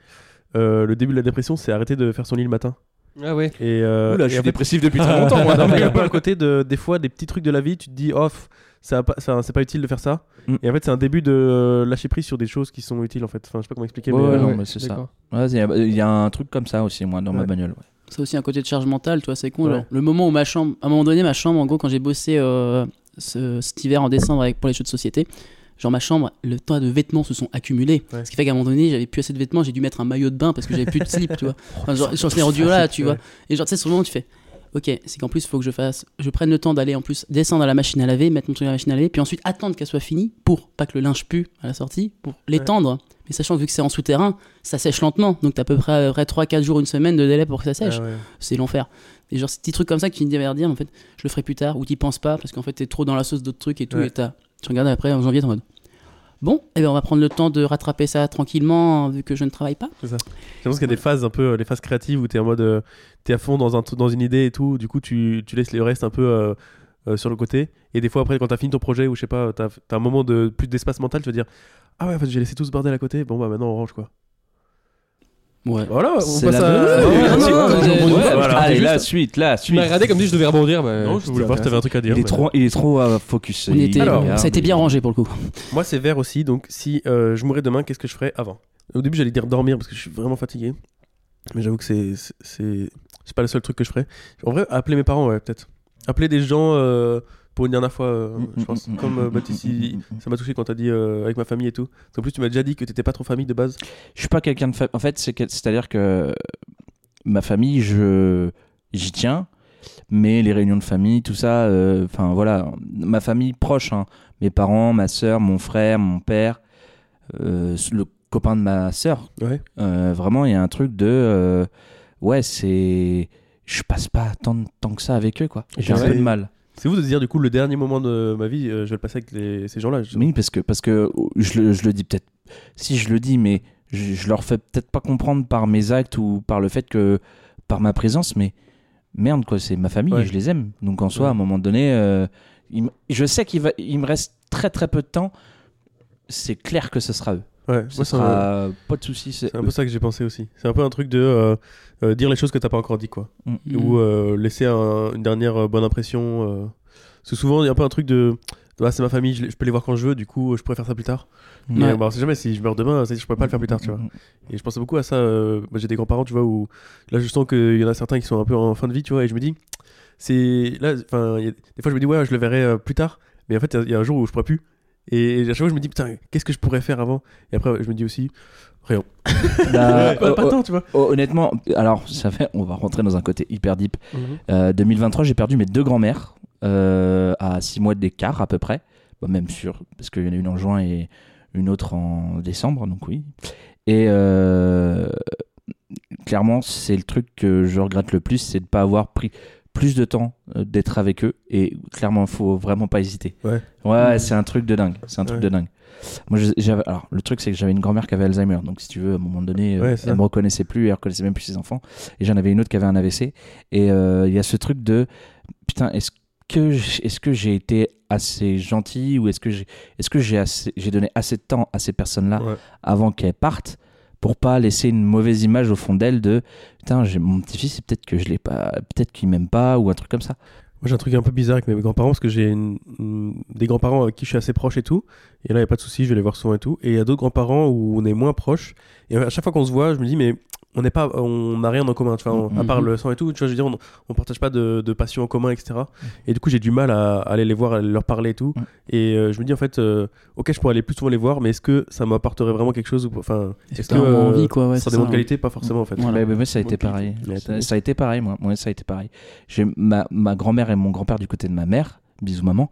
C: euh, le début de la dépression, c'est arrêter de faire son lit le matin.
D: Ah ouais.
C: Et, euh, et en fait,
B: dépressif depuis
C: très longtemps, moi. Non, mais un peu à côté de, des fois, des petits trucs de la vie, tu te dis, off, ça a pas- ça- c'est pas utile de faire ça.
B: Mm.
C: Et en fait, c'est un début de euh, lâcher prise sur des choses qui sont utiles, en fait. Enfin, je sais pas comment expliquer,
B: Ouais,
C: mais.
B: ouais,
C: euh,
B: non, mais c'est ça. Ouais, Il y a- il y a un truc comme ça aussi, moi, dans ma
C: Ouais.
B: bagnole. ouais.
A: Ça aussi, un côté de charge mentale, tu vois, c'est con.
C: Ouais.
A: genre, le moment où ma chambre, à un moment donné, ma chambre, en gros, quand j'ai bossé euh, ce- cet hiver en décembre avec, pour les jeux de société, genre ma chambre, le tas de vêtements se sont accumulés.
C: Ouais.
A: Ce qui fait qu'à un moment donné, j'avais plus assez de vêtements, j'ai dû mettre un maillot de bain parce que j'avais plus de slip, tu vois. Enfin, genre, genre, je l'ai rendu là, tu vois. Et genre, tu sais, sur le moment, tu fais. Ok, c'est qu'en plus, faut que je fasse. Je prenne le temps d'aller en plus descendre à la machine à laver, mettre mon truc à la machine à laver, puis ensuite attendre qu'elle soit finie pour pas que le linge pue à la sortie, pour l'étendre. Mais sachant que vu que c'est en souterrain, ça sèche lentement. Donc t'as à peu près, à peu près 3-4 jours, une semaine de délai pour que ça
C: ah
A: sèche
C: ouais.
A: c'est l'enfer. Et genre, ces petits trucs comme ça qui finissent à dire, en fait, je le ferai plus tard, ou t'y penses pas, parce qu'en fait, t'es trop dans la sauce d'autres trucs et tout,
C: Ouais.
A: et t'as. Tu regardes après, en janvier, t'es en mode. Bon, eh ben, on va prendre le temps de rattraper ça tranquillement, vu que je ne travaille pas.
C: Je pense qu'il y a des phases un peu, euh, les phases créatives où t'es en mode, euh, t'es à fond dans, un, tru- dans une idée et tout, du coup tu, tu laisses le reste un peu euh, euh, sur le côté. Et des fois après, quand t'as fini ton projet ou je sais pas, t'as as un moment de plus d'espace mental, tu vas dire, ah ouais, en fait, j'ai laissé tout ce bordel à côté, bon bah maintenant on range quoi.
A: Ouais.
C: Voilà, on
B: C'est
C: passe
B: la
C: à.
B: bonne- Ah, Ouais,
C: Ouais, ouais,
B: ouais,
C: ouais,
A: ouais,
C: ouais,
A: ouais,
C: ouais,
A: ouais,
C: voilà.
B: Allez, la suite, la
D: Tu
B: suite.
D: m'as regardé comme si je devais rebondir. bah,
C: Non,
D: euh,
C: je voulais voir si t'avais un truc à dire.
B: Il est
C: mais-
B: trop, il est trop euh, focus.
A: On
B: Il-
A: était,
C: Alors,
A: ça a été bien rangé pour le coup.
C: Moi, c'est vert aussi, donc si euh, je mourais demain, qu'est-ce que je ferais avant Au début, j'allais dire dormir parce que je suis vraiment fatigué. Mais j'avoue que c'est- c'est- c'est c'est pas le seul truc que je ferais. En vrai, appeler mes parents, ouais, peut-être. Appeler des gens euh, pour une dernière fois, euh,
B: Mm,
C: je
B: mm,
C: pense.
B: mm,
C: Comme
B: mm,
C: euh,
B: mm,
C: Baptiste,
B: mm, mm,
C: il-
B: mm, mm.
C: ça m'a touché quand t'as dit euh, avec ma famille et tout. En plus, tu m'as déjà dit que t'étais pas trop famille de base.
B: Je suis pas quelqu'un de fa- En fait, c'est que- c'est-à-dire que ma famille, je j'y tiens, mais les réunions de famille, tout ça, euh, enfin voilà, ma famille proche, hein, mes parents, ma sœur, mon frère, mon père, euh, le copain de ma sœur.
C: Ouais.
B: Euh, vraiment, il y a un truc de euh, ouais, c'est je passe pas tant, de temps que ça avec eux quoi. J'ai un
C: Ouais.
B: peu de mal.
C: C'est vous de se dire, du coup, le dernier moment de ma vie, euh, je vais le passer avec les- ces gens-là. justement.
B: Oui, parce que, parce que oh, je, le, je le dis peut-être. Si je le dis, mais je, je leur fais peut-être pas comprendre par mes actes ou par le fait que. par ma présence, mais merde, quoi, c'est ma famille
C: Ouais.
B: et je les aime. Donc en soi,
C: Ouais.
B: à un moment donné, euh, il m- je sais qu'il va, il me reste très très peu de temps. C'est clair que ce sera eux.
C: Ouais,
B: Ce
C: moi, c'est un-
B: sera pas de soucis. c'est
C: c'est un
B: eux.
C: peu ça que j'ai pensé aussi. C'est un peu un truc de euh, euh, dire les choses que t'as pas encore dit, quoi.
A: Mm.
C: ou euh, laisser un- une dernière euh, bonne impression. euh. Parce que souvent, il y a un peu un truc de. Bah, c'est ma famille, je, les- je peux les voir quand je veux, du coup, je pourrais faire ça plus tard.
B: Mm.
C: Mais
A: Ouais.
C: bah, on sait jamais, si je meurs demain, c'est- je pourrais pas le faire plus tard, tu vois.
B: Mm.
C: Et je pensais beaucoup à ça. euh, bah, J'ai des grands-parents, tu vois, où là, je sens qu'il y en a certains qui sont un peu en fin de vie, tu vois, et je me dis, c'est là enfin il y a- des fois je me dis ouais je le verrai euh, plus tard mais en fait il y a- il y, a un jour où je pourrais plus et à chaque fois je me dis putain qu'est-ce que je pourrais faire avant et après je me dis aussi
B: Bah,
C: pas,
B: oh,
C: pas tant tu vois
B: oh, honnêtement, alors, ça fait, on va rentrer dans un côté hyper deep. Euh, 2023, j'ai perdu mes deux grands-mères euh, à 6 mois d'écart à peu près. Bah, même sûr, parce qu'il y en a une en juin et une autre en décembre, donc oui. Et euh, clairement, c'est le truc que je regrette le plus, c'est de ne pas avoir pris plus de temps euh, d'être avec eux. Et clairement, faut vraiment pas hésiter.
C: Ouais.
B: Ouais,
A: Mmh.
B: c'est un truc de dingue. C'est un truc
C: Ouais.
B: de dingue. Moi, je- j'avais, alors, le truc, c'est que j'avais une grand-mère qui avait Alzheimer. Donc, si tu veux, à un moment donné, euh,
C: Ouais, c'est
B: elle
C: ça.
B: me reconnaissait plus, elle reconnaissait même plus ses enfants. Et j'en avais une autre qui avait un AVC. Et euh, il y a ce truc de putain, est-ce que j- est-ce que j'ai été assez gentil ou est-ce que j'ai est-ce que j'ai assez- j'ai donné assez de temps à ces personnes-là
C: Ouais.
B: avant qu'elles partent pour pas laisser une mauvaise image au fond d'elles de putain, j'ai mon petit-fils, et peut-être que je l'ai pas, peut-être qu'il m'aime pas ou un truc comme ça.
C: Moi, j'ai un truc un peu bizarre avec mes grands-parents parce que j'ai une- une- des grands-parents avec qui je suis assez proche et tout. Et là, il n'y a pas de souci, je vais les voir souvent et tout. Et il y a d'autres grands-parents où on est moins proche. Et à chaque fois qu'on se voit, je me dis, mais on n'est pas, on n'a rien en commun, tu vois, on- à part
A: Mhm.
C: le sang et tout. Tu vois, je veux dire, on ne partage pas de, de passion en commun, etc. Et du coup, j'ai du mal à, à aller les voir, à leur parler et tout.
B: Mhm.
C: Et euh, je me dis, en fait, euh, ok, je pourrais aller plus souvent les voir, mais est-ce que ça m'apporterait vraiment quelque chose ou pas Enfin,
A: Est-ce
C: que, euh,
A: envie, quoi ouais,
C: ça
A: c'est
C: démontre
A: ça. hein.
C: qualité, pas forcément, en fait.
A: Voilà.
B: Ouais, mais moi, ça a été
C: Mobilité.
B: pareil.
C: Ouais,
B: Ça,
C: c'est-
B: ça a été pareil, moi. Moi, ça a été pareil. J'ai ma, ma grand-mère et mon grand-père du côté de ma mère. Bisous maman.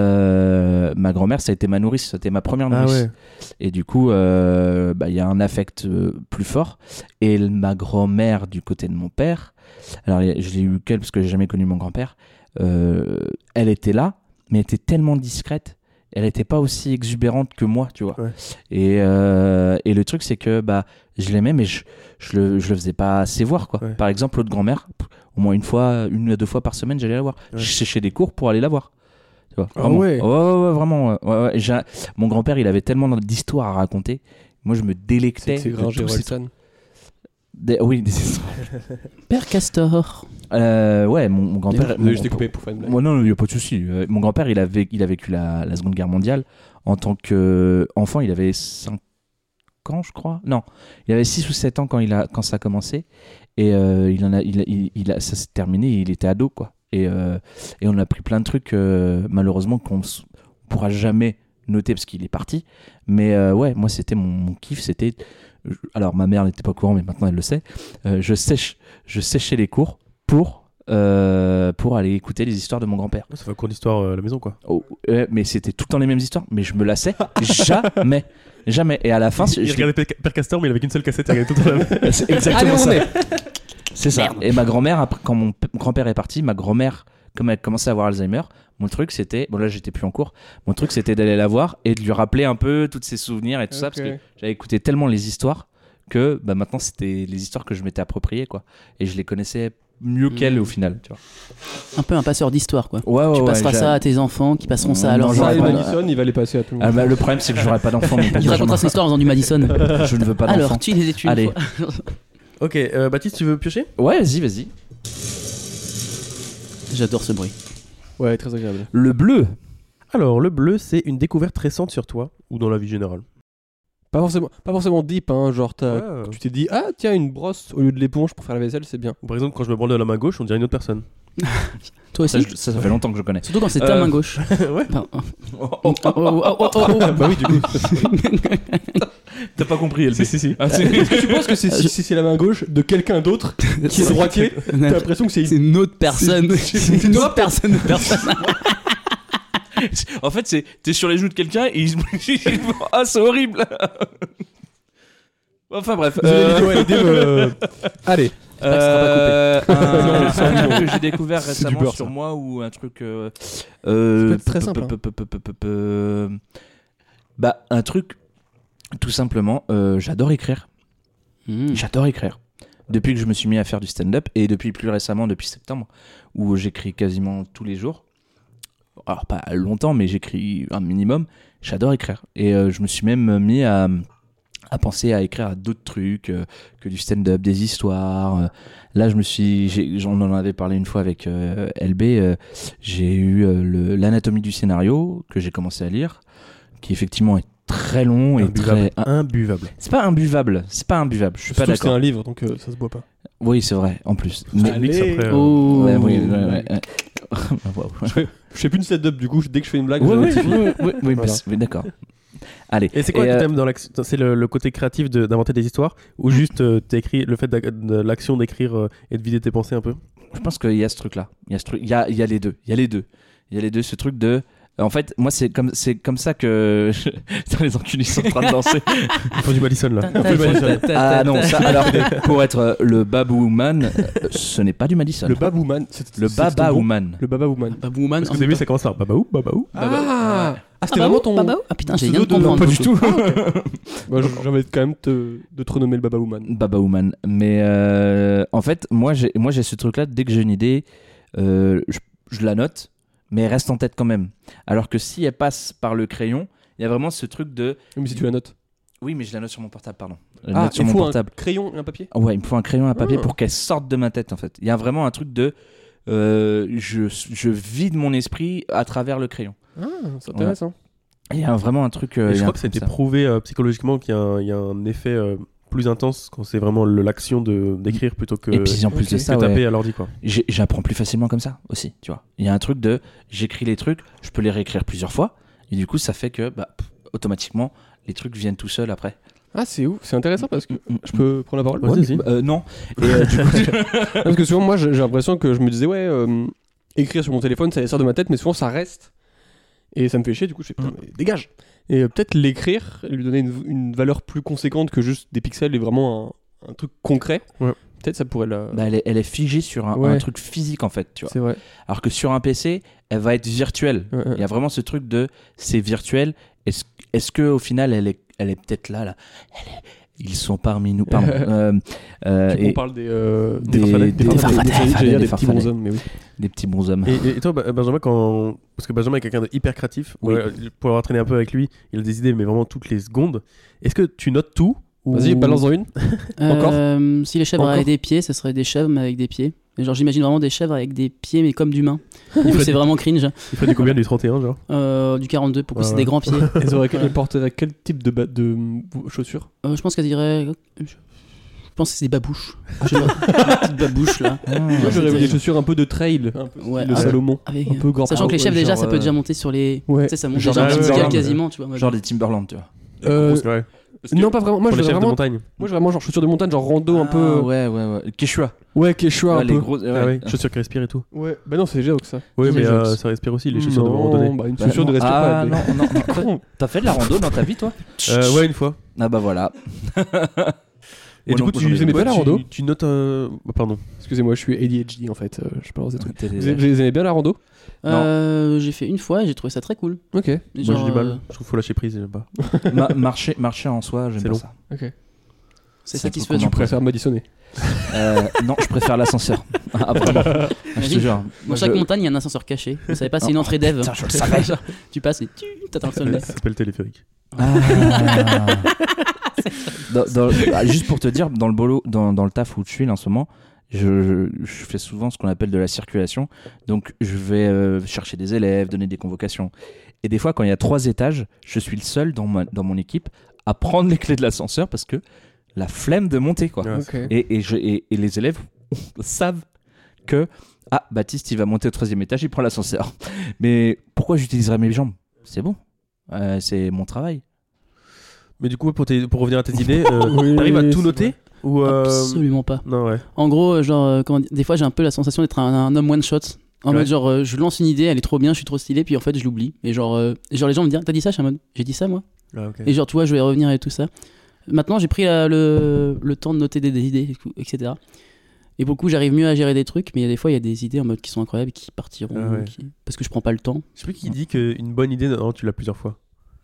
B: Euh, ma grand-mère, ça a été ma nourrice, c'était ma première
C: Ah
B: nourrice.
C: ouais.
B: Et du coup, euh, bah, il y a un affect euh, plus fort. Et l- ma grand-mère du côté de mon père, alors y a- je l'ai eu qu'elle parce que j'ai jamais connu mon grand-père, euh, elle était là, mais elle était tellement discrète. Elle n'était pas aussi exubérante que moi, tu vois.
C: Ouais.
B: Et, euh, et le truc, c'est que bah, je l'aimais, mais je, je, le, je le faisais pas assez voir, quoi.
C: Ouais.
B: Par exemple, l'autre grand-mère, pff, au moins une fois, une à deux fois par semaine, j'allais la voir.
C: Ouais.
B: Je séchais des cours pour aller la voir. Tu vois,
C: Ah
B: vraiment.
C: ouais.
B: ouais, ouais, vraiment. ouais. Ouais, ouais. J'ai- mon grand-père, il avait tellement d'histoires à raconter. Moi, je me délectais.
D: C'est
B: de
D: Granger
B: tous ces trucs.
D: Rolson.
B: Des- Oui, des histoires.
A: hein. Père Castor.
B: Euh, ouais, mon, mon grand-père. mon
D: Je t'ai
B: grand-
D: coupé pour faire une blague.
B: Moi, non, il n'y a pas de souci. Euh, Mon grand-père, il a, vé- il a vécu la, la Seconde Guerre mondiale en tant qu'enfant. Il avait 5 ans, je crois. Non, il avait 6 ou 7 ans quand, il a, quand ça a commencé. Et euh, il en a, il, a- il- il a- ça s'est terminé, il était ado, quoi. Et, euh, et on a pris plein de trucs, euh, malheureusement, qu'on s- on pourra jamais noter parce qu'il est parti. Mais euh, ouais, moi, c'était mon, mon kiff, c'était... je- Alors, ma mère n'était pas au courant, mais maintenant, elle le sait. Euh, je, sèche, je séchais les cours pour... euh, pour aller écouter les histoires de mon grand-père.
C: Ça fait un cours d'histoire euh, à la maison, quoi.
B: Oh, ouais, mais c'était tout le temps les mêmes histoires, mais je me lassais jamais, jamais. Et à la fin, je-
C: il
B: je-
C: regardait Père Père Castor, mais il avait qu'une seule cassette, il regardait tout le temps la même.
B: c'est exactement
D: Allez, on
B: ça.
D: est.
B: C'est ça.
A: Merde.
B: Et ma grand-mère, après, quand mon p- grand-père est parti, ma grand-mère, comme elle commençait à avoir Alzheimer, mon truc c'était, bon là j'étais plus en cours, mon truc c'était d'aller la voir et de lui rappeler un peu tous ses souvenirs et tout ça, parce que
D: Ok.
B: j'avais écouté tellement les histoires que bah, maintenant c'était les histoires que je m'étais appropriées quoi, et je les connaissais
C: Mm.
B: mieux qu'elle au final. Tu
A: Un peu un passeur d'histoire, quoi.
B: vois. Oh, Ouais,
A: tu passeras
B: j'a-
A: ça à tes enfants qui passeront ça à leurs
B: Non,
D: Charles
B: j'aurais
A: enfants.
B: pas-
D: Madison, il va les passer à tout le
B: Ah,
D: monde.
B: bah, le problème c'est que j'aurais pas d'enfant. mon pauvre,
A: Il
B: je
A: racontera son histoire en faisant du Madison.
B: n'en- Je ne veux pas d'enfant.
A: Alors, tu les études.
B: Allez.
A: une fois.
C: Ok, euh, Baptiste, tu veux piocher
B: Ouais, vas-y, vas-y.
A: J'adore ce bruit.
D: Ouais, très agréable.
B: Le bleu.
C: Alors, le bleu, c'est une découverte récente sur toi ou dans la vie générale.
D: Pas forcément, pas forcément deep, hein, genre t'as-
C: Ouais.
D: tu t'es dit, ah tiens, une brosse au lieu de l'éponge pour faire la vaisselle, c'est bien.
C: Ou par exemple, quand je me branle de la main gauche, on dirait une autre personne.
A: Toi
B: Ça,
A: aussi.
B: je- ça, ça fait longtemps que je connais.
A: Surtout quand c'est ta
B: Euh,
A: main gauche.
C: ouais.
A: Pardon. Oh, oh, oh, oh, oh, oh.
D: bah oui, du coup.
B: T'as pas compris, Ah, LB.
C: Si, si, si.
D: Est-ce que tu penses que c'est si, si c'est la main gauche de quelqu'un d'autre qui est droitier T'as l'impression que c'est
A: C'est
D: une.
A: une autre personne. C'est une autre personne. une personne.
B: En fait, c'est t'es sur les joues de quelqu'un et il se Ah, c'est horrible. Enfin bref.
D: Désolé, Nico, ouais, l'idée me- Allez,
B: euh,
D: Non, c'est
B: un
D: pas
B: truc que j'ai découvert
D: C'est du
B: récemment
D: beurre,
B: sur
D: ça.
B: moi ou un truc. euh,
D: peut
B: euh,
D: être très
B: peu-
D: simple, hein.
B: peu- peu- peu- peu- peu- peu- peu- Bah, un truc. Tout simplement, euh, j'adore écrire.
A: Hmm.
D: Mm.
B: J'adore écrire. Depuis que je me suis mis à faire du stand-up et depuis plus récemment, depuis septembre, où j'écris quasiment tous les jours. Alors pas longtemps, mais j'écris un minimum. J'adore écrire. Et euh, je me suis même mis à, à penser à écrire à d'autres trucs euh, que du stand-up, des histoires. euh. Là, je me suis, j'ai- j'en en avait parlé une fois avec euh, LB. euh, j'ai eu euh, le- l'anatomie du scénario que j'ai commencé à lire, qui effectivement est très long et très.
C: Imbuvable.
B: un-
C: Imbuvable.
B: C'est pas imbuvable, c'est pas imbuvable, je suis pas
D: Surtout que c'est
B: d'accord.
D: un livre, donc euh, ça se boit pas.
B: Oui, c'est vrai, en plus.
C: Parce
B: Mais-
C: que le mix,
D: Allez.
C: après, euh,
A: Oh.
B: Ouais, oui, ouais, ouais, ouais. Waouh.
D: Je fais plus une setup du coup, je- dès que je fais une blague,
B: Oui,
D: je-
B: oui, oui, oui, oui,
D: Voilà.
B: mais- mais d'accord. Allez.
C: Et c'est quoi le
B: euh,
C: thème dans l'action C'est le, le côté créatif de- d'inventer des histoires ou juste euh, t'écris le fait d'ac- de l'action d'écrire euh, et de vider tes pensées un peu
B: Je pense qu'il y a ce truc-là. Il y a ce truc. Il y a, il y a les deux. Il y a les deux. Il y a les deux. Ce truc de. euh, En fait, moi, c'est comme c'est comme ça que Putain, les enculés sont en train de danser.
C: Il faut du Madison là.
B: ah non, ça. Alors, pour être euh, le babouman, euh, ce n'est pas du Madison.
D: Le Ah, Babouman. c'est-
B: Le
D: c'est- c'est ton nom
B: babaouman.
D: Le Babouman.
A: Babou Woman.
C: Parce qu'au début, ça commence par bah babaou, babaou.
D: Ah, ah c'était vraiment ton.
A: Ah putain, j'ai rien
D: pseudo de-
A: comprendre.
D: Pas du tout.
B: Ah,
D: Bah, je- J'avais quand même te, de te renommer le Babouman.
B: Babouman. Mais euh, en fait, moi, j'ai moi, j'ai ce truc-là. Dès que j'ai une idée, euh, je, je la note, mais elle reste en tête quand même. Alors que si elle passe par le crayon, il y a vraiment ce truc de.
D: Même si tu la notes.
B: Oui, mais je la note sur mon portable, pardon. Je la
D: Ah,
B: note sur
D: il
B: mon
D: faut un
B: portable.
D: crayon et un papier.
B: Ah Ouais, il me faut un crayon à papier
D: Ah.
B: pour qu'elle sorte de ma tête en fait. Il y a vraiment un truc de euh, je, je vide mon esprit à travers le crayon.
D: Ah, c'est
B: intéressant. Il y a vraiment un truc. euh,
C: Et
B: il y a
C: je crois
B: un
C: que
B: truc
C: c'était
B: comme ça.
C: prouvé euh, psychologiquement qu'il y, a un- il y a un effet euh, plus intense quand c'est vraiment le- l'action de- d'écrire plutôt que,
B: Et puis en plus
D: Ok.
B: de
C: que
B: ça, ouais,
C: taper à l'ordi quoi.
B: j'ai- j'apprends plus facilement comme ça aussi. Tu vois, il y a un truc de j'écris les trucs, je peux les réécrire plusieurs fois et du coup ça fait que bah, pff, automatiquement les trucs viennent tout seuls après.
D: Ah, c'est ouf. C'est intéressant parce que.
B: Mm,
D: Je peux prendre la parole
C: Ouais,
B: Ouais,
C: si,
B: mais-
C: si.
B: euh, non. Et, euh, du coup,
D: Parce que souvent, moi, j'ai j'ai l'impression que je me disais, ouais, euh, écrire sur mon téléphone, ça les sort de ma tête, mais souvent, ça reste. Et ça me fait chier, du coup, je fais, putain, mais dégage Et euh, peut-être l'écrire, lui donner une, une valeur plus conséquente que juste des pixels et vraiment un, un truc concret.
C: Ouais.
D: Peut-être ça pourrait la.
B: bah, elle, est, elle est figée sur un,
D: Ouais.
B: un truc physique en fait. Tu vois.
D: c'est vrai.
B: Alors que sur un PC, elle va être virtuelle.
D: Ouais, ouais.
B: Il y a vraiment ce truc de c'est virtuel. Est-ce est que au final elle est, elle est peut-être là, là Elle est- Ils sont parmi nous. Pardon. Euh, euh,
D: Tu-
B: et
D: On parle des. euh,
B: des-
D: farfadets,
B: des farfadets,
D: farfadets, j'allais dire
B: farfadets,
D: des petits
B: farfadets.
D: bonshommes, mais oui.
B: des petits bonshommes.
C: Et, et- et toi, Ba- Benjamin, quand... parce que Benjamin est quelqu'un de hyper créatif,
B: Oui.
C: euh, pour avoir traîné un peu avec lui, il a des idées, mais vraiment toutes les secondes. Est-ce que tu notes tout ou-
D: Vas-y, balance-en une.
A: Euh, Si les chèvres
C: Encore
A: avaient des pieds, ça serait des chèvres mais avec des pieds. Et Genre j'imagine vraiment des chèvres avec des pieds mais comme d'humains. Du coup, c'est vraiment cringe.
C: Il fait du combien du 31 genre
A: Euh, du 42, pour que
C: Ouais,
A: c'est
C: ouais.
A: des grands pieds.
D: Elles auraient quel, elles porteraient quel type de, ba- de euh, chaussures
A: Euh, je pense qu'elle dirait. Je je pense que c'est des babouches. Je sais pas. Des petites babouches là.
B: Ah.
D: Moi, j'aurais
A: c'était-
D: des chaussures un peu de trail, un peu
A: Ouais,
D: style
A: ah,
D: Salomon.
A: avec-
D: Un peu grand
A: Sachant que les chefs
B: ouais,
A: déjà
B: genre,
A: ça peut
B: euh,
A: déjà monter sur les.
D: Ouais.
A: Tu sais, ça monte
B: Genre
A: déjà
C: un
A: vertical
C: Timberland.
A: quasiment, tu vois. moi,
B: Genre des Timberland, tu vois.
D: Euh,
C: Ouais.
D: non, pas vraiment. Moi,
C: Pour
D: je voudrais
C: les chefs de
D: vraiment
C: montagne.
D: Moi, j'ai vraiment genre chaussures de montagne, genre rando un
B: Ah,
D: peu.
B: Ouais,
D: Ouais,
B: ouais, ouais. Quechua.
D: Quechua
B: Ouais,
D: un
B: les
D: peu.
B: gros. euh,
C: Ah
B: ouais.
C: ouais, chaussures qui respirent et tout.
D: Ouais, bah non, c'est Géo que ça.
C: Oui,
B: Ils
C: mais
B: les
C: euh,
B: jouent.
C: ça respire aussi, les chaussures de
D: Non,
C: randonnée.
D: Bah, une
B: Bah,
D: chaussure
B: non.
D: de reste
B: Ah,
D: pas.
B: non, non, non.
D: mais- Con.
B: T'as fait de la rando dans ta vie, toi
C: Euh, ouais, une fois.
B: Ah bah voilà.
C: Et
B: Moi
C: du
B: non plus,
C: coup, tu
B: j'en ai
C: faisais
D: aimais
C: quoi,
D: pas la
C: tu-
D: rando
C: Tu notes. euh, oh, Pardon.
D: Excusez-moi, je suis ADHD en fait. euh, je parle des trucs.
B: T'es-
D: Vous, vous aimez bien la rando
A: Euh, J'ai fait une fois et j'ai trouvé ça très cool.
D: Ok.
A: Et
C: Moi, j'ai
A: genre,
C: du
A: euh,
C: mal. Je trouve qu'il faut lâcher prise. bah. j'aime pas.
B: Ma- marcher, marcher en soi, j'aime
C: C'est
B: pas
C: long.
B: ça.
A: C'est
B: C'est un truc
A: satisfaisant.
B: qu'on
D: Je préfère m'additionner.
B: Euh, non, je préfère l'ascenseur. Ah, vraiment. Je te jure.
A: Dans chaque
B: Je-
A: montagne, il y a un ascenseur caché. Vous savez pas, c'est
B: Oh,
A: une entrée d'Ève.
B: Putain, je le savais.
A: Tu passes et tu t'attends le sommet.
C: Ça s'appelle téléphérique.
B: Ah. Dans- dans- ah, juste pour te dire, dans le bolo, dans, dans le taf où je suis là, en ce moment, je, je- je fais souvent ce qu'on appelle de la circulation. Donc, je vais euh, chercher des élèves, donner des convocations. Et des fois, quand il y a trois étages, je suis le seul dans, ma- dans mon équipe à prendre les clés de l'ascenseur parce que la flemme de monter, quoi.
C: Ouais.
D: Ah
B: Et, et je- et- et les élèves savent que ah Baptiste il va monter au troisième étage, il prend l'ascenseur. Mais pourquoi j'utiliserais mes jambes C'est bon, Euh, c'est mon travail.
C: Mais du coup, pour tes- pour revenir à tes idées, euh,
D: Oui,
C: t'arrives à tout
D: c'est
C: noter ou euh,
A: Absolument pas.
C: Non, ouais.
A: En gros, euh, genre, euh, comment dire, des fois, j'ai un peu la sensation d'être un, un homme one shot. En
C: Ouais.
A: mode, genre, euh, je lance une idée, elle est trop bien, je suis trop stylé, puis en fait, je l'oublie. Et genre, euh, et genre, les gens me disent, t'as dit ça, je suis en mode, j'ai dit ça, moi.
C: Ah, ok.
A: Et genre, tu vois, je vais revenir et tout ça. Maintenant, j'ai pris la- le, le temps de noter des, des idées, etc. Et beaucoup, j'arrive mieux à gérer des trucs, mais il y a des fois, il y a des idées en mode qui sont incroyables, qui partiront,
C: Ah ouais.
A: qui- parce que je prends pas le temps.
C: Je sais plus qui dit qu'une bonne idée, non, tu l'as plusieurs fois.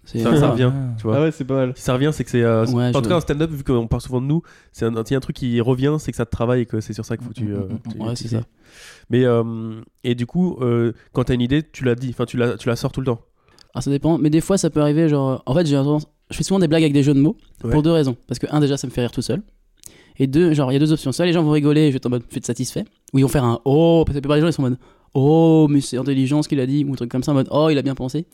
A: C'est-
C: Ça, ça revient, tu vois.
D: Ah ouais, c'est pas mal.
C: Si ça revient, c'est que c'est. euh,
A: Ouais,
C: en
A: je-
C: tout cas, un stand-up, vu qu'on parle souvent de nous, c'est un, s'il y a un truc qui revient, c'est que ça te travaille et que c'est sur ça qu'il faut que
A: Mm,
C: tu. euh, tu-
A: Ouais,
C: tu
A: c'est
C: fais.
A: ça.
C: Mais, euh, et du coup, euh, quand t'as une idée, tu la dis, enfin, tu la, tu la sors tout le temps.
A: Alors, ça dépend, mais des fois, ça peut arriver, genre, euh, en fait, j'ai tendance- je fais souvent des blagues avec des jeux de mots,
C: Ouais.
A: pour deux raisons. Parce que, un, déjà, ça me fait rire tout seul. Et deux, genre, il y a deux options. Soit les gens vont rigoler, et je vais être en mode, je vais être satisfait. Ou ils vont faire un oh, parce que la plupart des gens, ils sont en mode, oh, mais c'est intelligent ce qu'il a dit, ou un truc comme ça, en mode, oh, il a bien pensé.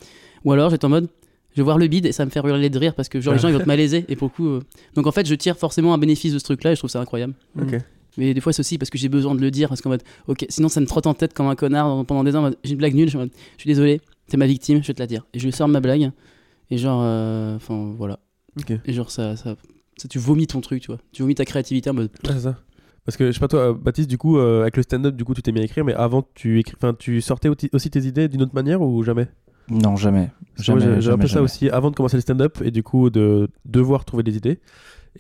A: Ou alors, j'étais en mode, je vais voir le bide et ça va me faire hurler de rire parce que genre les gens ils vont être malaisés et pour le coup. euh, Donc en fait, je tire forcément un bénéfice de ce truc-là et je trouve ça incroyable.
C: Ok.
A: Mais des fois, c'est aussi parce que j'ai besoin de le dire parce qu'en mode, ok, sinon ça me trotte en tête comme un connard pendant des ans. en mode, J'ai une blague nulle, je suis en mode, je suis désolé, t'es ma victime, je vais te la dire. Et je lui sors ma blague et genre, euh, enfin voilà.
C: Ok.
A: Et genre ça, ça, ça, tu vomis ton truc, tu vois. Tu vomis ta créativité en mode.
C: Ah, c'est ça. Parce que je sais pas toi, euh, Baptiste, du coup, euh, avec le stand-up, du coup, tu t'es mis à écrire, mais avant, tu écris, enfin, tu sortais aussi aussi tes idées d'une autre manière ou jamais
B: Non, jamais.
C: Parce que
B: Jamais,
C: moi, j'ai- J'ai un
B: jamais,
C: peu ça
B: jamais.
C: aussi avant de commencer le stand-up et du coup de devoir trouver des idées.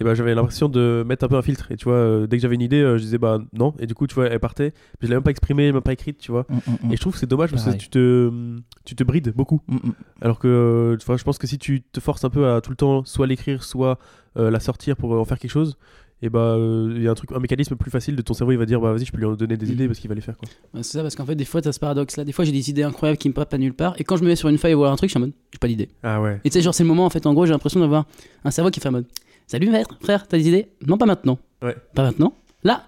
C: Et ben j'avais l'impression de mettre un peu un filtre. Et tu vois, euh, dès que j'avais une idée, euh, je disais bah non. Et du coup, tu vois, elle partait. Puis je l'avais même pas exprimée, même pas écrite, tu vois.
B: Mm, mm, mm.
C: Et je trouve que c'est dommage parce que
B: Pareil.
C: tu te, tu te brides beaucoup.
B: Mm, mm.
C: Alors que euh, enfin, je pense que si tu te forces un peu à tout le temps soit l'écrire, soit euh, la sortir pour en faire quelque chose, et bah euh, il y a un truc, un mécanisme plus facile de ton cerveau, il va dire bah vas-y, je peux lui en donner des
B: Mm.
A: Mhm.
C: idées parce qu'il va les faire quoi.
A: Ouais, c'est ça parce qu'en fait, des fois, t'as ce paradoxe là. Des fois, j'ai des idées incroyables qui me popent à nulle part et quand je me mets sur une feuille et voir un truc, je suis en mode, j'ai pas d'idée.
C: Ah ouais.
A: Et tu sais, genre, c'est le moment, en fait, en gros, j'ai l'impression d'avoir un cerveau qui fait en mode Salut, maître, frère, t'as des idées Non, pas maintenant.
C: Ouais.
A: Pas maintenant. Là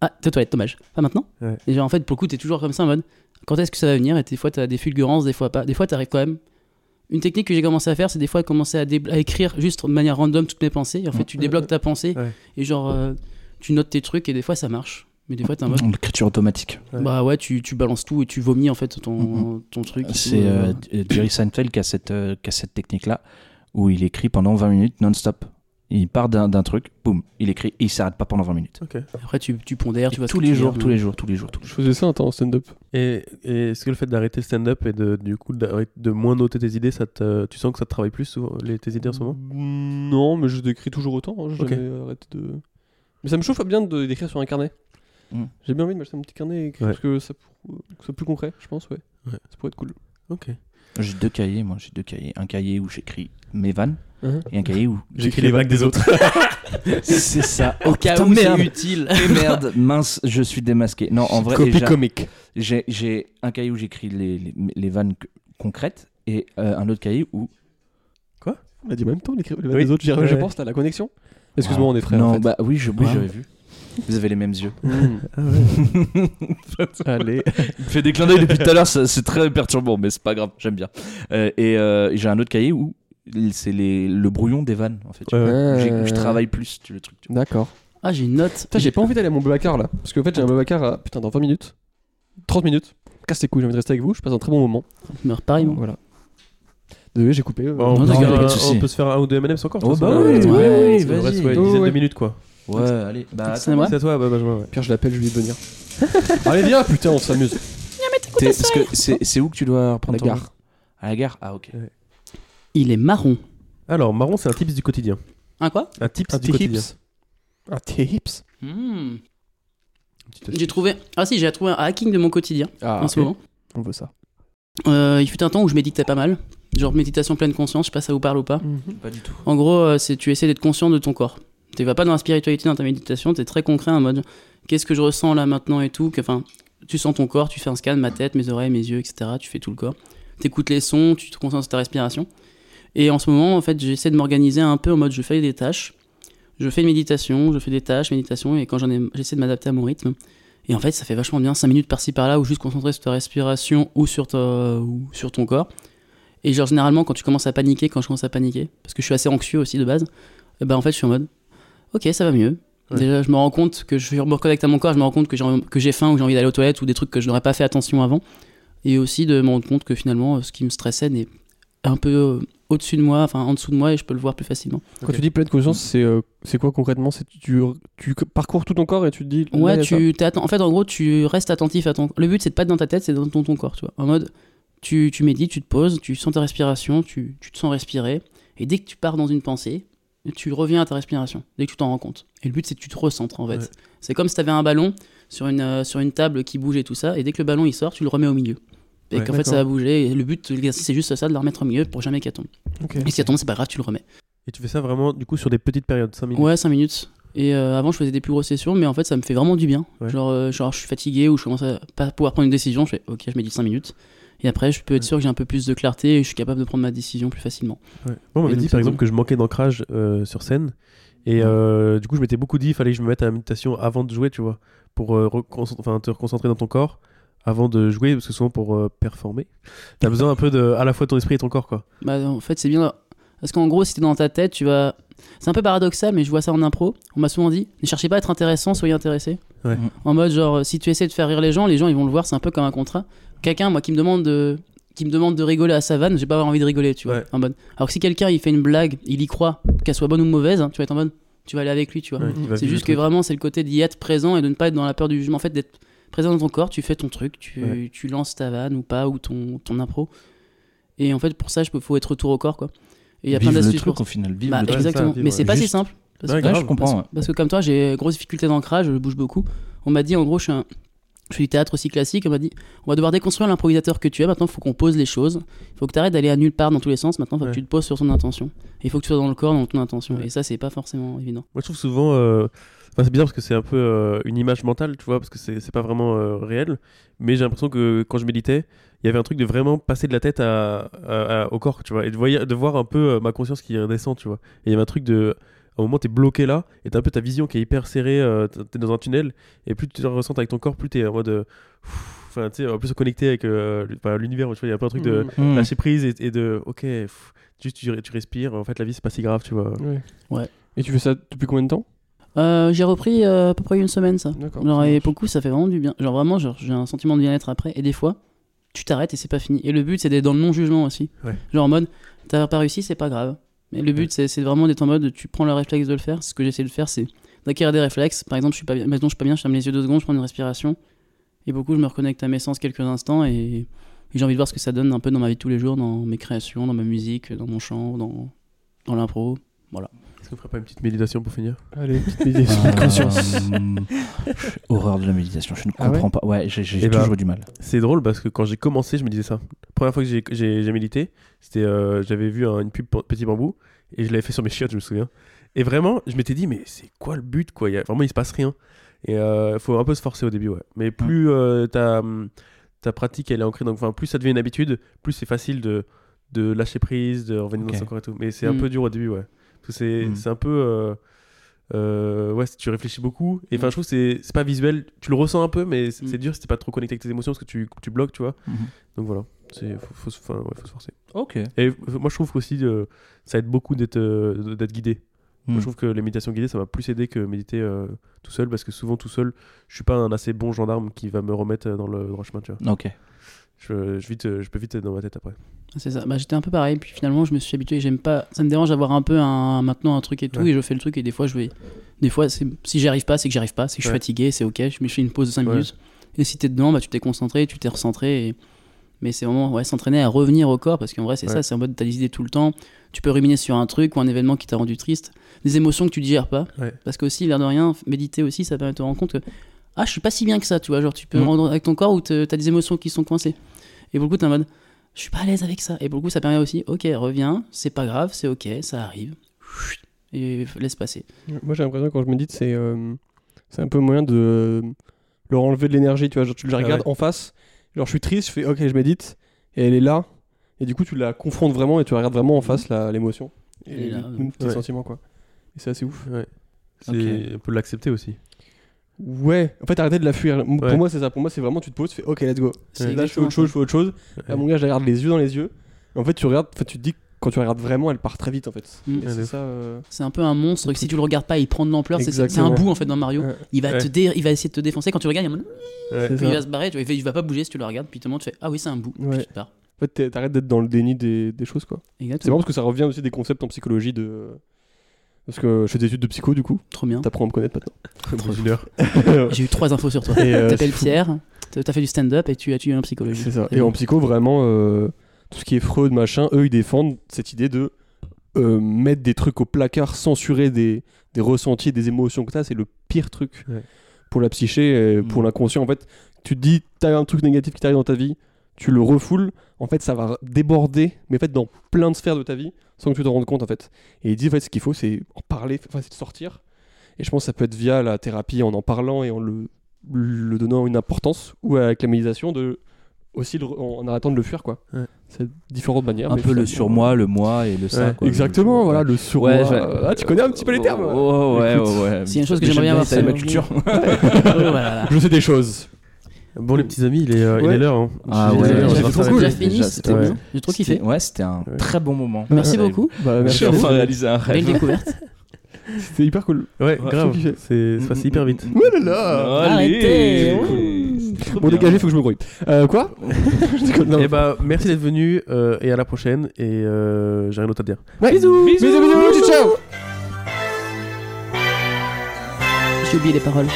A: Ah, t'es aux toilettes, dommage. Pas maintenant.
C: Ouais.
A: Et genre, en fait, pour le coup, t'es toujours comme ça en mode Quand est-ce que ça va venir Et des fois, t'as des fulgurances, des fois pas. Des fois, t'arrives quand même. Une technique que j'ai commencé à faire, c'est des fois commencer à, dé- à écrire juste de manière random toutes mes pensées. Et en fait, tu débloques ta pensée
C: Ouais.
A: et genre, euh, tu notes tes trucs et des fois, ça marche. Mais des fois, t'es en mode
B: L'écriture automatique.
C: Ouais. Mhm.
A: Bah ouais, tu, tu balances tout et tu vomis en fait ton, ton truc. et
B: C'est
A: tout,
B: euh,
A: voilà.
B: Jerry Seinfeld qui a cette, euh, qui a cette technique-là, où il écrit pendant 20 minutes non-stop. Il part d'un d'un truc, boum, il écrit et il s'arrête pas pendant 20 minutes.
C: Ah,
A: Après, tu, tu pondères, tu
B: Et
A: vois ce
B: tous
A: que
B: les
A: tu
B: jours,
A: veux.
B: tous les jours, tous les jours, tous les
D: Je faisais ça un temps en stand-up.
C: Et, et est-ce que le fait d'arrêter le stand-up et de, du coup d'arrêter- de moins noter tes idées, ça te, tu sens que ça te travaille plus souvent, les, tes idées en ce moment
D: Mm, Non, mais je décris toujours autant. hein, J'ai
C: Ok.
D: jamais arrêté de. Mais ça me chauffe bien de d'écrire sur un carnet.
B: Mm.
D: J'ai bien envie de m'acheter un petit carnet et écrire
C: Ouais.
D: parce que ça pour- euh, que c'est plus concret, je pense, ouais.
C: Ouais.
D: Ça pourrait être cool.
C: Ok.
B: jours. J'ai deux cahiers, moi, j'ai deux cahiers. Un cahier où j'écris mes vannes
D: Hein
B: et un cahier où.
C: J'écris les vagues des autres.
B: C'est ça.
A: Au cas où c'est utile.
B: Eh merde, mince, je suis démasqué. Non, en vrai, et j'a-
D: comique.
B: j'ai j'ai un cahier où j'écris les, les, les vannes c- concrètes et euh, un autre cahier où.
D: On a dit en même temps, les, les
C: Oui.
D: les autres. j'y arrive,
C: Ouais,
D: Je
C: ouais.
D: pense, là, la connexion. Excuse-moi,
B: Wow.
D: on est frères.
B: Non,
D: en fait.
B: bah oui, je, oui,
A: Wow.
B: j'avais vu. Vous avez les mêmes yeux.
D: Mm.
C: Ah Allez.
B: Il me fait des clins d'œil depuis tout à l'heure, ça- c'est très perturbant, mais c'est pas grave, j'aime bien. Euh, et euh, j'ai un autre cahier où c'est les, le brouillon des vannes, en fait.
C: Ouais, ouais.
B: J'ai-
D: Euh,
B: Je travaille plus, tu le truc. tu vois.
D: D'accord.
A: Ah, j'ai une note.
D: Putain, j'ai pas envie d'aller à mon Babacar là. Parce qu'en fait, j'ai un Babacar à. Putain, dans 20 minutes. 30 minutes. Casse les couilles, j'ai envie de rester avec vous. Je passe un très bon moment.
A: Je meurs pareil, moi.
D: Voilà. Désolé, j'ai coupé. euh.
C: on, peut
B: non,
C: se faire
B: y a pas de
C: un-
B: souci.
C: on peut se faire un ou deux M&M's encore de
B: Oh,
C: toute
B: bah
C: façon.
B: oui,
A: ouais,
B: oui, oui,
A: ouais,
C: Il reste
B: vas-y.
C: ouais, une
D: Oh,
C: dizaine
D: ouais.
C: de minutes quoi.
B: Ouais, allez. Bah,
A: C'est moi.
C: C'est à toi, bah, Benjamin. ouais.
D: Pierre, je l'appelle, je lui dis de venir. Allez, viens, putain, on s'amuse.
B: t'es- parce que c'est c'est où que tu dois prendre
D: La
B: ton-
D: gare.
B: À la gare Ah, ok.
A: Il est marron.
C: Alors, marron, c'est un tips du quotidien.
A: Un quoi
C: Un tips
D: Un
C: du quotidien.
D: tips. Un tips.
C: Petite
A: Hmm. J'ai trouvé. Ah si, j'ai trouvé un hacking de mon quotidien
D: Ah,
A: en ce moment.
D: On veut ça.
A: Euh, il fut un temps où je méditais pas mal. Genre méditation pleine conscience, je sais pas si ça vous parle ou pas.
B: Pas du tout.
A: En gros, euh, c'est tu essaies d'être conscient de ton corps. Tu vas pas dans la spiritualité dans ta méditation, tu es très concret en mode qu'est-ce que je ressens là maintenant et tout. que- Enfin, tu sens ton corps, tu fais un scan, ma tête, mes oreilles, mes yeux, etc. Tu fais tout le corps. Tu écoutes les sons, tu te concentres sur ta respiration. Et en ce moment, en fait, j'essaie de m'organiser un peu en mode je fais des tâches. Je fais une méditation, je fais des tâches, méditation, et quand j'en ai, j'essaie de m'adapter à mon rythme. Et en fait, ça fait vachement bien 5 minutes par-ci par-là, ou juste concentrer sur ta respiration ou sur, ta- ou sur ton corps. Et genre, généralement, quand tu commences à paniquer, quand je commence à paniquer, parce que je suis assez anxieux aussi de base, et ben en fait, je suis en mode, ok, ça va mieux.
C: Ouais.
A: Déjà, je me rends compte que je me reconnecte à mon corps, je me rends compte que j'ai, que j'ai faim ou que j'ai envie d'aller aux toilettes ou des trucs que je n'aurais pas fait attention avant. Et aussi de me rendre compte que finalement, euh, ce qui me stressait n'est un peu euh, au-dessus de moi, enfin en dessous de moi, et je peux le voir plus facilement.
D: Quand
C: Ok.
D: tu dis pleine conscience, c'est euh, c'est quoi concrètement C'est tu, tu, tu parcours tout ton corps et tu te dis. là,
A: Ouais,
D: y a ça.
A: tu t'es atten- en fait en gros tu restes attentif à ton le but c'est de pas être dans ta tête, c'est dans ton, ton corps, tu vois. En mode tu, tu médites, tu te poses, tu sens ta respiration, tu, tu te sens respirer et dès que tu pars dans une pensée, tu reviens à ta respiration dès que tu t'en rends compte. Et le but c'est que tu te recentres en fait.
C: Ouais.
A: C'est comme si tu avais un ballon sur une euh, sur une table qui bouge et tout ça et dès que le ballon il sort, tu le remets au milieu. Et
C: Ouais,
A: qu'en fait ça va bouger et le but de l'exercice c'est juste ça de le remettre au milieu pour jamais qu'elle tombe.
D: Ok.
A: Et si elle tombe, c'est pas grave, tu le remets.
C: Et tu fais ça vraiment du coup sur des petites périodes, 5 minutes.
A: Ouais, 5 minutes. Et euh, avant, je faisais des plus grosses sessions, mais en fait, ça me fait vraiment du bien.
C: Ouais.
A: Genre, euh, genre, je suis fatigué ou je commence à pas pouvoir prendre une décision, je fais OK, je médite 5 minutes. Et après, je peux être sûr que j'ai un peu plus de clarté et je suis capable de prendre ma décision plus facilement.
C: Ouais. Moi, on
A: Et
C: m'avait
A: donc,
C: dit
A: c'est
C: par exemple
A: bon.
C: que je manquais d'ancrage euh, sur scène. Et euh, du coup, je m'étais beaucoup dit, il fallait que je me mette à la méditation avant de jouer, tu vois, pour euh, reconcent- enfin, te reconcentrer dans ton corps. avant de jouer, parce que souvent pour euh, performer, t'as besoin un peu de à la fois ton esprit et ton corps, quoi.
A: Bah, en fait, c'est bien. Parce qu'en gros, si t'es dans ta tête, tu vas. C'est un peu paradoxal, mais je vois ça en impro. On m'a souvent dit ne cherchez pas à être intéressant, soyez intéressé.
C: Ouais.
B: Mm.
A: En mode, genre, si tu essaies de faire rire les gens, les gens ils vont le voir, c'est un peu comme un contrat. Quelqu'un, moi, qui me demande de qui me demande de rigoler à sa vanne, j'ai pas envie de rigoler, tu vois.
C: Ouais.
A: En mode. Alors que si quelqu'un il fait une blague, il y croit, qu'elle soit bonne ou mauvaise, hein, tu vas être en mode, tu vas aller avec lui, tu vois.
C: Ouais, il va
A: C'est
C: vivre
A: juste que
C: le truc.
A: vraiment, c'est le côté d'y être présent et de ne pas être dans la peur du jugement. En fait, d'être présent dans ton corps, tu fais ton truc, tu,
C: Ouais.
A: tu lances ta vanne ou pas, ou ton, ton impro. Et en fait, pour ça, il faut être retour au corps, quoi. Et il y a plein
B: Vive le
A: d'astuces
B: truc
A: pour
B: au final. Vive
A: Bah,
B: le truc.
C: exact.
A: exactement.
C: vivre,
A: Mais c'est
C: ouais.
A: pas si
B: Juste.
A: simple. Parce
C: Ouais,
A: que,
B: Ouais,
C: grave.
B: je comprends. ouais.
A: parce- parce que comme toi, j'ai grosse difficulté d'ancrage, je bouge beaucoup. On m'a dit, en gros, je suis un- Je fais du théâtre aussi classique, on m'a dit on va devoir déconstruire l'improvisateur que tu es, maintenant il faut qu'on pose les choses, il faut que tu arrêtes d'aller à nulle part dans tous les sens, maintenant il faut
C: Ouais.
A: que tu te poses sur ton intention. Et il faut que tu sois dans le corps, dans ton intention.
C: Ouais.
A: Et ça c'est pas forcément évident.
C: Moi, je trouve souvent. euh, enfin, c'est bizarre parce que c'est un peu euh, une image mentale, tu vois, parce que c'est c'est pas vraiment euh, réel. Mais j'ai l'impression que quand je méditais, il y avait un truc de vraiment passer de la tête à, à- à- au corps, tu vois, et de, voyer- de voir un peu euh, ma conscience qui redescend, tu vois. Et il y avait un truc de. À un moment, t'es bloqué là, et t'as un peu ta vision qui est hyper serrée, euh, t'es t'es dans un tunnel, et plus tu te ressens avec ton corps, plus t'es en mode. euh, pff, Enfin, tu sais, en plus connecté avec euh, le- enfin, l'univers, tu vois, il y a un peu un truc de
B: Mm.
C: lâcher prise et, et de. Ok, pff, juste tu, tu respires, en fait, la vie, c'est pas si grave, tu vois.
D: Mmh.
A: Ouais.
D: Et tu fais ça depuis combien de temps
A: Euh, j'ai repris euh, à peu près une semaine ça.
D: D'accord.
A: Genre, et pour le coup, ça fait vraiment du bien. Genre, vraiment, genre, j'ai un sentiment de bien-être après. Et des fois, tu t'arrêtes et c'est pas fini. Et le but, c'est d'être dans le non-jugement aussi.
C: Ouais.
A: Genre, en mode, t'as pas réussi, c'est pas grave. Mais le but, c'est- c'est vraiment d'être en mode, tu prends le réflexe de le faire. Ce que j'essaie de faire, c'est d'acquérir des réflexes. Par exemple, je suis pas bien, maintenant, je suis pas bien, je ferme les yeux deux secondes, je prends une respiration. Et beaucoup, je me reconnecte à mes sens quelques instants et, et j'ai envie de voir ce que ça donne un peu dans ma vie de tous les jours, dans mes créations, dans ma musique, dans mon chant, dans, dans l'impro.
C: Est-ce qu'on ferait pas une petite méditation pour finir
D: Allez, petite méditation
B: Euh,
D: de conscience.
B: Horreur de la méditation, je ne
D: Ah ouais
B: comprends pas. Ouais, j'ai j'ai
C: Eh ben,
B: toujours eu du mal.
C: C'est drôle parce que quand j'ai commencé, je me disais ça. Première fois que j'ai- j'ai j'ai médité, c'était euh, j'avais vu un- une pub pour Petit Bambou et je l'avais fait sur mes chiottes, je me souviens. Et vraiment, je m'étais dit mais c'est quoi le but quoi Il y a- Vraiment, il se passe rien. Et euh, faut un peu se forcer au début, ouais. Mais plus euh, ta hum, ta pratique elle est ancrée, donc enfin plus ça devient une habitude, plus c'est facile de de lâcher prise, de revenir
B: Ok.
C: dans son corps et tout. Mais c'est un
A: Mm.
C: peu dur au début, ouais. Parce que c'est
B: Mm.
C: c'est un peu euh, euh, ouais, tu réfléchis beaucoup. Et enfin, je trouve que c'est- c'est pas visuel. Tu le ressens un peu, mais c'est
A: Mm.
C: c'est dur si t'es pas trop connecté avec tes émotions parce que tu, tu bloques, tu vois.
D: Mm-hmm.
B: Mhm.
C: Donc voilà, c'est faut, faut, se- enfin, ouais, faut se forcer.
B: Ok.
C: Et f- moi, je trouve qu'aussi, euh, ça aide beaucoup d'être euh, d'être guidé.
B: Mm.
C: Moi, je trouve que les méditations guidées, ça m'a plus aidé que méditer euh, tout seul parce que souvent, tout seul, je suis pas un assez bon gendarme qui va me remettre euh, dans le droit chemin, tu vois.
B: Ok.
C: Je, je, vite, euh, je peux vite être dans ma tête après.
A: C'est ça. Bah, j'étais un peu pareil. Puis finalement, je me suis habitué. J'aime pas. Ça me dérange d'avoir un peu un maintenant un truc et tout.
C: Ouais.
A: Et je fais le truc. Et des fois, je vais. Des fois, c'est- si j'y arrive pas, c'est que j'y arrive pas. C'est que je suis
C: Ouais.
A: fatigué. C'est ok. Je me fais une pause de 5
C: Ouais.
A: minutes. Et si t'es dedans, bah, tu t'es concentré, tu t'es recentré. et- Mais c'est vraiment ouais, s'entraîner à revenir au corps. Parce qu'en vrai, c'est
C: Ouais.
A: ça. C'est en mode t'as des idées tout le temps. Tu peux ruminer sur un truc ou un événement qui t'a rendu triste. Des émotions que tu digères pas.
C: Ouais.
A: Parce que aussi, l'air de rien, méditer aussi, ça permet de te rendre compte que ah, je suis pas si bien que ça. Tu vois, genre tu peux
B: Mm.
C: Mmh.
A: rendre avec ton corps ou te- t'as des émotions qui sont coincées. Et pour le coup, t'es en mode je suis pas à l'aise avec ça. Et pour le coup, ça permet aussi, ok, reviens, c'est pas grave, c'est ok, ça arrive. Chut, Et laisse passer.
D: Moi j'ai l'impression que quand je médite c'est euh, c'est un peu moyen de euh, leur enlever de l'énergie, tu vois, genre tu la
C: Ah
D: regardes en face, genre je suis triste, je fais ok je médite, et elle est là, et du coup tu la confrontes vraiment et tu la regardes vraiment en face la- l'émotion,
A: Elle est
D: et
A: là,
D: le-
A: ouais.
D: tes
C: Ouais.
D: sentiments quoi. Et c'est assez ouf.
C: Ouais. C'est
B: Ok.
C: on peut l'accepter aussi.
D: Ouais, en fait arrêtez de la fuir. M-
C: Ouais.
D: Pour moi c'est ça, pour moi c'est vraiment tu te poses, tu fais ok let's go.
A: C'est
D: Là je fais autre chose, je fais autre chose. Là
C: Ouais.
D: mon gars je la regarde les yeux dans les yeux. Et en fait tu regardes, en fait, tu te dis que quand tu la regardes vraiment elle part très vite en fait.
A: Mm.
D: Et
C: Ouais, de
D: c'est
C: ouf.
D: ça. euh,
A: C'est un peu un monstre que si tu le regardes pas, il prend de l'ampleur. C'est- C'est c'est un
D: Exactement.
A: bout en fait dans Mario.
D: Ouais.
A: Il va,
C: Ouais.
A: te dé- il va essayer de te défoncer. Quand tu le regardes, il, y a un moment-
C: Ouais.
D: c'est
A: il
D: ça.
A: va se barrer. Tu vois, il, fait- il va pas bouger si tu le regardes. Puis tout le monde, tu fais Ah oui, c'est un bout. Puis
D: Ouais.
A: tu te barres.
D: En fait t'es- t'arrêtes d'être dans le déni des, des choses quoi. C'est
A: Exactement.
D: marrant parce que ça revient aussi des concepts en psychologie de. Parce que je fais des études de psycho du coup,
A: Trop bien.
D: t'apprends à me connaître maintenant.
C: Au bout d'une heure.
A: J'ai eu trois infos sur toi.
D: Et, euh,
A: T'appelles
D: c'est fou.
A: Pierre, t'as t'as fait du stand-up et tu as tué un psychologue.
D: C'est ça.
A: C'est
D: Et
A: bon.
D: en psycho, vraiment, euh, tout ce qui est Freud, machin, eux ils défendent cette idée de euh, mettre des trucs au placard, censurer des, des ressentis, des émotions que t'as, c'est le pire truc
C: Ouais.
D: pour la psyché, et
B: Mm.
D: pour l'inconscient. En fait, tu te dis, t'as un truc négatif qui t'arrive dans ta vie, tu le refoules, en fait ça va déborder, mais en fait dans plein de sphères de ta vie, sans que tu t'en rendes compte en fait. Et ils disent, en fait, ce qu'il faut, c'est en parler, enfin, c'est de sortir. Et je pense que ça peut être via la thérapie, en en parlant et en le, le donnant une importance, ou avec la méditation, de, aussi le re- en, en arrêtant de le fuir, quoi.
C: Ouais.
D: C'est différentes manières.
B: Un
D: mais
B: peu le
D: finalement-
B: surmoi, le moi et le ça.
C: Ouais.
B: quoi.
D: euh, Exactement,
B: Le-
D: voilà, le surmoi.
B: Ouais, j'ai-
D: Euh, ah, tu connais un petit peu les termes
B: Oh, oh, ouais,
D: Écoute,
B: oh, ouais.
A: c'est une chose que
B: Mais
A: j'aimerais
B: j'aime
A: bien avoir
B: c'est
A: fait.
B: ma culture.
A: Oh, voilà.
D: Je sais des choses.
C: Bon, les petits amis, il est, euh, il
D: Ouais.
C: est l'heure. hein.
B: Ah
C: Je suis
B: ouais,
C: désolé, on
D: c'était
C: va
D: trop
C: faire
D: cool.
A: Déjà
C: la-
A: fini,
B: Déjà,
A: c'était
B: c'était-
A: bien. J'ai trop kiffé.
B: C'était- Ouais, c'était un
C: Ouais.
B: très bon moment.
A: Merci
B: Ouais.
A: beaucoup.
D: Bah, merci
B: J'ai
D: à vous.
B: enfin réalisé un
A: Belle
B: rêve.
A: découverte.
D: C'était hyper cool.
C: Ouais,
D: Ouais,
C: grave.
D: trop kiffé.
C: C'est c'est passé hyper vite.
D: Ouais là là
A: Arrêtez.
B: Allez. C'est trop
D: Bon,
B: bien.
D: dégagez, faut que je me grouille. Euh, quoi Je déconne,
B: Eh
D: non.
B: ben,
C: Et bah, merci d'être venu euh, et à la prochaine. Et euh, j'ai rien d'autre à dire.
D: Ouais.
A: Bisous.
D: Bisous, bisous, bisous, bisous, ciao
A: J'ai oublié les paroles.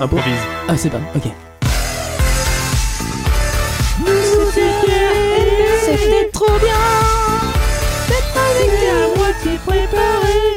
C: Improvise.
A: Ah, c'est pas. Ok.
E: C'était trop bien D'être invité à moitié préparé